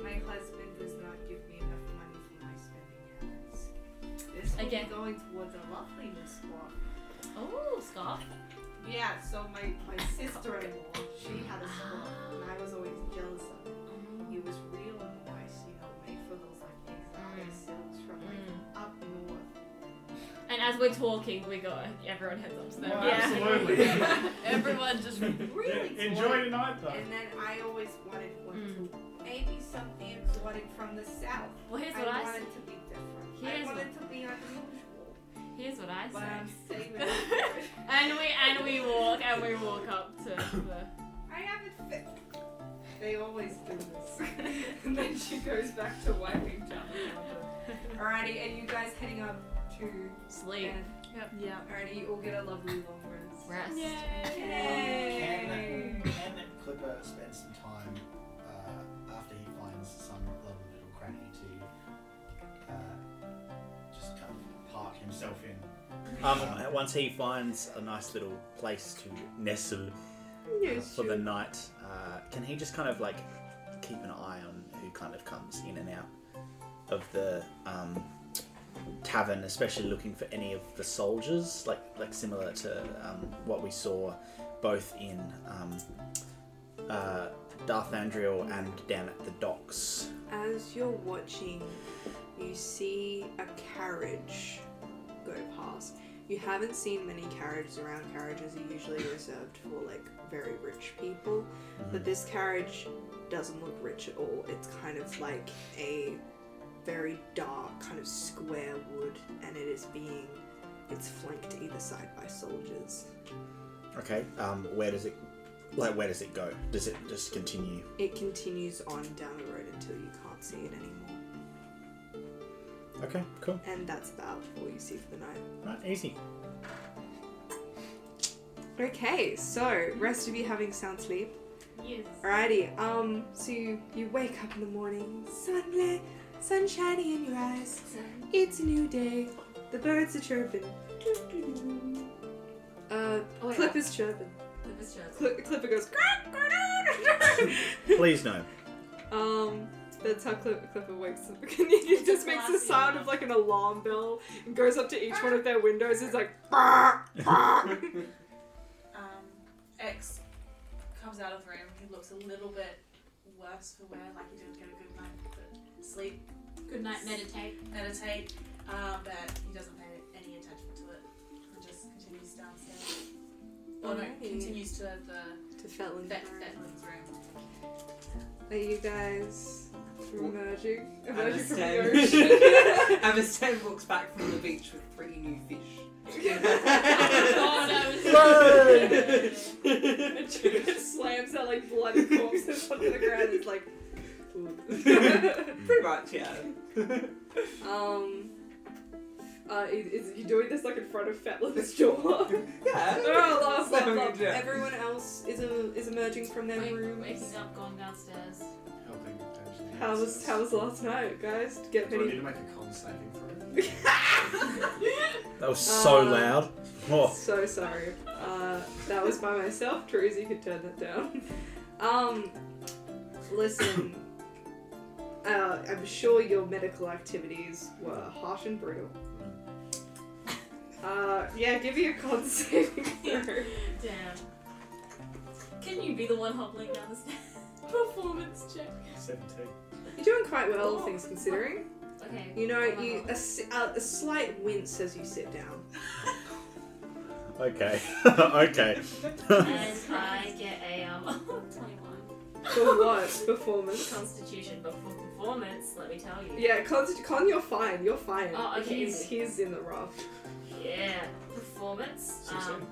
Speaker 2: My husband does not give me enough money for my spending habits. This will
Speaker 7: Again.
Speaker 2: be going towards a lovely new spot.
Speaker 7: Oh, scarf.
Speaker 2: Yeah, so my,
Speaker 7: *laughs*
Speaker 2: my sister-in-law, she had a spot,
Speaker 7: Ah.
Speaker 2: and I was always jealous of it. He was real nice, you know, made for those like exotic
Speaker 7: Mm.
Speaker 2: silks from
Speaker 10: Mm.
Speaker 2: like up north.
Speaker 7: And as we're talking, we go. Everyone heads up to them.
Speaker 6: Well, absolutely.
Speaker 7: Everyone just really
Speaker 6: Enjoy your night
Speaker 2: *laughs*
Speaker 6: though.
Speaker 2: And then I always wanted one
Speaker 7: Mm.
Speaker 2: too. Maybe something exotic from the south.
Speaker 7: Well, here's what I
Speaker 2: wanted
Speaker 7: say.
Speaker 2: to be different.
Speaker 7: Here's
Speaker 2: I
Speaker 7: what-
Speaker 2: wanted to be unusual.
Speaker 7: Here's what I
Speaker 2: But I'm
Speaker 7: say. *laughs*
Speaker 2: saving up for it.
Speaker 7: And we and we walk and we walk up to the.
Speaker 2: I haven't fit. They always do this. *laughs* and then she goes back to wiping down. the counter. Alrighty, and you guys heading up to
Speaker 7: Sleep.
Speaker 2: bed.
Speaker 12: Yeah.
Speaker 2: Alrighty, you all get a lovely long rest.
Speaker 7: Rest.
Speaker 2: Yay!
Speaker 9: Can Clipper spend some time uh, after he finds some little, little cranny to uh, just kind of park himself in?
Speaker 4: Um, once he finds a nice little place to nestle uh, for the night, uh, can he just kind of like keep an eye on who kind of comes in and out of the um, cavern, especially looking for any of the soldiers, like like similar to um, what we saw both in um, uh, Darth Vandriel and down at the docks.
Speaker 2: As you're watching, you see a carriage go past. You haven't seen many carriages around. Carriages are usually reserved for like very rich people, but this carriage doesn't look rich at all. It's kind of like a very dark kind of square wood, and it is being it's flanked either side by soldiers.
Speaker 4: Okay, um, where does it like where does it go? Does it just continue?
Speaker 2: It continues on down the road until you can't see it anymore.
Speaker 4: Okay, cool.
Speaker 2: And that's about all you see for the night.
Speaker 4: Right, easy.
Speaker 2: Okay, so rest of you having sound sleep.
Speaker 7: Yes.
Speaker 2: Alrighty, um, so you, you wake up in the morning, sunlit, sunshiny in your eyes. It's a new day. The birds are chirping. Uh,
Speaker 10: Oh, wait,
Speaker 2: Clipper's chirping.
Speaker 10: Clipper's
Speaker 2: *laughs*
Speaker 10: chirping.
Speaker 2: Cli- Clipper goes. *laughs*
Speaker 4: Please no.
Speaker 2: um, that's how Clipper, Clipper wakes up. he just makes the sound of like an alarm bell and goes up to each one of their windows. It's like.
Speaker 5: Um, X comes out of the room. He looks a little bit worse for wear, like he didn't get a good night but sleep.
Speaker 7: Good night, meditate.
Speaker 5: Meditate, uh, but he doesn't pay any attention to it. He just continues downstairs. Or no,
Speaker 2: Alrighty.
Speaker 5: continues to the
Speaker 2: to Felon.
Speaker 5: vet, vetman's room.
Speaker 2: Are you guys emerging? Emerging from the ocean?
Speaker 8: *laughs* Amistad. Amistad walks back from the beach with three new fish.
Speaker 2: God, I was-
Speaker 8: Bird!
Speaker 2: And she just slams that like bloody corpses onto the ground. It's like,
Speaker 8: Pretty much, yeah.
Speaker 2: um, uh, is, is you doing this like in front of Fetlin's *laughs* jaw?
Speaker 8: Yeah.
Speaker 2: oh, love,
Speaker 8: So
Speaker 2: love, love.
Speaker 8: good, yeah.
Speaker 2: Everyone else is a, is emerging from their
Speaker 10: Wake-
Speaker 2: rooms.
Speaker 10: Waking up, going downstairs.
Speaker 6: Helping potentially.
Speaker 2: How was how was last night, guys? Did you get
Speaker 6: Do I need
Speaker 2: many?
Speaker 6: to make a con saving throw?
Speaker 4: That was so
Speaker 2: Uh,
Speaker 4: loud. Oh,
Speaker 2: So sorry. Uh, that was by myself. Teresa, you could turn that down. *laughs* Um, listen. Uh, I'm sure your medical activities were harsh and brutal. Uh, yeah, give me a con saving throw.
Speaker 10: Damn. Can you be the one hobbling down the stairs? *laughs* Performance check.
Speaker 6: Seventeen.
Speaker 2: You're doing quite well, all things considering.
Speaker 10: Okay.
Speaker 2: You know,
Speaker 10: I'm
Speaker 2: you
Speaker 10: not
Speaker 2: a, *laughs* s- a- a slight wince as you sit down.
Speaker 4: okay, *laughs* okay.
Speaker 10: hobbling. And I get a um, *laughs* 21.
Speaker 2: For what?
Speaker 10: *laughs*
Speaker 2: Performance.
Speaker 10: Constitution, but for performance, let me tell you.
Speaker 2: Yeah, con, con, you're fine. You're fine.
Speaker 10: Oh, okay.
Speaker 2: He's he's in the rough.
Speaker 10: Yeah. Performance. Um,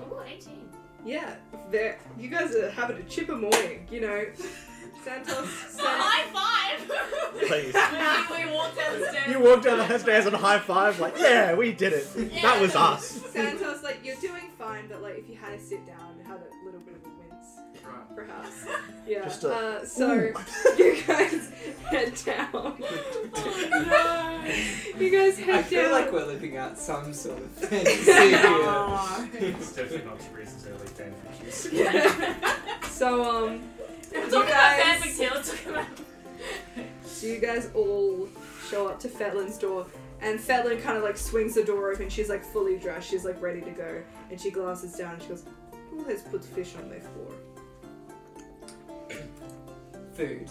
Speaker 10: oh, 18. *laughs*
Speaker 2: Yeah, there. You guys are having a chipper morning. You
Speaker 10: *laughs*
Speaker 2: know, Santos. *laughs* San-
Speaker 10: five!
Speaker 4: Please.
Speaker 10: we walked down the stairs.
Speaker 4: You walked down the stairs on a high five, like, yeah, we did it. That was us.
Speaker 2: Santos, like you're doing fine, but like if you had a sit down, and had a little bit of a wince,
Speaker 6: Right. *laughs*
Speaker 10: *laughs*
Speaker 2: perhaps. Yeah.
Speaker 4: Just a- *laughs*
Speaker 2: uh, so
Speaker 4: Ooh.
Speaker 2: *laughs* you guys head down. You guys
Speaker 8: I
Speaker 2: head
Speaker 8: feel
Speaker 2: down.
Speaker 8: like we're living out some sort of fantasy here.
Speaker 6: It's definitely not Teresa's early fanfic use.
Speaker 2: so um,
Speaker 10: We're
Speaker 2: you
Speaker 10: talking about fanfic
Speaker 2: guys,
Speaker 10: tale, talking about
Speaker 2: so you guys all show up to Fetlin's door, and Fetlin kind of like swings the door open. She's like fully dressed. She's like ready to go, and she glances down and she goes, "Who has put fish on my floor?"
Speaker 8: Food.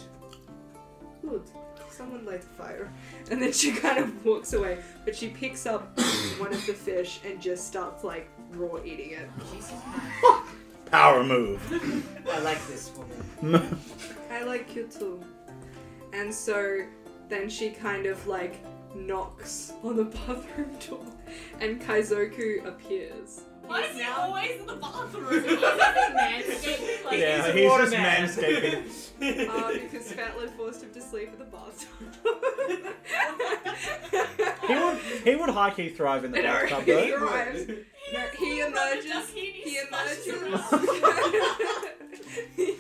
Speaker 2: Good. Someone light a fire. *laughs* And then she kind of walks away, but she picks up *coughs* one of the fish and just starts like raw eating it.
Speaker 4: Power move.
Speaker 8: I like this woman.
Speaker 2: I like you too. And so then she kind of like knocks on the bathroom door and Kaizoku appears.
Speaker 10: Why is
Speaker 2: He's
Speaker 10: he
Speaker 2: now-
Speaker 10: always in the bathroom? Is he *laughs* manscaping? Like,
Speaker 4: Yeah,
Speaker 8: a
Speaker 4: he's
Speaker 8: water
Speaker 4: just
Speaker 8: man.
Speaker 4: manscaping.
Speaker 2: Uh, because Fatlin forced him to sleep in the bathtub.
Speaker 4: He would, he would high key thrive in the
Speaker 2: I know,
Speaker 4: bathtub,
Speaker 2: he
Speaker 4: though.
Speaker 2: arrives. No, he emerges. He emerges.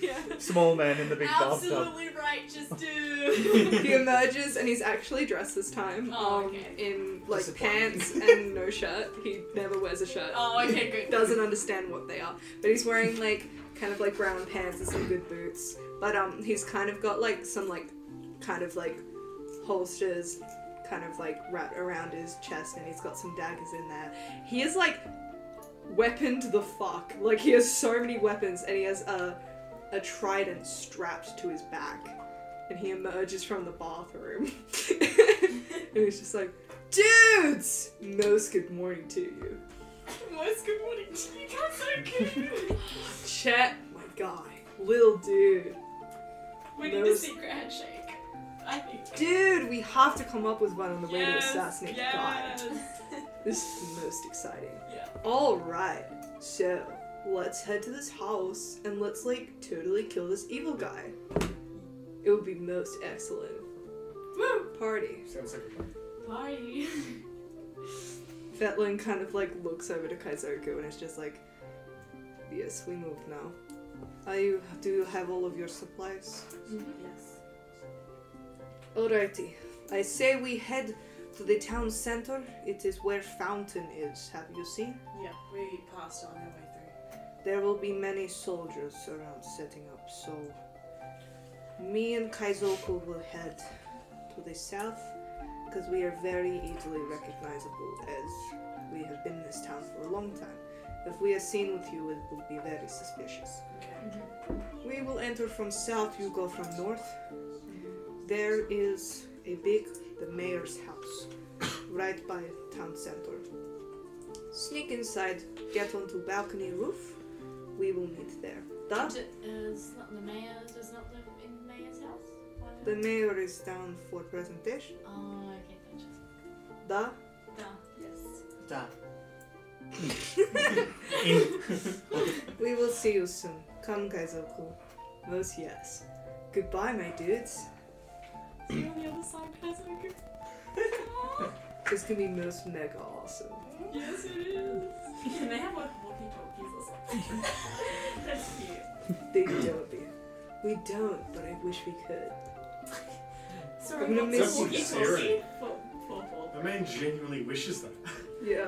Speaker 2: yeah.
Speaker 4: Small man in the big bathtub.
Speaker 10: Absolutely righteous
Speaker 2: *laughs*
Speaker 10: dude.
Speaker 2: He emerges and he's actually dressed this time.
Speaker 10: Oh,
Speaker 2: um,
Speaker 10: okay.
Speaker 2: In like
Speaker 8: Disappointing.
Speaker 2: pants and no shirt. He never wears a shirt.
Speaker 10: oh, okay,
Speaker 2: *laughs*
Speaker 10: good.
Speaker 2: Doesn't understand what they are. But he's wearing like kind of like brown pants and some good boots. But um, he's kind of got like some like kind of like holsters, kind of like wrapped around his chest and he's got some daggers in there. He is like weaponed the fuck. Like he has so many weapons and he has a a trident strapped to his back. And he emerges from the
Speaker 10: *laughs*
Speaker 2: bathroom. and he's just like, Dudes! Most good morning to you.
Speaker 7: Most good morning to you guys, so cute.
Speaker 2: Chet, my guy. Little dude.
Speaker 7: We need a
Speaker 2: Most-
Speaker 7: secret handshake. I think.
Speaker 2: Dude, we have to come up with one on the way to
Speaker 7: Yes,
Speaker 2: assassinate the guy.
Speaker 7: yes.
Speaker 2: This is the most exciting.
Speaker 7: Yeah.
Speaker 2: All right, so let's head to this house and let's like totally kill this evil guy. It would be most excellent. Woo! Party.
Speaker 6: Sounds like a
Speaker 7: Party.
Speaker 2: Vetlin kind of like looks over to Kaizoku and is just like, yes, we move now. Are you? Do you have all of your supplies?
Speaker 7: Yes.
Speaker 2: Alrighty. I say we head to the town center. It is where Fountain is. Have you seen?
Speaker 5: Yeah, we passed on our way through.
Speaker 2: There will be many soldiers around setting up, so me and Kaizoku will head to the south because we are very easily recognizable as we have been in this town for a long time. If we are seen with you, it will be very suspicious. We will enter from south, you go from north. There is a big, the mayor's house, right by town center. Sneak inside, get onto balcony roof. We will meet there. That
Speaker 7: D- uh, is not the mayor's. Is not the in the mayor's house. Why not?
Speaker 2: the mayor is down for presentation.
Speaker 7: Oh, okay, gotcha.
Speaker 2: Da
Speaker 7: Duh. Yes.
Speaker 8: Done.
Speaker 2: we will see you soon. Come, Kaizoku. Most yes. Goodbye, my dudes.
Speaker 7: See you on the other side, guys. Okay.
Speaker 2: This can be most mega awesome.
Speaker 7: yes, it is. Can they have like walkie talkies or
Speaker 10: *laughs*
Speaker 7: something? That's cute.
Speaker 2: Big dopey. We don't, but I wish we could.
Speaker 7: Sorry,
Speaker 2: I'm gonna
Speaker 7: not
Speaker 2: miss
Speaker 7: the
Speaker 2: you.
Speaker 7: walkie
Speaker 6: Sarah.
Speaker 7: talkie. Poor, poor, poor.
Speaker 6: The man genuinely wishes that.
Speaker 2: Yeah.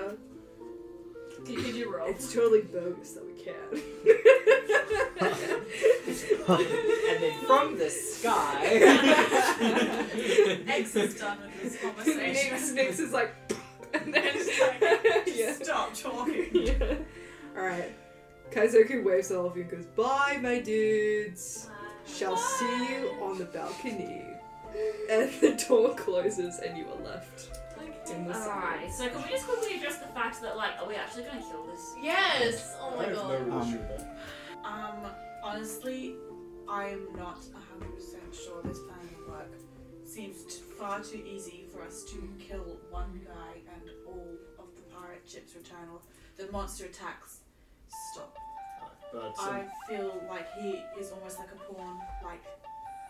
Speaker 7: Could, could you roll?
Speaker 10: *laughs*
Speaker 2: It's totally bogus that we can. *laughs*
Speaker 8: and then from the *laughs* sky.
Speaker 7: X is done
Speaker 2: *laughs*
Speaker 7: with this
Speaker 2: Nix,
Speaker 7: conversation.
Speaker 2: Nix is like,
Speaker 10: *laughs*
Speaker 5: *laughs*
Speaker 2: and then yeah.
Speaker 7: Stop talking.
Speaker 2: yeah. All right. Kaizoku waves all of you and goes, "Bye, my dudes. Shall see you on the balcony." And the door closes, and you are left in
Speaker 8: uh,
Speaker 2: the
Speaker 10: Alrighty,
Speaker 2: silence.
Speaker 10: so can we just quickly address the fact that, like, are we actually gonna kill this?
Speaker 7: Yes. Oh
Speaker 6: I
Speaker 7: my
Speaker 6: have no
Speaker 7: god.
Speaker 6: real
Speaker 4: *laughs* Um,
Speaker 6: issue with that.
Speaker 5: Um, honestly, I'm not 100% sure this plan will work. Seems t- far too easy for us to kill one guy and all of the pirate ships return or the monster attacks stop.
Speaker 6: But
Speaker 5: I
Speaker 6: some,
Speaker 5: feel like he is almost like a pawn, like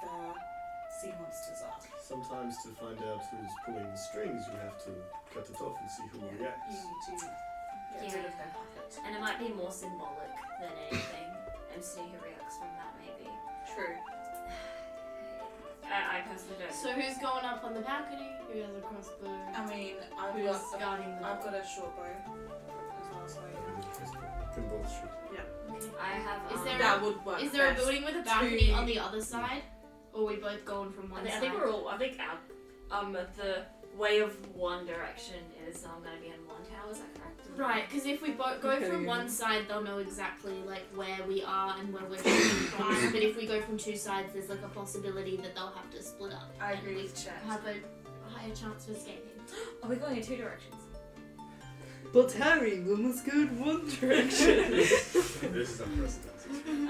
Speaker 5: the sea monsters are.
Speaker 6: sometimes to find out who's pulling the strings, you have to cut it off and see who
Speaker 5: You
Speaker 6: reacts.
Speaker 5: need to get rid of their pocket.
Speaker 10: And it might be more symbolic than anything, and see who reacts from that, maybe.
Speaker 5: True.
Speaker 10: I, I personally don't.
Speaker 7: So who's going up on the balcony? Who has a crossbow?
Speaker 5: I mean, I've
Speaker 7: Who's
Speaker 5: got,
Speaker 7: guarding the
Speaker 5: I've got a short bow as well, so
Speaker 6: Can both shoot.
Speaker 10: I have.
Speaker 7: Is
Speaker 10: um,
Speaker 7: there-
Speaker 5: that would work.
Speaker 7: Is there a
Speaker 5: best.
Speaker 7: building with a balcony
Speaker 5: to-
Speaker 7: on the other side? Or are we both going from
Speaker 10: I
Speaker 7: one
Speaker 10: thi- I
Speaker 7: side?
Speaker 10: think we're all. I think our, um, the way of one direction is um gonna be in one tower. Is that correct?
Speaker 7: Right, because if we bo- go
Speaker 2: Okay.
Speaker 7: from one side, they'll know exactly like where we are and where we're going from. but if we go from two sides, there's like a possibility that they'll have to split up.
Speaker 5: I
Speaker 7: and
Speaker 5: agree
Speaker 7: we
Speaker 5: with Chet.
Speaker 7: Have a higher chance of escaping.
Speaker 10: Are we going in two directions?
Speaker 2: But Harry, we must go in one direction.
Speaker 6: *laughs* This is unprecedented.
Speaker 10: Um,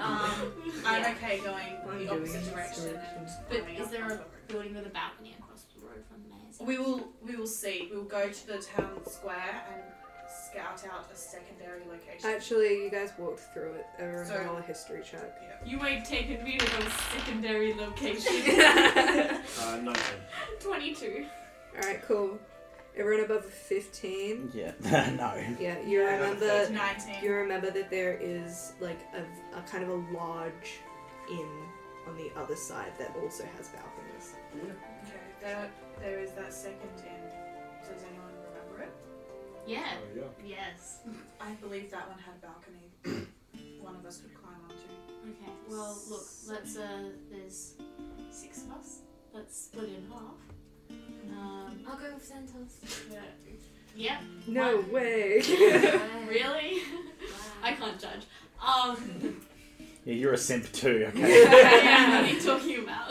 Speaker 5: I'm
Speaker 10: Yeah.
Speaker 5: okay going
Speaker 2: I'm
Speaker 5: the opposite
Speaker 2: doing
Speaker 5: direction.
Speaker 2: directions.
Speaker 5: And
Speaker 7: But
Speaker 5: coming
Speaker 7: is
Speaker 5: up
Speaker 7: there
Speaker 5: on
Speaker 7: a
Speaker 5: top of it.
Speaker 7: building with a balcony across the road from the mayor's?
Speaker 5: We will. We will see. We will go to the town square and scout out a secondary location.
Speaker 2: Actually, you guys walked through it. Everyone
Speaker 5: Sorry.
Speaker 2: roll a history check.
Speaker 7: You ain't taking me to those secondary locations.
Speaker 6: Uh, 19.
Speaker 7: 22.
Speaker 2: All right, cool. Everyone above fifteen.
Speaker 4: Yeah. *laughs* no.
Speaker 2: Yeah, you
Speaker 5: Yeah,
Speaker 2: remember.
Speaker 5: Nineteen.
Speaker 2: You remember that there is like a, a kind of a large inn on the other side that also has balconies.
Speaker 5: okay. There, there is that second inn. Does anyone remember it?
Speaker 7: Yeah.
Speaker 6: Oh, yeah.
Speaker 7: Yes.
Speaker 5: I believe that one had a balcony. *coughs* one of us could climb onto.
Speaker 7: Okay. Well, look. Let's. Uh, there's six of us. Let's split in half. Um,
Speaker 10: I'll go
Speaker 7: *laughs*
Speaker 10: with Santos.
Speaker 7: Yep.
Speaker 2: No
Speaker 7: One.
Speaker 2: way.
Speaker 7: *laughs* really? I can't judge. *laughs* Um,
Speaker 4: Yeah, you're a simp too. Okay.
Speaker 7: yeah, what are you talking about?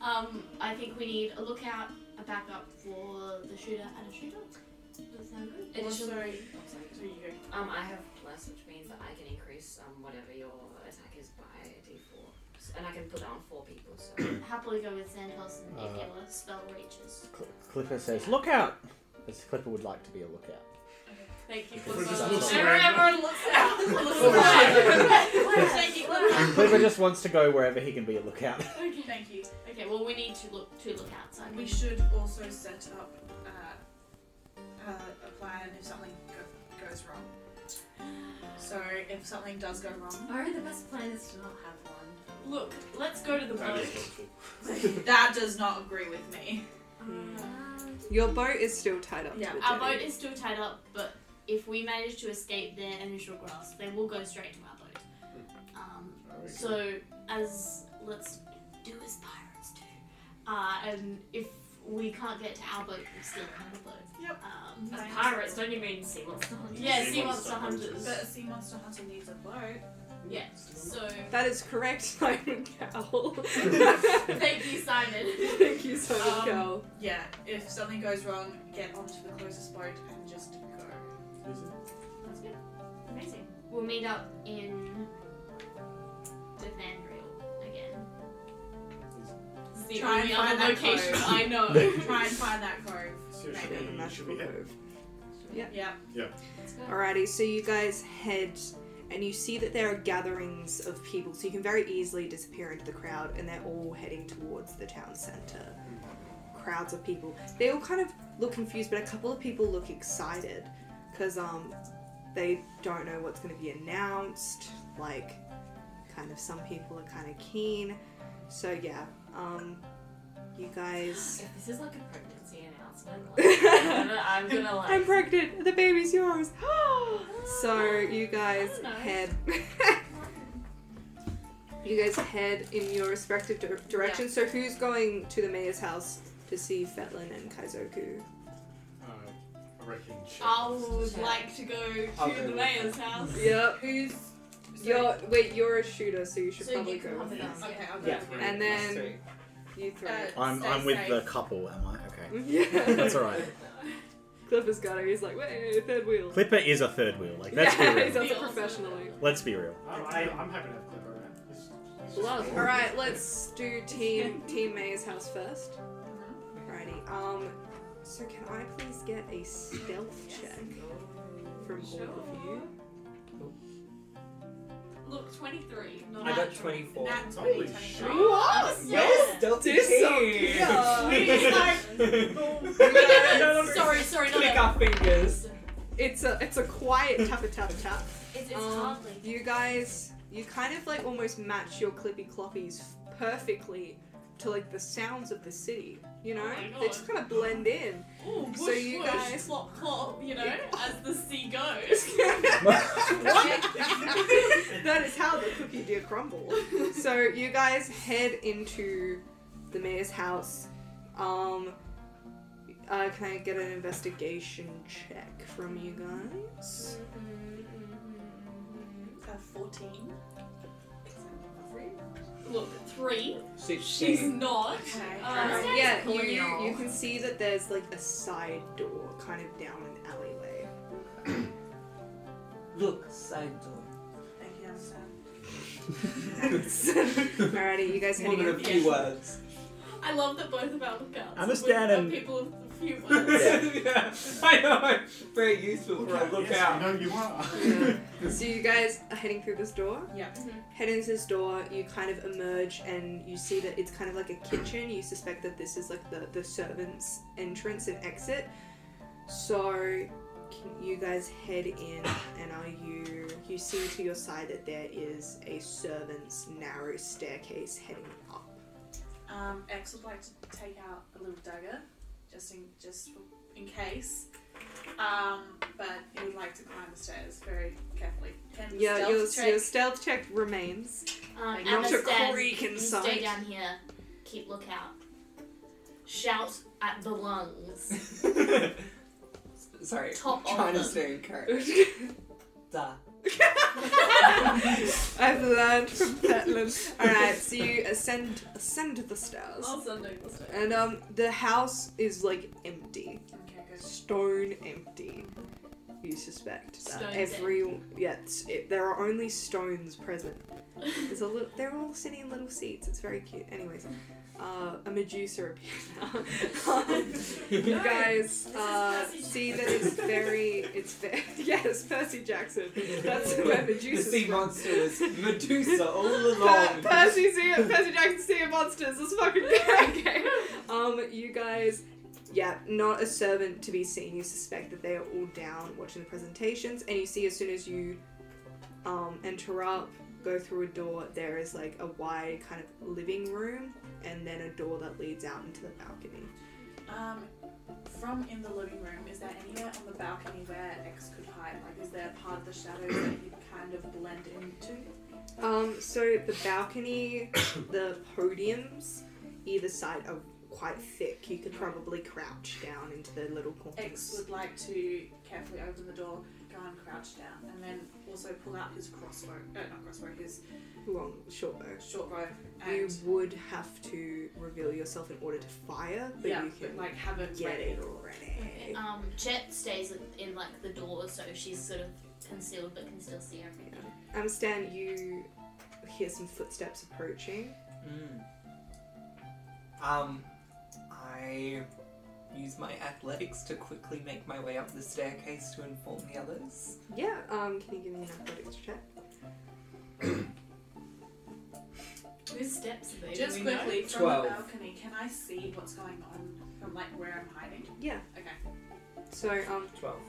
Speaker 7: um, I think we need a lookout, a backup for the shooter, and a shooter. Does that sound good?
Speaker 10: Additional-
Speaker 5: sorry.
Speaker 10: Oh, sorry.
Speaker 5: So you go.
Speaker 10: Um, I have plus, which means that I can increase um whatever your attack is by d4, S- and I can put that on four people. So
Speaker 7: *coughs* Happily go with Santos and if
Speaker 4: Uh,
Speaker 7: your spell reaches.
Speaker 4: Cl- Clipper says, "Look out!" As Clipper would like to be a lookout.
Speaker 7: Thank you,
Speaker 4: Clipper just
Speaker 7: Clipper.
Speaker 4: looks
Speaker 7: Everyone,
Speaker 4: around.
Speaker 7: *laughs* everyone *laughs* looks out. Thank *laughs* you, Clipper.
Speaker 4: Clipper just wants to go wherever he can be a
Speaker 2: *laughs*
Speaker 4: lookout.
Speaker 7: Okay.
Speaker 5: Thank you.
Speaker 7: Okay, well, we need to look to look outside.
Speaker 5: We should also set up uh, uh, a plan if something go- goes wrong. So if something does go wrong,
Speaker 11: Or the best plan is to not have one.
Speaker 7: Look, let's go to the
Speaker 6: That
Speaker 7: boat.
Speaker 6: is helpful.
Speaker 5: that does not agree with me.
Speaker 2: Your boat is still tied up.
Speaker 5: Yeah,
Speaker 2: to the
Speaker 7: Our
Speaker 2: jetty.
Speaker 7: boat is still tied up, but if we manage to escape their initial grasp, they will go straight to our boat.
Speaker 5: Hmm.
Speaker 7: Um,
Speaker 6: Very good.
Speaker 7: so, as let's do as pirates do. Uh, and if we can't get to our boat, we steal another boat.
Speaker 5: Yep.
Speaker 7: Um,
Speaker 10: as
Speaker 5: Nice.
Speaker 10: pirates, don't you mean sea monster?
Speaker 7: yeah,
Speaker 6: Sea
Speaker 7: sea
Speaker 6: monster
Speaker 7: monster
Speaker 6: hunters.
Speaker 7: hunters.
Speaker 5: But a sea monster hunter needs a boat.
Speaker 7: Yeah, so
Speaker 2: That is correct, *laughs* Simon
Speaker 5: *laughs*
Speaker 2: Cowell.
Speaker 7: thank you, Simon.
Speaker 2: Thank you, Simon
Speaker 5: Um,
Speaker 2: Cowell.
Speaker 5: Yeah, if something goes wrong, get onto the closest boat and just go.
Speaker 6: Is it?
Speaker 7: That's good. Amazing. We'll meet up in Devandriel again. This is the
Speaker 5: Try
Speaker 7: only
Speaker 5: and find
Speaker 7: other
Speaker 5: that
Speaker 7: location
Speaker 5: code. *laughs*
Speaker 7: I know.
Speaker 5: Try and find that cove.
Speaker 6: Seriously,
Speaker 5: Maybe
Speaker 2: The
Speaker 6: should
Speaker 2: magical
Speaker 6: we head?
Speaker 2: cove.
Speaker 5: Yeah.
Speaker 10: Let's go.
Speaker 2: Alrighty, so you guys head and you see that there are gatherings of people, so you can very easily disappear into the crowd, and they're all heading towards the town centre. Crowds of people. They all kind of look confused, but a couple of people look excited because um, they don't know what's going to be announced. Like, kind of some people are kind of keen. So, yeah, um, you guys.
Speaker 10: If this is like a pregnancy announcement, like,
Speaker 2: *laughs*
Speaker 10: I'm, gonna, I'm gonna like.
Speaker 2: I'm pregnant. The baby's yours. *gasps*
Speaker 10: *gasps*
Speaker 2: so you guys
Speaker 10: Oh, nice.
Speaker 2: head. *laughs* you guys head in your respective dir- directions. So who's going to the mayor's house to see Fetlin and Kaizoku?
Speaker 6: Uh, I reckon.
Speaker 7: I would like to go to
Speaker 8: I'll go
Speaker 7: the
Speaker 8: with
Speaker 7: mayor's house.
Speaker 2: Yep.
Speaker 5: Who's?
Speaker 2: You're wait. You're a shooter, so you should
Speaker 7: So you
Speaker 2: probably
Speaker 7: can
Speaker 2: go.
Speaker 7: come
Speaker 2: With
Speaker 7: with
Speaker 2: them.
Speaker 7: us.
Speaker 5: Okay, I'll go.
Speaker 8: Yeah.
Speaker 5: with
Speaker 2: And
Speaker 8: Us
Speaker 2: then
Speaker 8: three.
Speaker 2: you three.
Speaker 5: Uh,
Speaker 4: I'm,
Speaker 5: Stay
Speaker 4: I'm with
Speaker 5: safe.
Speaker 4: the couple, am I? Okay.
Speaker 2: *laughs* *laughs* yeah.
Speaker 4: That's alright.
Speaker 2: Clifford's got her. He's like, wait, third wheel.
Speaker 4: Clipper is a third wheel. Like, let's
Speaker 2: yeah,
Speaker 4: be
Speaker 2: he's also
Speaker 4: real.
Speaker 7: Be awesome.
Speaker 2: professionally.
Speaker 4: Let's be real.
Speaker 6: I, I, I'm happy to have Clipper around. It's- it's just-
Speaker 2: Love. All right, let's do team team May's house first.
Speaker 10: Mm-hmm.
Speaker 2: Alrighty. Um. So can I please get a stealth check from
Speaker 7: Sure.
Speaker 2: all of you?
Speaker 7: Look, 23. Not
Speaker 8: I got
Speaker 7: natural.
Speaker 8: 24.
Speaker 5: Nat 20,
Speaker 6: Holy
Speaker 5: 25.
Speaker 6: shit.
Speaker 2: What?
Speaker 8: Yes, Delta
Speaker 2: Do
Speaker 8: King. *laughs*
Speaker 2: some-
Speaker 7: Sorry, sorry, not
Speaker 8: Click
Speaker 7: that.
Speaker 8: our fingers.
Speaker 2: It's a it's a quiet tap a tap a tap.
Speaker 10: It's, it's
Speaker 2: Um,
Speaker 10: hardly.
Speaker 2: You guys, you kind of like almost match your clippy cloppies perfectly to like the sounds of the city. You know,
Speaker 7: Oh my
Speaker 2: they
Speaker 7: God.
Speaker 2: just kind of blend in.
Speaker 7: Ooh, bush,
Speaker 2: So you
Speaker 7: bush,
Speaker 2: guys-
Speaker 7: clop, clop, you know, as the sea goes.
Speaker 2: that is how the cookie dear
Speaker 10: *laughs*
Speaker 2: crumble. So you guys head into the mayor's house. Um, uh, can I get an investigation check from you guys?
Speaker 5: Uh, 14.
Speaker 7: Look, three. She's
Speaker 8: 16.
Speaker 7: not.
Speaker 5: Okay.
Speaker 7: Uh,
Speaker 10: Sounds
Speaker 2: yeah, you,
Speaker 10: colonial.
Speaker 2: you can see that there's like a side door kind of down an
Speaker 8: *laughs*
Speaker 2: alleyway. *laughs*
Speaker 8: Look, side door.
Speaker 5: Thank you, understand.
Speaker 2: Alrighty, you guys
Speaker 8: Woman
Speaker 2: heading
Speaker 8: of
Speaker 2: out.
Speaker 8: few words.
Speaker 7: I love that both of our lookouts
Speaker 4: Understand
Speaker 7: are
Speaker 4: and-
Speaker 7: people of a few
Speaker 8: *laughs*
Speaker 7: words.
Speaker 8: yeah. I know. Very useful
Speaker 6: Look
Speaker 8: for a
Speaker 6: out,
Speaker 8: look
Speaker 6: yes,
Speaker 8: out.
Speaker 6: we know you are. *laughs*
Speaker 2: So you guys are heading through this door.
Speaker 5: Yeah.
Speaker 2: head into this door you kind of emerge and you see that it's kind of like a kitchen you suspect that this is like the, the servants entrance and exit so can you guys head in and are you you see to your side that there is a servants narrow staircase heading up
Speaker 5: Um, X would like to take out a little dagger, just in just for- in case. Um, but he would like to climb the stairs very carefully. Can
Speaker 2: yeah
Speaker 5: stealth
Speaker 2: your,
Speaker 5: check-
Speaker 2: your stealth check remains
Speaker 7: Um,
Speaker 2: Like, not
Speaker 7: Amber
Speaker 2: a
Speaker 7: says,
Speaker 2: creak
Speaker 7: "You
Speaker 2: inside."
Speaker 7: Stay down here. Keep lookout. shout at the lungs.
Speaker 8: Sorry,
Speaker 7: Top of
Speaker 8: trying to
Speaker 7: them.
Speaker 8: stay encouraged. Duh.
Speaker 2: I've learned from Petland. Alright, so you ascend ascend the stairs.
Speaker 11: I'll send over this way.
Speaker 2: And um the house is like empty.
Speaker 5: Okay, good.
Speaker 2: Stone empty. You suspect that
Speaker 11: Stone's
Speaker 2: every yes, it, there are only stones present. There's a little, they're all sitting in little seats. It's very cute. Anyways, uh, a Medusa appeared *laughs* now. you guys uh,
Speaker 11: Percy
Speaker 2: see that it's very, it's very *laughs* yes, Percy Jackson. That's where
Speaker 8: The
Speaker 2: Medusa's
Speaker 8: sea
Speaker 2: from.
Speaker 8: monster is Medusa all
Speaker 2: Per-
Speaker 8: along.
Speaker 2: Percy, sea, Percy Jackson, Sea of Monsters. Let's fucking go. *laughs* okay. Um, you guys, yeah, not a servant to be seen. You suspect that they are all down watching the presentations, and you see as soon as you um, enter up, go through a door, there is like a wide kind of living room, and then a door that leads out into the balcony.
Speaker 5: Um, from in the living room, is there anywhere on the balcony where X could hide? Like, is there a part of the shadows that he could kind of blend into?
Speaker 2: Um, so the balcony, the podiums, either side are quite thick. You could probably crouch down into the little corners.
Speaker 5: X would like to carefully open the door, go and crouch down, and then also pull out his crossbow. Uh, not crossbow, his
Speaker 2: long short bow.
Speaker 5: short bow. And
Speaker 2: You would have to reveal yourself in order to fire, but
Speaker 5: yeah,
Speaker 2: you can
Speaker 5: but, like have it
Speaker 2: get
Speaker 5: ready.
Speaker 2: it already.
Speaker 10: Um, Jet stays in- in like the door, so she's sort of concealed but can still see everything.
Speaker 2: Um, Stan, you hear some footsteps approaching.
Speaker 8: Mm. Hmm. Um, I use my athletics to quickly make my way up the staircase to inform the others.
Speaker 2: Yeah. Um, can you give me an athletics check?
Speaker 10: Whose steps are they?
Speaker 5: Just quickly from
Speaker 8: Twelve.
Speaker 5: the balcony, can I see what's going on from like where I'm hiding?
Speaker 2: Yeah.
Speaker 5: Okay.
Speaker 2: So um,
Speaker 8: Twelve.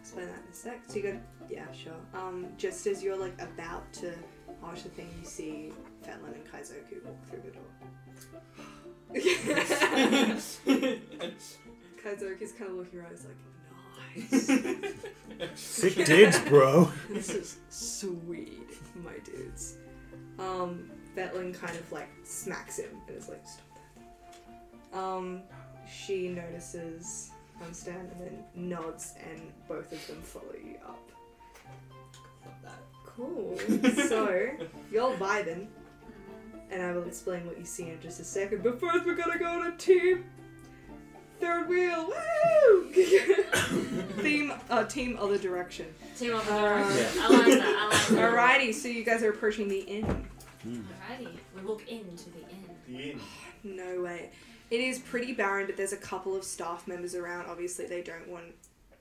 Speaker 2: explain that in a sec. So you got yeah, sure. Um, just as you're like about to arch the thing, you see Fetlin and Kaizoku walk through the door.
Speaker 5: *laughs*
Speaker 2: *laughs* Kaizoku's kind of looking around. He's like, nice.
Speaker 1: Sick digs, bro.
Speaker 2: *laughs* This is sweet, my dudes. Um, Vetlin kind of like smacks him and is like, stop that. Um, she notices um, Stan and then nods, and both of them follow you up.
Speaker 8: Love that. *laughs*
Speaker 2: Cool. so, you're vibing, and I will explain what you see in just a second. But first, we're gonna go on a team. Third wheel, woo! *laughs* Theme, uh, team other direction.
Speaker 10: Team up with
Speaker 2: Uh,
Speaker 10: her. I like
Speaker 2: Yeah.
Speaker 10: that. I like that.
Speaker 2: Alrighty, so you guys are approaching the inn.
Speaker 10: Alrighty. We walk into the inn.
Speaker 6: The inn.
Speaker 2: No way. It is pretty barren, but there's a couple of staff members around. Obviously, they don't want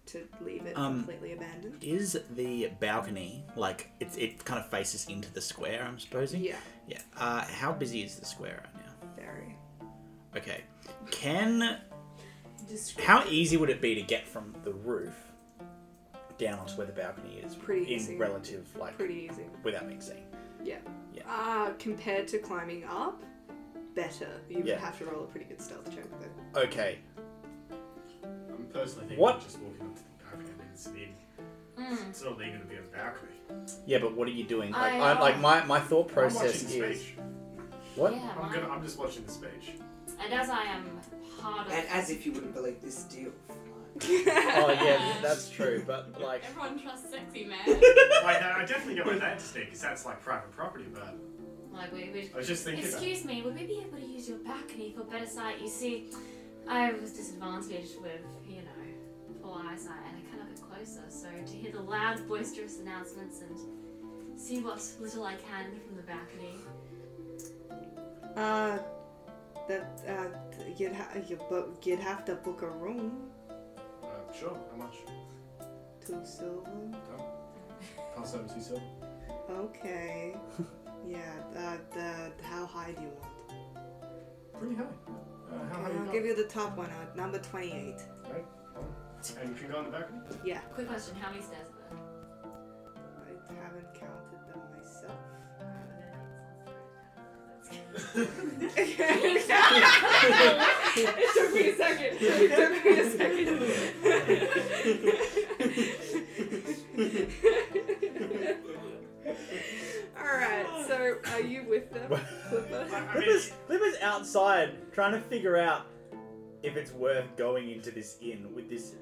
Speaker 2: to leave it
Speaker 4: Um,
Speaker 2: completely abandoned.
Speaker 4: Is the balcony like it's it kind of faces into the square? I'm supposing.
Speaker 2: Yeah,
Speaker 4: Yeah. Uh, how busy is the square right now?
Speaker 2: very.
Speaker 4: Okay. Can
Speaker 5: Just
Speaker 4: how easy would it be to get from the roof down onto where the balcony is?
Speaker 2: Pretty
Speaker 4: in
Speaker 2: easy.
Speaker 4: relative like
Speaker 2: Pretty easy.
Speaker 4: without being seen.
Speaker 2: Uh, compared to climbing up, better. You
Speaker 4: Yeah.
Speaker 2: would have to roll a pretty good stealth check, though.
Speaker 4: Okay.
Speaker 6: I'm personally thinking
Speaker 4: What?
Speaker 6: of just walking up to the balcony and it's an inn.
Speaker 10: Mm.
Speaker 6: It's not really going to be a balcony.
Speaker 4: Yeah, but what are you doing? Like,
Speaker 10: I-
Speaker 4: I, like my, my thought process
Speaker 6: I'm watching
Speaker 4: is
Speaker 6: speech.
Speaker 4: what?
Speaker 10: Yeah,
Speaker 6: I'm,
Speaker 10: mine.
Speaker 6: gonna, I'm just watching the speech.
Speaker 10: And as I am hard of
Speaker 8: And as if you wouldn't believe this deal.
Speaker 4: Oh yeah, that's true. But like,
Speaker 10: Everyone trusts sexy man.
Speaker 5: *laughs*
Speaker 6: Like, I I definitely know where that's distinct because that's like private property, but
Speaker 10: like we, we
Speaker 6: I was just thinking about
Speaker 10: Excuse me, would we be able to use your balcony for better sight? You see, I was disadvantaged with, you know, poor eyesight, and I cannot get closer, so to hear the loud, boisterous announcements and see what little I can from the balcony.
Speaker 2: Uh, that uh, you'd ha- you bo- you'd have to book a room.
Speaker 6: Uh, sure, how much?
Speaker 2: Two silver.
Speaker 6: Pass over two silver.
Speaker 4: *laughs*
Speaker 2: Okay. yeah. Uh, the how high do you want?
Speaker 6: Pretty high. Uh, how high
Speaker 2: Okay,
Speaker 6: you
Speaker 2: I'll
Speaker 6: got?
Speaker 2: give you the top one. Uh, number twenty-eight.
Speaker 6: And you can go on the balcony?
Speaker 2: Yeah.
Speaker 10: Quick question, how many stairs are there?
Speaker 2: I haven't counted them myself. *laughs* it took me a second. It took me a second. Alright, so are you with them, Flipper?
Speaker 6: I, I mean,
Speaker 4: Lippers, Lippers outside trying to figure out if it's worth going into this inn with this.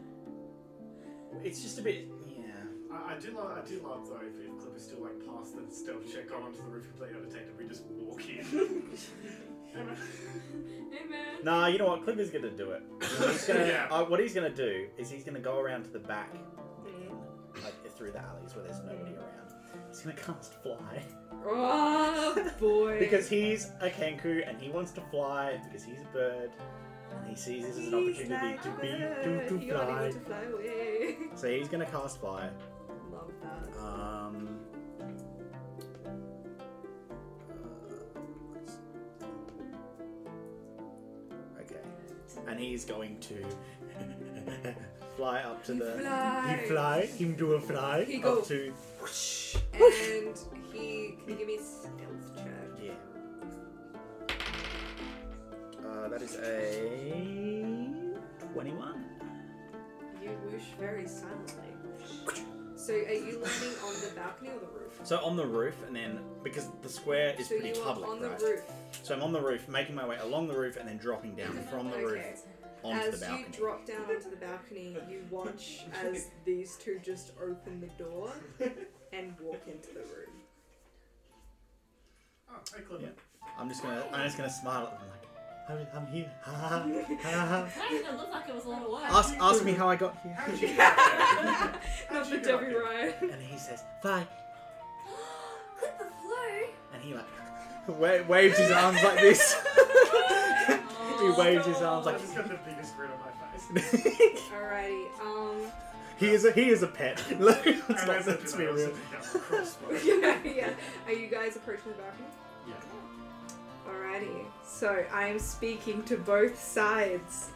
Speaker 4: It's just a bit. Yeah.
Speaker 6: I, I do love. I do love though. If, if Clipper's still like past the stealth check, gone onto the roof completely undetected, we just walk *laughs* in.
Speaker 10: Hey man.
Speaker 4: Nah, you know what? Clipper's gonna do it. He's gonna-
Speaker 6: Yeah.
Speaker 4: uh, what he's gonna do is he's gonna go around to the back, like through the alleys where there's nobody around. He's gonna cast fly *laughs*
Speaker 2: Oh boy.
Speaker 4: because he's a kanku and he wants to fly because he's a bird and he sees this as
Speaker 2: He's
Speaker 4: an opportunity
Speaker 2: like,
Speaker 4: to be
Speaker 2: "Ah,
Speaker 4: to, to
Speaker 2: you wanna
Speaker 4: fly.
Speaker 2: go to fly away.
Speaker 4: So he's gonna cast fly.
Speaker 2: Love that.
Speaker 4: Um, uh, okay. And he's going to *laughs* fly up to the.
Speaker 2: flies.
Speaker 4: He fly. Him do a fly
Speaker 2: He
Speaker 4: up
Speaker 2: go.
Speaker 4: to.
Speaker 2: And he can you give me a stealth check.
Speaker 4: Yeah. Uh, that is a twenty-one.
Speaker 2: You whoosh very silently. So are you landing on the balcony or the roof?
Speaker 4: So on the roof, and then because the square is
Speaker 2: so
Speaker 4: pretty
Speaker 2: you
Speaker 4: public,
Speaker 2: are on the
Speaker 4: right?
Speaker 2: roof.
Speaker 4: So I'm on the roof, making my way along the roof, and then dropping down from the
Speaker 2: okay.
Speaker 4: roof onto
Speaker 2: as
Speaker 4: the balcony.
Speaker 2: you drop down onto the balcony, you watch as these two just open the door and walk into the room.
Speaker 6: oh, hey Clipper.
Speaker 4: Yeah. I'm just gonna I'm just gonna smile at them like "I'm- I'm here. Ha,
Speaker 6: *laughs*
Speaker 4: ha, ha, ha, ha."
Speaker 11: That didn't look like it was a lot of work.
Speaker 2: Oh.
Speaker 4: ask ask me how I got here.
Speaker 6: How'd *laughs* you get there?
Speaker 2: Not
Speaker 6: How'd
Speaker 2: the
Speaker 6: you get
Speaker 2: Debbie
Speaker 6: there?
Speaker 2: Ryan.
Speaker 4: And he says, fly
Speaker 10: Clip the flu.
Speaker 4: and he like *laughs* wa-
Speaker 6: *laughs*
Speaker 4: waved his arms like this. *laughs* he waved his arms
Speaker 6: I
Speaker 4: like
Speaker 6: just got the biggest grin on my face.
Speaker 2: Alrighty, um *laughs*
Speaker 4: he is a he is a pet. *laughs* Look, it's
Speaker 6: And I
Speaker 4: not,
Speaker 6: said
Speaker 4: let's
Speaker 6: to
Speaker 4: be
Speaker 6: them, I
Speaker 4: real.
Speaker 6: said, "Yeah, crossbow."
Speaker 2: yeah, yeah. Are you guys approaching the balcony?
Speaker 6: *laughs* Yeah.
Speaker 2: Alrighty. So I am speaking to both sides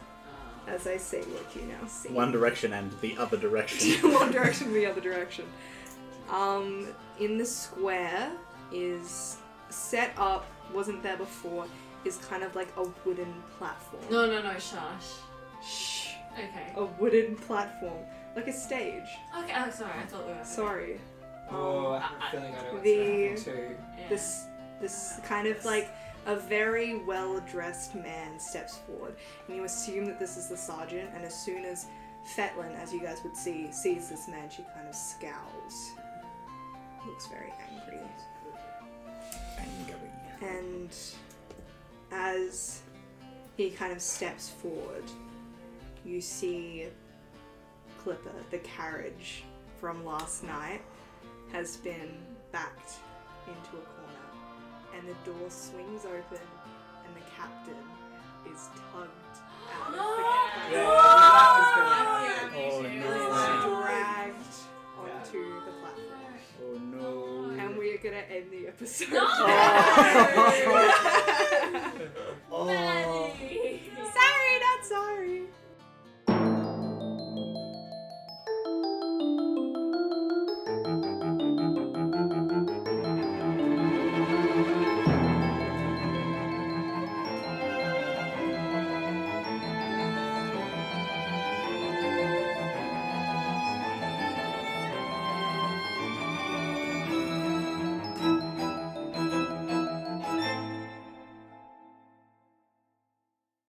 Speaker 2: as I say what you now see.
Speaker 4: One direction and the other
Speaker 6: *laughs*
Speaker 4: direction.
Speaker 2: *laughs* One direction, the other direction. Um, in the square is set up, wasn't there before, is kind of like a wooden platform.
Speaker 10: No, no, no, shush.
Speaker 2: Shh.
Speaker 10: Okay.
Speaker 2: A wooden platform. Like a stage.
Speaker 10: Okay, oh, sorry, I thought we were.
Speaker 2: Sorry.
Speaker 8: Oh, I
Speaker 2: Um,
Speaker 8: have a feeling I know what's
Speaker 2: The-
Speaker 8: going to happen too.
Speaker 10: Yeah.
Speaker 2: this this kind of like a very well dressed man steps forward, and you assume that this is the sergeant. And as soon as Fetlin, as you guys would see, sees this man, she kind of scowls. Looks very angry. And as he kind of steps forward, you see Clipper, the carriage from last night, has been backed into a corner, and the door swings open, and the captain is tugged out.
Speaker 10: No!
Speaker 2: Of
Speaker 8: Yeah, that was
Speaker 4: Oh
Speaker 8: good.
Speaker 2: the
Speaker 8: Oh,
Speaker 2: captain,
Speaker 8: no.
Speaker 2: dragged onto the platform,
Speaker 4: Oh no.
Speaker 2: *laughs* and we are gonna end the episode.
Speaker 10: No!
Speaker 4: Oh.